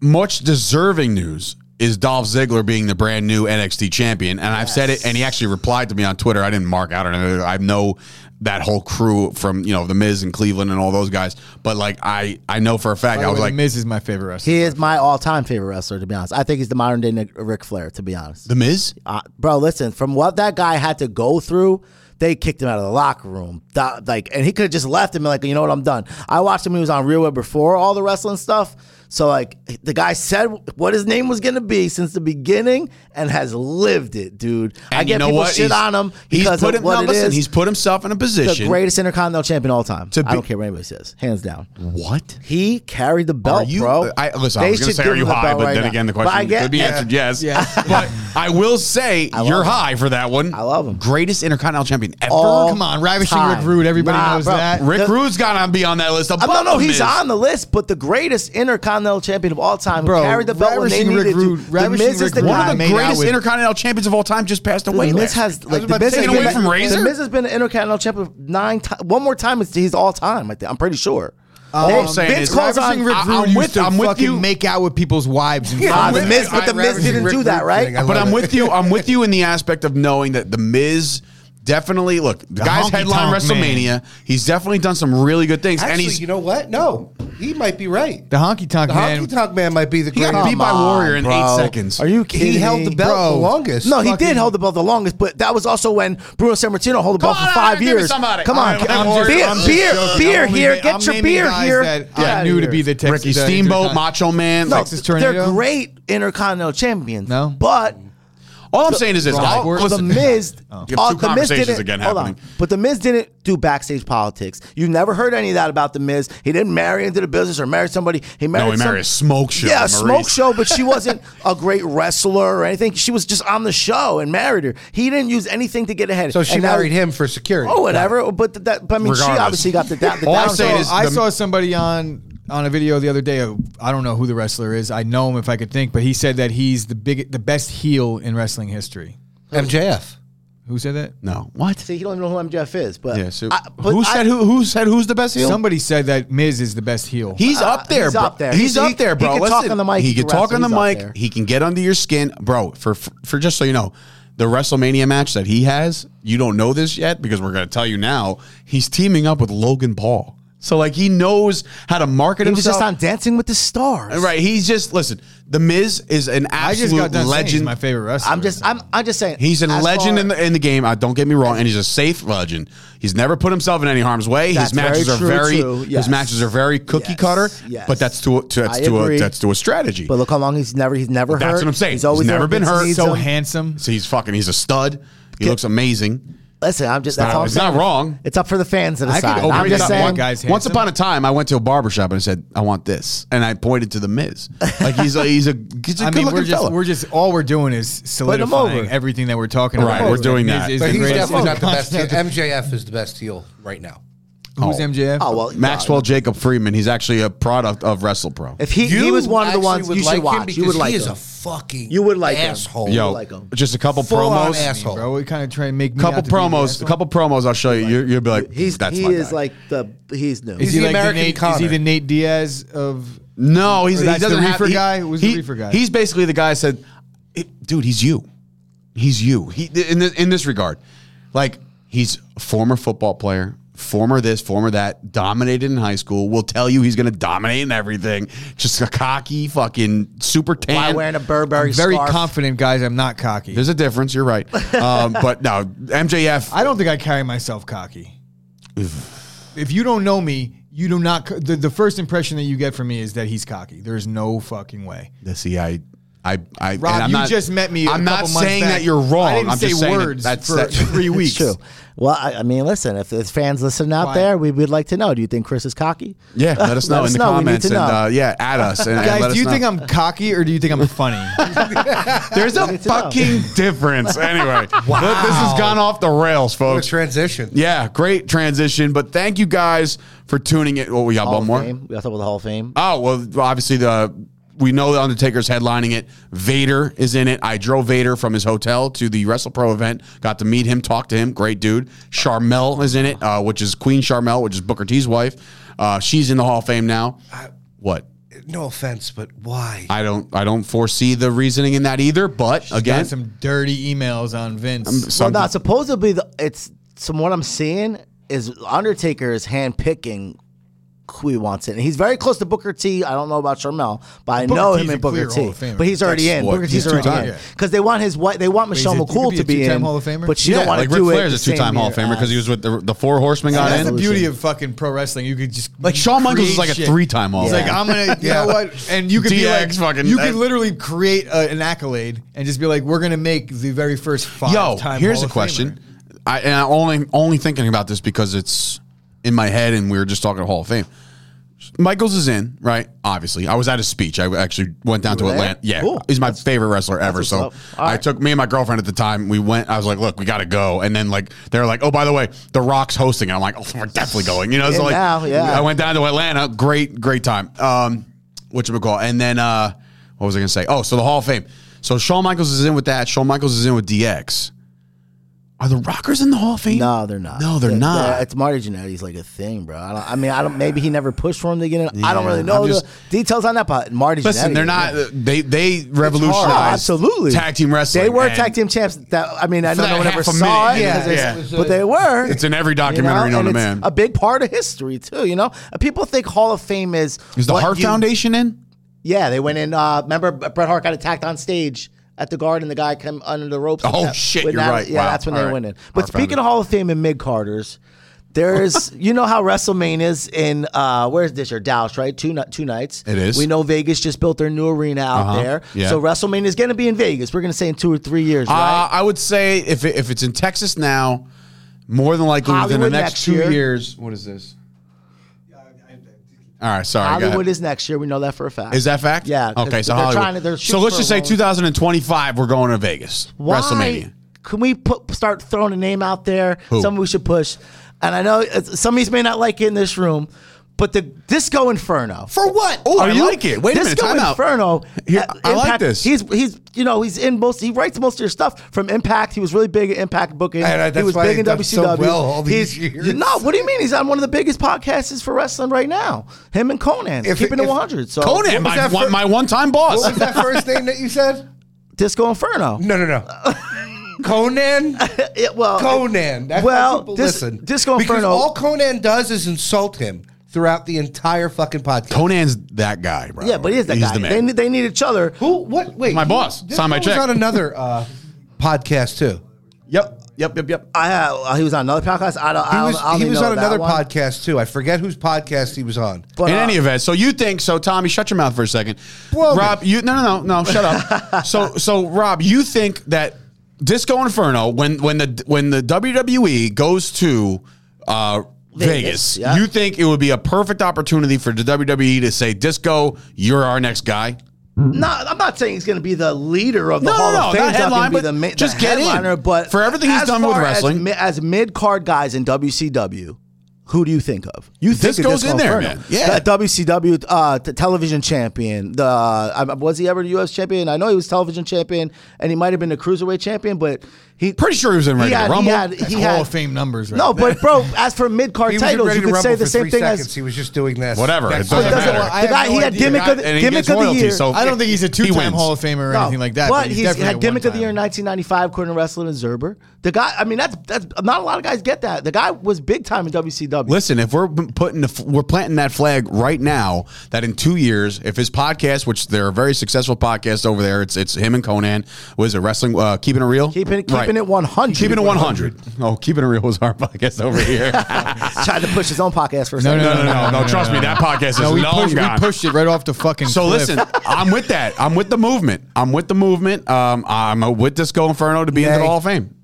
Speaker 2: Much deserving news is Dolph Ziggler being the brand new NXT champion, and I've said it. And he actually replied to me on Twitter. I didn't mark out or anything. I know that whole crew from you know the Miz and Cleveland and all those guys, but like I I know for a fact
Speaker 1: By the
Speaker 2: I was
Speaker 1: way,
Speaker 2: like
Speaker 1: the Miz is my favorite wrestler.
Speaker 4: He is my all-time favorite wrestler, to be honest. I think he's the modern day Nick, Ric Flair, to be honest.
Speaker 2: the Miz.
Speaker 4: uh, bro, listen, from what that guy had to go through, they kicked him out of the locker room. That- like, and he could have just left him, like, you know what, I'm done. I watched him when he was on Real Web before all the wrestling stuff. So, like, the guy said what his name was going to be since the beginning and has lived it, dude. I
Speaker 2: And
Speaker 4: get
Speaker 2: you know
Speaker 4: people
Speaker 2: what?
Speaker 4: shit
Speaker 2: He's-
Speaker 4: on him
Speaker 2: he's
Speaker 4: because
Speaker 2: put
Speaker 4: of
Speaker 2: him-
Speaker 4: what
Speaker 2: no,
Speaker 4: it
Speaker 2: listen,
Speaker 4: is.
Speaker 2: He's put himself in a
Speaker 4: the
Speaker 2: position.
Speaker 4: greatest intercontinental champion of all time.
Speaker 2: To
Speaker 4: I don't
Speaker 2: be-
Speaker 4: care what anybody says. Hands down.
Speaker 2: What?
Speaker 4: He carried the
Speaker 2: Are
Speaker 4: belt,
Speaker 2: you? uh,
Speaker 4: bro.
Speaker 2: I, listen, I
Speaker 4: They
Speaker 2: was going to
Speaker 4: should
Speaker 2: say,
Speaker 4: give
Speaker 2: are
Speaker 4: him
Speaker 2: you
Speaker 4: the
Speaker 2: high?
Speaker 4: belt
Speaker 2: But
Speaker 4: right
Speaker 2: then
Speaker 4: now.
Speaker 2: again, the
Speaker 4: But I
Speaker 2: question
Speaker 4: get-
Speaker 2: could be
Speaker 4: yeah.
Speaker 2: answered yes.
Speaker 1: Yeah.
Speaker 2: *laughs* but I will say
Speaker 4: love
Speaker 2: you're
Speaker 4: him.
Speaker 2: high for that one. I
Speaker 4: love him.
Speaker 2: Greatest Intercontinental Champion ever.
Speaker 4: All
Speaker 1: Come on, Ravishing
Speaker 4: time.
Speaker 1: Rick Rude. Everybody
Speaker 4: Nah,
Speaker 1: knows
Speaker 4: bro.
Speaker 1: that.
Speaker 2: Rick Rude's got to be on that list.
Speaker 4: I don't know. He's
Speaker 2: on.
Speaker 4: on the list, but the greatest intercontinental champion of all time,
Speaker 1: Bro,
Speaker 4: who carried the belt when they
Speaker 1: Ravishing Rick
Speaker 4: needed
Speaker 1: Rude-
Speaker 4: to. The
Speaker 1: Ravishing
Speaker 4: Miz
Speaker 1: Rick
Speaker 4: is the
Speaker 1: Rude.
Speaker 2: One
Speaker 4: guy.
Speaker 2: of the
Speaker 1: made out
Speaker 2: greatest
Speaker 1: with-
Speaker 2: Intercontinental Champions of all time just passed
Speaker 4: Dude,
Speaker 2: away.
Speaker 4: the Miz
Speaker 2: last-
Speaker 4: has like the
Speaker 2: about
Speaker 4: Miz
Speaker 2: to
Speaker 4: has,
Speaker 2: take it
Speaker 4: been,
Speaker 2: away from Razor.
Speaker 4: the Miz has been an intercontinental champion nine times. One more time, it's, he's all time. I think I'm pretty sure.
Speaker 2: All
Speaker 4: They-
Speaker 2: I'm saying
Speaker 4: Vince
Speaker 2: is-
Speaker 4: calls
Speaker 1: Ravishing
Speaker 4: on
Speaker 1: Rick
Speaker 2: I-
Speaker 1: Rude
Speaker 2: I'm
Speaker 1: used
Speaker 2: with-
Speaker 1: to
Speaker 2: I'm with
Speaker 1: fucking
Speaker 2: you.
Speaker 1: make out with people's wives. And
Speaker 4: Ah,
Speaker 1: fuck
Speaker 4: the
Speaker 1: them.
Speaker 4: Miz, but the Miz
Speaker 3: Ravishing
Speaker 4: didn't
Speaker 3: Rick
Speaker 4: do
Speaker 3: Rude
Speaker 4: that,
Speaker 3: thing.
Speaker 4: right?
Speaker 3: I
Speaker 2: but
Speaker 3: love
Speaker 2: I'm
Speaker 3: it.
Speaker 2: with you. I'm with you in the aspect of knowing that the Miz definitely look. The guy's
Speaker 1: honky
Speaker 2: headline
Speaker 1: tonk man.
Speaker 2: WrestleMania. He's definitely done some really good things,
Speaker 3: Actually,
Speaker 2: and he's
Speaker 3: you know what? No, he might be right.
Speaker 1: The honky tonk
Speaker 3: The
Speaker 1: man.
Speaker 3: honky tonk man might be the
Speaker 2: he got
Speaker 3: greatest.
Speaker 2: beat by
Speaker 4: on,
Speaker 2: Warrior in
Speaker 4: bro.
Speaker 2: eight seconds.
Speaker 4: Are you kidding
Speaker 3: He held
Speaker 4: me?
Speaker 3: the belt
Speaker 1: Bro.
Speaker 3: the longest.
Speaker 4: No, he
Speaker 1: fucking-
Speaker 4: did hold the belt the longest, but that was also when Bruno Sammartino held the
Speaker 2: Come
Speaker 4: belt for
Speaker 2: on,
Speaker 4: five
Speaker 2: give me
Speaker 4: years.
Speaker 2: somebody.
Speaker 4: Come on,
Speaker 2: I'm- I'm
Speaker 4: beer,
Speaker 2: just- I'm just
Speaker 4: beer,
Speaker 2: joking.
Speaker 4: beer
Speaker 1: I'm
Speaker 4: here.
Speaker 1: naming-
Speaker 4: Get
Speaker 1: I'm
Speaker 4: your
Speaker 1: naming
Speaker 4: beer
Speaker 1: guys
Speaker 4: here.
Speaker 1: that
Speaker 4: Get
Speaker 1: I
Speaker 4: outta
Speaker 1: knew to
Speaker 4: here.
Speaker 1: be the Texas
Speaker 2: Ricky
Speaker 1: the
Speaker 2: Steamboat,
Speaker 1: Intercon-
Speaker 2: Macho Man.
Speaker 4: No,
Speaker 2: like-
Speaker 1: Texas
Speaker 4: they're
Speaker 1: Tornado?
Speaker 4: great intercontinental champions.
Speaker 1: No?
Speaker 4: but
Speaker 2: all I'm saying is this:
Speaker 1: Wrong.
Speaker 2: I'll-
Speaker 1: Word.
Speaker 4: the
Speaker 2: listen,
Speaker 4: Miz,
Speaker 2: You have
Speaker 4: uh,
Speaker 2: two
Speaker 4: the Miz
Speaker 2: conversations
Speaker 4: didn't.
Speaker 2: again
Speaker 4: hold on,
Speaker 2: happening.
Speaker 4: but the Miz didn't do backstage politics. You never heard any of that about the Miz. He didn't marry into the business or marry somebody. He married.
Speaker 2: he married
Speaker 4: some-
Speaker 2: a smoke show,
Speaker 4: Yeah, a
Speaker 2: Maurice.
Speaker 4: smoke show, but
Speaker 2: *laughs*
Speaker 4: she wasn't a great wrestler or anything. She was just on the show and married her. He didn't use anything to get ahead.
Speaker 3: so she
Speaker 4: And now-
Speaker 3: married him for security.
Speaker 4: Oh, whatever. But th- that, but I mean,
Speaker 2: Regardless.
Speaker 4: she obviously got the, da- the
Speaker 2: All I'm
Speaker 4: down.
Speaker 2: saying is
Speaker 1: I
Speaker 2: the-
Speaker 1: saw somebody on on a video the other day. Of, I don't know who the wrestler is. I know him if I could think, but he said that he's the big, the best heel in wrestling history.
Speaker 3: MJF.
Speaker 1: Who said that?
Speaker 2: no, what?
Speaker 4: See, he don't even know who MJF is, but,
Speaker 2: Yeah, so
Speaker 4: I- but
Speaker 2: who
Speaker 4: I-
Speaker 2: said who? Who said who's the best heel?
Speaker 1: Somebody said that Miz is the best heel.
Speaker 2: He's up there,
Speaker 4: he's
Speaker 2: bro.
Speaker 4: up there.
Speaker 2: He's
Speaker 4: He-
Speaker 2: up
Speaker 4: he-
Speaker 2: there,
Speaker 4: he
Speaker 2: bro.
Speaker 4: can
Speaker 2: Listen,
Speaker 4: talk on the mic,
Speaker 2: He
Speaker 4: he
Speaker 2: can
Speaker 4: can
Speaker 2: talk on the
Speaker 4: wrestle, he's
Speaker 2: mic.
Speaker 4: up there.
Speaker 2: He can get under your skin, bro. For for just so you know, the WrestleMania match that he has, you don't know this yet because we're gonna tell you now. He's teaming up with Logan Paul, so like he knows how to market
Speaker 4: he was
Speaker 2: himself.
Speaker 4: just on Dancing with the Stars.
Speaker 2: Right, he's just listen. The Miz is an
Speaker 1: I just got
Speaker 2: absolute
Speaker 1: done legend. He's
Speaker 2: legend.
Speaker 1: my favorite wrestler.
Speaker 4: I'm just, I'm, I'm just saying.
Speaker 2: He's a
Speaker 4: as
Speaker 2: legend
Speaker 4: far-
Speaker 2: in the in the game. Uh, don't get me wrong, and he's a safe legend. He's never put himself in any harm's way.
Speaker 4: That's
Speaker 2: his matches
Speaker 4: very
Speaker 2: are
Speaker 4: true,
Speaker 2: very
Speaker 4: too.
Speaker 2: his
Speaker 4: Yes.
Speaker 2: matches are very cookie
Speaker 4: Yes.
Speaker 2: cutter.
Speaker 4: Yes.
Speaker 2: But that's to, to that's
Speaker 4: I
Speaker 2: to a,
Speaker 4: agree.
Speaker 2: that's to a strategy.
Speaker 4: But look how long he's never he's never
Speaker 2: That's
Speaker 4: hurt.
Speaker 2: what I'm saying.
Speaker 4: He's always
Speaker 2: He's never
Speaker 4: there
Speaker 2: been
Speaker 4: when
Speaker 2: hurt.
Speaker 4: Vince needs
Speaker 1: so
Speaker 4: him.
Speaker 1: handsome.
Speaker 2: so he's fucking he's a stud. He looks amazing.
Speaker 4: Listen, I'm just that's
Speaker 2: not-
Speaker 4: all I'm
Speaker 2: it's not
Speaker 4: saying.
Speaker 2: wrong.
Speaker 4: It's up for the fans to
Speaker 1: could
Speaker 4: decide.
Speaker 1: open
Speaker 4: I'm
Speaker 1: it
Speaker 4: just
Speaker 1: up
Speaker 4: saying.
Speaker 1: one guy's
Speaker 2: Once
Speaker 1: handsome.
Speaker 2: upon a time, I went to a barbershop and I said, "I want this," and I pointed to the Miz. Like he's a, he's a, he's a
Speaker 1: I
Speaker 2: good
Speaker 1: mean,
Speaker 2: looking
Speaker 1: we're just,
Speaker 2: fella.
Speaker 1: we're just all we're doing is
Speaker 4: him
Speaker 1: solidifying
Speaker 4: over.
Speaker 1: everything that we're talking
Speaker 2: Right,
Speaker 1: about.
Speaker 2: we're doing
Speaker 1: Miz
Speaker 2: that.
Speaker 1: is
Speaker 3: But
Speaker 1: the
Speaker 3: he's
Speaker 1: greatest
Speaker 4: Oh,
Speaker 3: definitely
Speaker 1: *laughs*
Speaker 3: not the best. Heel.
Speaker 1: intercontinental-
Speaker 3: MJF is the best heel right now.
Speaker 1: Who's MJF?
Speaker 4: Oh well,
Speaker 2: Maxwell Jacob Freeman. He's actually a product of WrestlePro.
Speaker 4: If he, he was one of the
Speaker 3: actually
Speaker 4: ones
Speaker 3: would
Speaker 4: you
Speaker 3: like
Speaker 4: should
Speaker 3: him
Speaker 4: watch. You
Speaker 3: because
Speaker 4: would like
Speaker 3: he is
Speaker 4: him.
Speaker 3: a fucking
Speaker 4: You would like him.
Speaker 3: asshole.
Speaker 4: You
Speaker 2: Yo,
Speaker 4: would like him.
Speaker 2: just a couple
Speaker 3: Full-on
Speaker 2: promos.
Speaker 3: asshole.
Speaker 1: bro, we kind of trying to make me
Speaker 2: couple
Speaker 1: out to be the
Speaker 2: promos, a
Speaker 1: asshole.
Speaker 2: couple promos. I'll show you. You're, you'll be like,
Speaker 4: He's
Speaker 2: that's
Speaker 4: he
Speaker 2: my
Speaker 4: is
Speaker 2: guy."
Speaker 4: like the he's new.
Speaker 1: Is
Speaker 3: He's
Speaker 1: he
Speaker 3: the
Speaker 1: like the
Speaker 3: American
Speaker 1: Nate? Is he
Speaker 3: Connor.
Speaker 1: the Nate Diaz of?
Speaker 2: no,
Speaker 1: Or
Speaker 2: he's he
Speaker 1: that's the
Speaker 2: doesn't have
Speaker 1: reefer
Speaker 2: he-
Speaker 1: guy? Who's the
Speaker 2: he-
Speaker 1: reefer guy?
Speaker 2: He's basically the guy that said, "Eh, dude, he's you, he's you. He in the, in this regard, like he's a former football player. Former this, former that, dominated in high school. Will tell you he's going to dominate in everything. Just a cocky, fucking super tan.
Speaker 4: Why wearing a Burberry
Speaker 1: Very
Speaker 4: scarf?
Speaker 1: confident guys. I'm not cocky.
Speaker 2: There's a difference. You're right, um, but no, MJF.
Speaker 1: I don't think I carry myself cocky. if you don't know me, you do not. The, the first impression that you get from me is that he's cocky. There's no fucking way.
Speaker 2: The see, I I, I and
Speaker 1: Rob,
Speaker 2: I'm
Speaker 1: you
Speaker 2: not-
Speaker 1: just met me. a
Speaker 2: I'm not
Speaker 1: couple months
Speaker 2: saying
Speaker 1: back.
Speaker 2: that you're wrong.
Speaker 1: I didn't
Speaker 2: am
Speaker 1: say
Speaker 2: just saying that
Speaker 1: words
Speaker 2: *laughs* that's
Speaker 1: for
Speaker 2: that-
Speaker 1: three weeks.
Speaker 4: It's true. Well, I, I mean, listen, if there's fans listening out
Speaker 1: Fine.
Speaker 4: there, we would like to know. Do you think Chris is cocky?
Speaker 2: Yeah, let us know in the
Speaker 4: know. We need
Speaker 2: comments
Speaker 4: to
Speaker 2: and
Speaker 4: know.
Speaker 2: uh, yeah, at us. And, and let
Speaker 1: Guys,
Speaker 2: us
Speaker 1: do you
Speaker 2: know.
Speaker 1: think I'm cocky or do you think I'm funny?
Speaker 2: There's a
Speaker 4: to know.
Speaker 2: fucking
Speaker 1: *laughs*
Speaker 2: difference. Anyway, Look, this has gone off the rails,
Speaker 3: What a
Speaker 2: folks.
Speaker 3: transition.
Speaker 2: Yeah, great transition. But thank you guys for tuning in. Oh, we got
Speaker 4: Hall
Speaker 2: one
Speaker 4: of
Speaker 2: more.
Speaker 4: Fame. We got to talk about the Hall of Fame.
Speaker 2: Oh well, obviously the we know the Undertaker's headlining it. Vader is in it. I drove Vader from his hotel to the WrestlePro event. Got to meet him, talk to him. Great dude. Charmel is in it, uh, which is Queen Charmel, which is Booker T's wife. Uh, she's in the Hall of Fame now. what?
Speaker 3: No offense, but why?
Speaker 2: I don't. I don't foresee the reasoning in that either. But *laughs* again, mm,
Speaker 1: Got some dirty emails on Vince.
Speaker 4: well,
Speaker 2: some-
Speaker 4: no, supposedly the, it's from what I'm seeing is Undertaker is handpicking who he wants it, and he's very close to Booker T. I don't know about Charmel, but I
Speaker 1: Booker
Speaker 4: know
Speaker 1: T's
Speaker 4: him
Speaker 1: a
Speaker 4: and
Speaker 1: clear
Speaker 4: Booker
Speaker 1: Hall
Speaker 4: T.
Speaker 1: of Famer.
Speaker 4: But he's already in.
Speaker 2: what-
Speaker 4: Booker
Speaker 2: he's
Speaker 4: T's already
Speaker 2: two-time.
Speaker 4: in because they want his wife. They want Michelle
Speaker 1: he could
Speaker 4: McCool
Speaker 1: be
Speaker 4: to
Speaker 1: a
Speaker 4: be in,
Speaker 1: two-time Hall of Famer?
Speaker 4: but she
Speaker 2: yeah,
Speaker 4: don't want
Speaker 2: like
Speaker 4: to
Speaker 2: Ric
Speaker 4: do
Speaker 2: Flair
Speaker 4: it.
Speaker 2: is a two-time Hall of Famer because he was with the, the four horsemen
Speaker 1: And
Speaker 2: got
Speaker 1: that's
Speaker 2: in.
Speaker 1: the beauty of fucking pro wrestling. You could just
Speaker 2: Like Shawn Michaels is
Speaker 1: create
Speaker 2: like a
Speaker 1: shit.
Speaker 2: three-time Hall.
Speaker 1: He's
Speaker 2: of
Speaker 1: like,
Speaker 2: Famer.
Speaker 1: I'm gonna, you know what? And you could be like,
Speaker 2: DX fucking-
Speaker 1: you could literally create a, an accolade and just be like, we're gonna make the very first five.
Speaker 2: Yo,
Speaker 1: time
Speaker 2: here's
Speaker 1: Hall
Speaker 2: a
Speaker 1: of
Speaker 2: question.
Speaker 1: Famer.
Speaker 2: I and I only only thinking about this because it's in my head, and we were just talking Hall of Fame. Michaels is in, right? Obviously, I was at a speech. I actually went down to
Speaker 4: were there?
Speaker 2: Atlanta. Yeah,
Speaker 4: Cool.
Speaker 2: he's my favorite wrestler ever.
Speaker 4: what's
Speaker 2: So
Speaker 4: up. All
Speaker 2: I
Speaker 4: right.
Speaker 2: took me and my girlfriend at the time. We went. I was like, "Look, we got to go." And then like they're like, "Oh, by the way, The Rock's hosting," and I'm like, "Oh, we're definitely going." You know, so
Speaker 4: Yeah,
Speaker 2: like
Speaker 4: now, yeah.
Speaker 2: I went down to Atlanta. Great, great time. Um, what you call? And then uh, what was I gonna say? Oh, so the Hall of Fame. So Shawn Michaels is in with that. Shawn Michaels is in with DX. Are the Rockers in the Hall of Fame?
Speaker 4: *laughs* No, they're not.
Speaker 2: No, they're not.
Speaker 4: it's Marty Jannetty's like a thing, bro. I, don't, I mean, I don't. Maybe he never pushed for him to get in. I don't
Speaker 2: Yeah,
Speaker 4: really
Speaker 2: I'm
Speaker 4: know the
Speaker 2: just-
Speaker 4: details on that, but Marty.
Speaker 2: Listen,
Speaker 4: Jannetty,
Speaker 2: they're
Speaker 4: yeah.
Speaker 2: not. They they
Speaker 4: Oh,
Speaker 2: revolutionized
Speaker 4: absolutely
Speaker 2: tag team wrestling.
Speaker 4: They were
Speaker 2: and
Speaker 4: tag team champs. That I mean, I
Speaker 2: For
Speaker 4: know
Speaker 2: that
Speaker 4: no one
Speaker 2: half
Speaker 4: ever
Speaker 2: a
Speaker 4: saw
Speaker 2: minute,
Speaker 4: it,
Speaker 2: yeah,
Speaker 4: because
Speaker 2: yeah.
Speaker 4: it's- but they were.
Speaker 2: It's in every documentary
Speaker 4: you know,
Speaker 2: known to
Speaker 4: and
Speaker 2: man.
Speaker 4: it's A big part of history too. You know, Uh, people think Hall of Fame is
Speaker 2: Is the
Speaker 4: what
Speaker 2: Hart
Speaker 4: you-
Speaker 2: Foundation in?
Speaker 4: Yeah, they went in. Uh, remember, Bret Hart got attacked on stage. At the garden, the guy came under the ropes. with
Speaker 2: Oh,
Speaker 4: that-
Speaker 2: shit,
Speaker 4: with
Speaker 2: you're
Speaker 4: that-
Speaker 2: right.
Speaker 4: Yeah,
Speaker 2: Wow.
Speaker 4: that's when
Speaker 2: All
Speaker 4: they
Speaker 2: right.
Speaker 4: went in. But
Speaker 2: Hart
Speaker 4: speaking
Speaker 2: Foundation.
Speaker 4: of Hall of Fame and mid Carters,
Speaker 2: *laughs*
Speaker 4: there's you know how WrestleMania's in uh, where's this year Dallas right two ni- two nights.
Speaker 2: It is. Uh-huh.
Speaker 4: We know Vegas just built their new arena out there.
Speaker 2: Yeah.
Speaker 4: So WrestleMania's going to be in Vegas. We're going to say in two or three years, right?
Speaker 2: Uh, I would say if it, if it's in Texas now, more than likely within the
Speaker 4: Hollywood
Speaker 2: next
Speaker 4: next
Speaker 2: two
Speaker 4: year.
Speaker 2: years. What is this? All right, sorry. go ahead.
Speaker 4: Hollywood is next year. We know that for a fact.
Speaker 2: Is that fact?
Speaker 4: Yeah, 'cause
Speaker 2: Okay, so
Speaker 4: they're trying to-
Speaker 2: Hollywood.
Speaker 4: they're
Speaker 2: so
Speaker 4: shooting
Speaker 2: let's
Speaker 4: for
Speaker 2: just
Speaker 4: a
Speaker 2: say
Speaker 4: long-
Speaker 2: 2025, we're going to Vegas.
Speaker 4: Why
Speaker 2: WrestleMania.
Speaker 4: Can we put start throwing a name out there?
Speaker 2: Who?
Speaker 4: Something we should push. And I know it's- some of these may not like it in this room, but the Disco Inferno.
Speaker 2: For what? Oh, I like it. Wait a minute.
Speaker 4: Disco
Speaker 2: Time out.
Speaker 4: Inferno.
Speaker 2: Here,
Speaker 4: uh,
Speaker 2: I like
Speaker 4: Impact-
Speaker 2: this.
Speaker 4: He's he's you know he's in most. He writes most of your stuff from Impact. He was really big at Impact booking.
Speaker 3: And, uh,
Speaker 4: he
Speaker 3: that's
Speaker 4: was
Speaker 3: why
Speaker 4: big in
Speaker 3: he's done so
Speaker 4: WCW.
Speaker 3: well all these
Speaker 4: He's-
Speaker 3: years.
Speaker 4: No, what do you mean? He's on one of the biggest podcasts for wrestling right now. Him and Conan.
Speaker 3: If-
Speaker 4: keeping it
Speaker 3: if-
Speaker 4: 100. So
Speaker 2: Conan, my,
Speaker 3: that
Speaker 2: one-
Speaker 3: for-
Speaker 2: my one-time boss.
Speaker 3: What was that first name that you said?
Speaker 4: Disco Inferno.
Speaker 3: No, no, no.
Speaker 4: *laughs*
Speaker 3: Conan?
Speaker 4: It- well,
Speaker 3: Conan. That's
Speaker 4: well,
Speaker 3: well, people
Speaker 4: Dis-
Speaker 3: listen.
Speaker 4: Disco
Speaker 3: because
Speaker 4: Inferno-
Speaker 3: all Conan does is insult him throughout the entire fucking podcast.
Speaker 2: Conan's that guy, bro.
Speaker 4: Yeah, but he is that
Speaker 2: He's
Speaker 4: guy.
Speaker 2: the
Speaker 4: They,
Speaker 2: man.
Speaker 4: need- they need each other.
Speaker 3: Who? What? Wait.
Speaker 2: My
Speaker 3: he-
Speaker 2: boss.
Speaker 3: this
Speaker 2: Sign my
Speaker 3: guy was
Speaker 2: check.
Speaker 3: on another uh, podcast, too.
Speaker 2: yep, yep, yep, yep.
Speaker 4: I uh, he was on another podcast. I don't.
Speaker 3: He
Speaker 4: I don't,
Speaker 3: was,
Speaker 4: I don't
Speaker 3: he
Speaker 4: even
Speaker 3: was
Speaker 4: know
Speaker 3: on
Speaker 4: that
Speaker 3: another
Speaker 4: one.
Speaker 3: podcast, too. I forget whose podcast he was on.
Speaker 4: But,
Speaker 2: In
Speaker 4: uh,
Speaker 2: any event, so you think so, Tommy? Shut your mouth for a second,
Speaker 3: Whoa.
Speaker 2: Rob. You no, no, no, no. Shut
Speaker 4: *laughs*
Speaker 2: up. so, so Rob, you think that Disco Inferno when when the when the WWE goes to uh, Vegas,
Speaker 4: Vegas, yeah.
Speaker 2: you think it would be a perfect opportunity for the WWE to say, Disco, you're our next guy?
Speaker 4: No, I'm not saying he's going to be the leader of the
Speaker 2: No,
Speaker 4: Hall
Speaker 2: no,
Speaker 4: of
Speaker 2: no,
Speaker 4: Fame.
Speaker 2: not
Speaker 4: He's
Speaker 2: headline,
Speaker 4: going to
Speaker 2: but
Speaker 4: be the, ma-
Speaker 2: just
Speaker 4: the
Speaker 2: get in.
Speaker 4: headliner. But
Speaker 2: For everything he's
Speaker 4: as
Speaker 2: done with
Speaker 4: far as
Speaker 2: wrestling.
Speaker 4: mi- as mid card guys in WCW. Who do you think of? You think of
Speaker 2: Disco's in there,
Speaker 4: Inferno.
Speaker 2: man. Yeah.
Speaker 4: The WCW uh, t- television champion. The uh, was he ever the U.S. champion? I know he was television champion, and he might have been the cruiserweight champion, but he
Speaker 2: Pretty sure he was in
Speaker 4: he
Speaker 2: Ready
Speaker 4: had,
Speaker 2: to Rumble.
Speaker 4: He had,
Speaker 1: That's
Speaker 4: he
Speaker 1: Hall
Speaker 4: had-
Speaker 1: of Fame numbers, right?
Speaker 4: No, but bro, as for mid card
Speaker 3: He was in
Speaker 4: titles,
Speaker 3: ready
Speaker 4: you
Speaker 3: to
Speaker 4: could
Speaker 3: rumble
Speaker 4: say
Speaker 3: for
Speaker 4: the same
Speaker 3: three
Speaker 4: thing
Speaker 3: seconds.
Speaker 4: as
Speaker 3: He was just doing this.
Speaker 2: Whatever, it
Speaker 3: That's
Speaker 2: doesn't
Speaker 3: what-
Speaker 4: But doesn't
Speaker 2: matter.
Speaker 4: matter. The guy,
Speaker 1: no
Speaker 4: he had
Speaker 1: idea.
Speaker 4: gimmick of the,
Speaker 2: And he
Speaker 4: gimmick
Speaker 2: gets
Speaker 4: of the
Speaker 2: royalties,
Speaker 4: year.
Speaker 2: so
Speaker 1: I don't think he's a two-time
Speaker 2: wins.
Speaker 1: Hall of Famer or
Speaker 4: No,
Speaker 1: anything like that.
Speaker 4: But, he's,
Speaker 1: definitely
Speaker 4: had
Speaker 1: a
Speaker 4: gimmick of the year in
Speaker 1: one-time.
Speaker 4: 1995, according to Wrestling Observer. The guy, I mean, that's that's not a lot of guys get that. The guy was big time in WCW. W.
Speaker 2: Listen, if we're p- putting the, f- we're planting that flag right now that in two years, if his podcast, which they're a very successful podcast over there, it's it's him and Conan, was it wrestling, uh, keeping it real,
Speaker 4: Keeping it-
Speaker 2: Right.
Speaker 4: keeping it 100.
Speaker 2: keeping it one hundred. Oh, keeping it real was our *laughs* podcast over here.
Speaker 4: *laughs* Tried to push his own podcast for a second.
Speaker 2: no, no, no, no, Trust me, that podcast is
Speaker 1: No, we,
Speaker 2: long
Speaker 1: pushed, we
Speaker 2: gone.
Speaker 1: pushed it right off the fucking.
Speaker 2: So
Speaker 1: cliff.
Speaker 2: listen, *laughs* I'm with that. I'm with the movement. I'm with the movement. Um, I'm uh, with Disco Inferno to be in
Speaker 3: Nay.
Speaker 2: the Hall of Fame.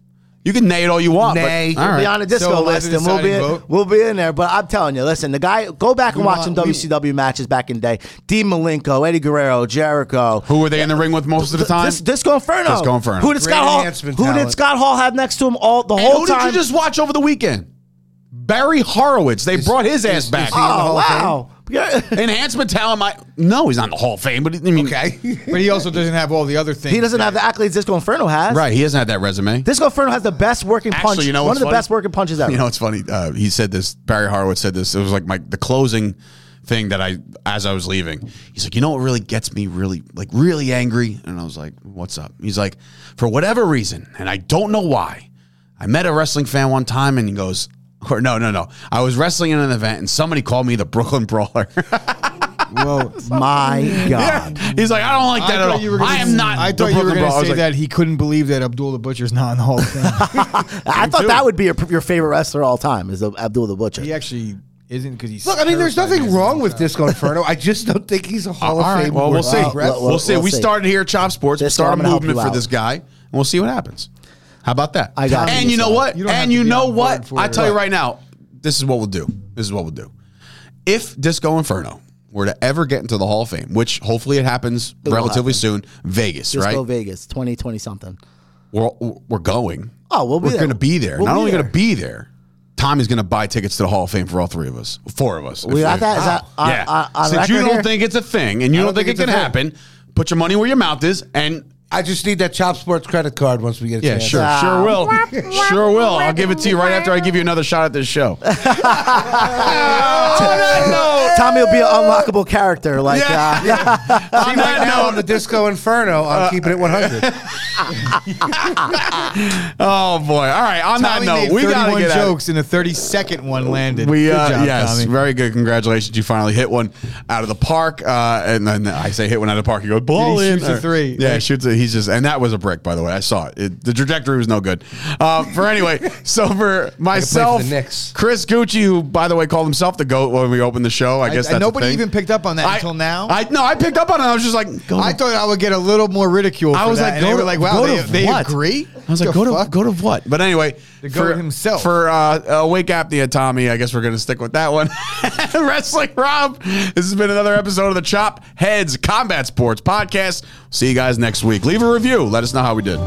Speaker 2: You can nay it all you want. but-
Speaker 3: Nay.
Speaker 2: all
Speaker 4: We'll be
Speaker 2: right.
Speaker 4: on the disco
Speaker 1: So,
Speaker 4: list, and we'll be
Speaker 1: deciding vote.
Speaker 4: we'll be in there. But I'm telling you, listen, the guy, go back and
Speaker 1: We
Speaker 4: watch
Speaker 1: want-
Speaker 4: some WCW matches back in the day. Dean Malenko, Eddie Guerrero, Jericho.
Speaker 2: Who were they in the ring with most of the time?
Speaker 4: Dis- Disco Inferno.
Speaker 2: Disco Inferno.
Speaker 4: Who did
Speaker 3: Great
Speaker 4: Scott Hall?
Speaker 3: enhancement
Speaker 4: Who did
Speaker 3: talent.
Speaker 4: Scott Hall have next to him all the
Speaker 2: And
Speaker 4: whole
Speaker 2: who
Speaker 4: time?
Speaker 2: did you just watch over the weekend? Barry Horowitz. They brought his ass
Speaker 3: is-
Speaker 2: back.
Speaker 3: is he in
Speaker 4: *laughs*
Speaker 3: the
Speaker 4: oh
Speaker 3: Hall of
Speaker 4: wow! Yeah. *laughs*
Speaker 2: Enhancement talent. My no, he's not in the Hall of Fame. But I mean,
Speaker 3: Okay.
Speaker 1: *laughs* but he also doesn't have all the other things.
Speaker 4: he doesn't have the accolades Disco Inferno has.
Speaker 2: *laughs* right? He doesn't have that resume.
Speaker 4: Disco Inferno has the best working punch.
Speaker 2: Actually, you know
Speaker 4: one
Speaker 2: what's
Speaker 4: of the
Speaker 2: funny?
Speaker 4: best working punches ever.
Speaker 2: You know, it's funny. Uh, he said this. Barry Horowitz said this. It was like my the closing thing that I as I was leaving. He's like, you know what really gets me really like really angry, and I was like, what's up? He's like, for whatever reason, and I don't know why. I met a wrestling fan one time, and he goes, or no, no, no. I was wrestling in an event, and somebody called me the Brooklyn Brawler.
Speaker 4: Whoa, *laughs*
Speaker 2: *laughs*
Speaker 4: my God!
Speaker 2: He's like, I don't like that
Speaker 1: I
Speaker 2: at
Speaker 1: thought you were
Speaker 2: all.
Speaker 1: gonna,
Speaker 2: I am not.
Speaker 1: I
Speaker 2: the
Speaker 1: thought you were
Speaker 2: Brooklyn
Speaker 1: going
Speaker 2: Brawler." I
Speaker 1: to
Speaker 2: was
Speaker 1: say
Speaker 2: like,
Speaker 1: that he couldn't believe that Abdul the Butcher's not in the Hall of Fame. *laughs*
Speaker 4: I thought that would be your, your favorite wrestler of all time is Abdul the Butcher.
Speaker 1: he actually isn't because he's.
Speaker 3: Look, I mean, there's
Speaker 1: terrified
Speaker 3: nothing
Speaker 1: he has
Speaker 3: wrong with Disco Inferno. I just don't think he's a Hall
Speaker 2: All
Speaker 3: of
Speaker 2: right.
Speaker 3: Fame.
Speaker 2: Well, we'll
Speaker 3: worthy
Speaker 2: see.
Speaker 4: Well,
Speaker 2: we'll,
Speaker 3: wrestler.
Speaker 4: well, we'll
Speaker 2: see. We
Speaker 4: see.
Speaker 2: started here at Chop Sports. We
Speaker 4: This time
Speaker 2: started
Speaker 4: I'm
Speaker 2: a
Speaker 4: gonna help
Speaker 2: movement
Speaker 4: you
Speaker 2: for
Speaker 4: out.
Speaker 2: this guy, and we'll see what happens. How about that?
Speaker 4: I got
Speaker 2: and
Speaker 4: you.
Speaker 2: you know what?
Speaker 1: You don't have
Speaker 2: and
Speaker 1: to
Speaker 2: you
Speaker 1: be
Speaker 2: know
Speaker 1: on
Speaker 2: what?
Speaker 1: board for
Speaker 2: I
Speaker 1: it.
Speaker 2: tell you right now, this is what we'll do. This is what we'll do. If Disco Inferno were to ever get into the Hall of Fame, which hopefully it happens
Speaker 4: will
Speaker 2: relatively soon, Vegas,
Speaker 4: Disco
Speaker 2: right?
Speaker 4: Vegas, twenty twenty something.
Speaker 2: we're we're going.
Speaker 4: Oh, we'll be
Speaker 2: we're
Speaker 4: there.
Speaker 2: going to be there.
Speaker 4: We'll
Speaker 2: Not
Speaker 4: be
Speaker 2: only going to
Speaker 4: there.
Speaker 2: be there, Tommy's going to buy tickets to the Hall of Fame for all three of us, four of us.
Speaker 4: We
Speaker 2: If Oh,
Speaker 4: got that? Is that on-
Speaker 2: yeah.
Speaker 4: on- on
Speaker 2: Since you
Speaker 4: record
Speaker 2: don't
Speaker 4: here?
Speaker 2: think it's a thing and you don't,
Speaker 3: don't
Speaker 2: think,
Speaker 3: think
Speaker 2: it can
Speaker 3: it's a
Speaker 2: happen, put your money where your mouth is and.
Speaker 3: I just need that Chop Sports credit card once we get a
Speaker 2: Yeah,
Speaker 3: chance.
Speaker 2: sure,
Speaker 4: Ah.
Speaker 2: sure will, sure will. I'll give it to you right after I give you another shot at this
Speaker 4: *laughs*
Speaker 2: show.
Speaker 4: *laughs* Tommy will be an unlockable character. Like
Speaker 2: Yeah. *laughs*
Speaker 4: uh,
Speaker 2: On
Speaker 3: Right
Speaker 2: that
Speaker 3: now
Speaker 2: note-
Speaker 3: on the Disco Inferno, I'm
Speaker 2: Uh,
Speaker 3: keeping it 100.
Speaker 2: *laughs* oh boy! All right, on that
Speaker 1: Tommy made
Speaker 2: note, we gotta
Speaker 1: 31
Speaker 2: get out. of-
Speaker 1: jokes, and the 30 second one landed.
Speaker 2: We
Speaker 1: Good
Speaker 2: uh,
Speaker 1: job,
Speaker 2: yes,
Speaker 1: Tommy.
Speaker 2: very good. Congratulations, you finally hit one out of the park. Uh, and then I say hit one out of the park. You go ball
Speaker 1: Did he
Speaker 2: in.
Speaker 1: shoots a
Speaker 2: Or-
Speaker 1: three?
Speaker 2: Yeah, he shoots. A, he's just and that was a brick, by the way. I saw it. It- the trajectory was no good. Uh,
Speaker 1: *laughs*
Speaker 2: for anyway, so for myself,
Speaker 3: Knicks.
Speaker 2: Chris Gucci, who by the way called himself the goat when we opened the show. I, guess
Speaker 1: I-
Speaker 2: that's a
Speaker 1: nobody
Speaker 2: thing.
Speaker 1: even picked up on that
Speaker 2: I-
Speaker 1: until now.
Speaker 2: I no, I picked up on it. I was just like, go
Speaker 1: I
Speaker 2: to-
Speaker 1: thought I would get a little more ridicule. For
Speaker 2: I was
Speaker 1: that,
Speaker 2: like,
Speaker 1: and
Speaker 2: go
Speaker 1: they
Speaker 2: to,
Speaker 1: were like, wow,
Speaker 2: go
Speaker 4: *laughs*
Speaker 1: they,
Speaker 2: to
Speaker 1: they
Speaker 2: what?
Speaker 1: agree.
Speaker 2: I was like,
Speaker 1: The
Speaker 2: go to
Speaker 1: fuck?
Speaker 2: go to what? But anyway,
Speaker 1: The
Speaker 2: for,
Speaker 1: goat himself.
Speaker 2: for uh, awake apnea, Tommy. I guess we're gonna stick with that one. *laughs* Wrestling Rob. This has been another episode of the Chop Heads Combat Sports Podcast. See you guys next week. Leave a review. Let us know how we did.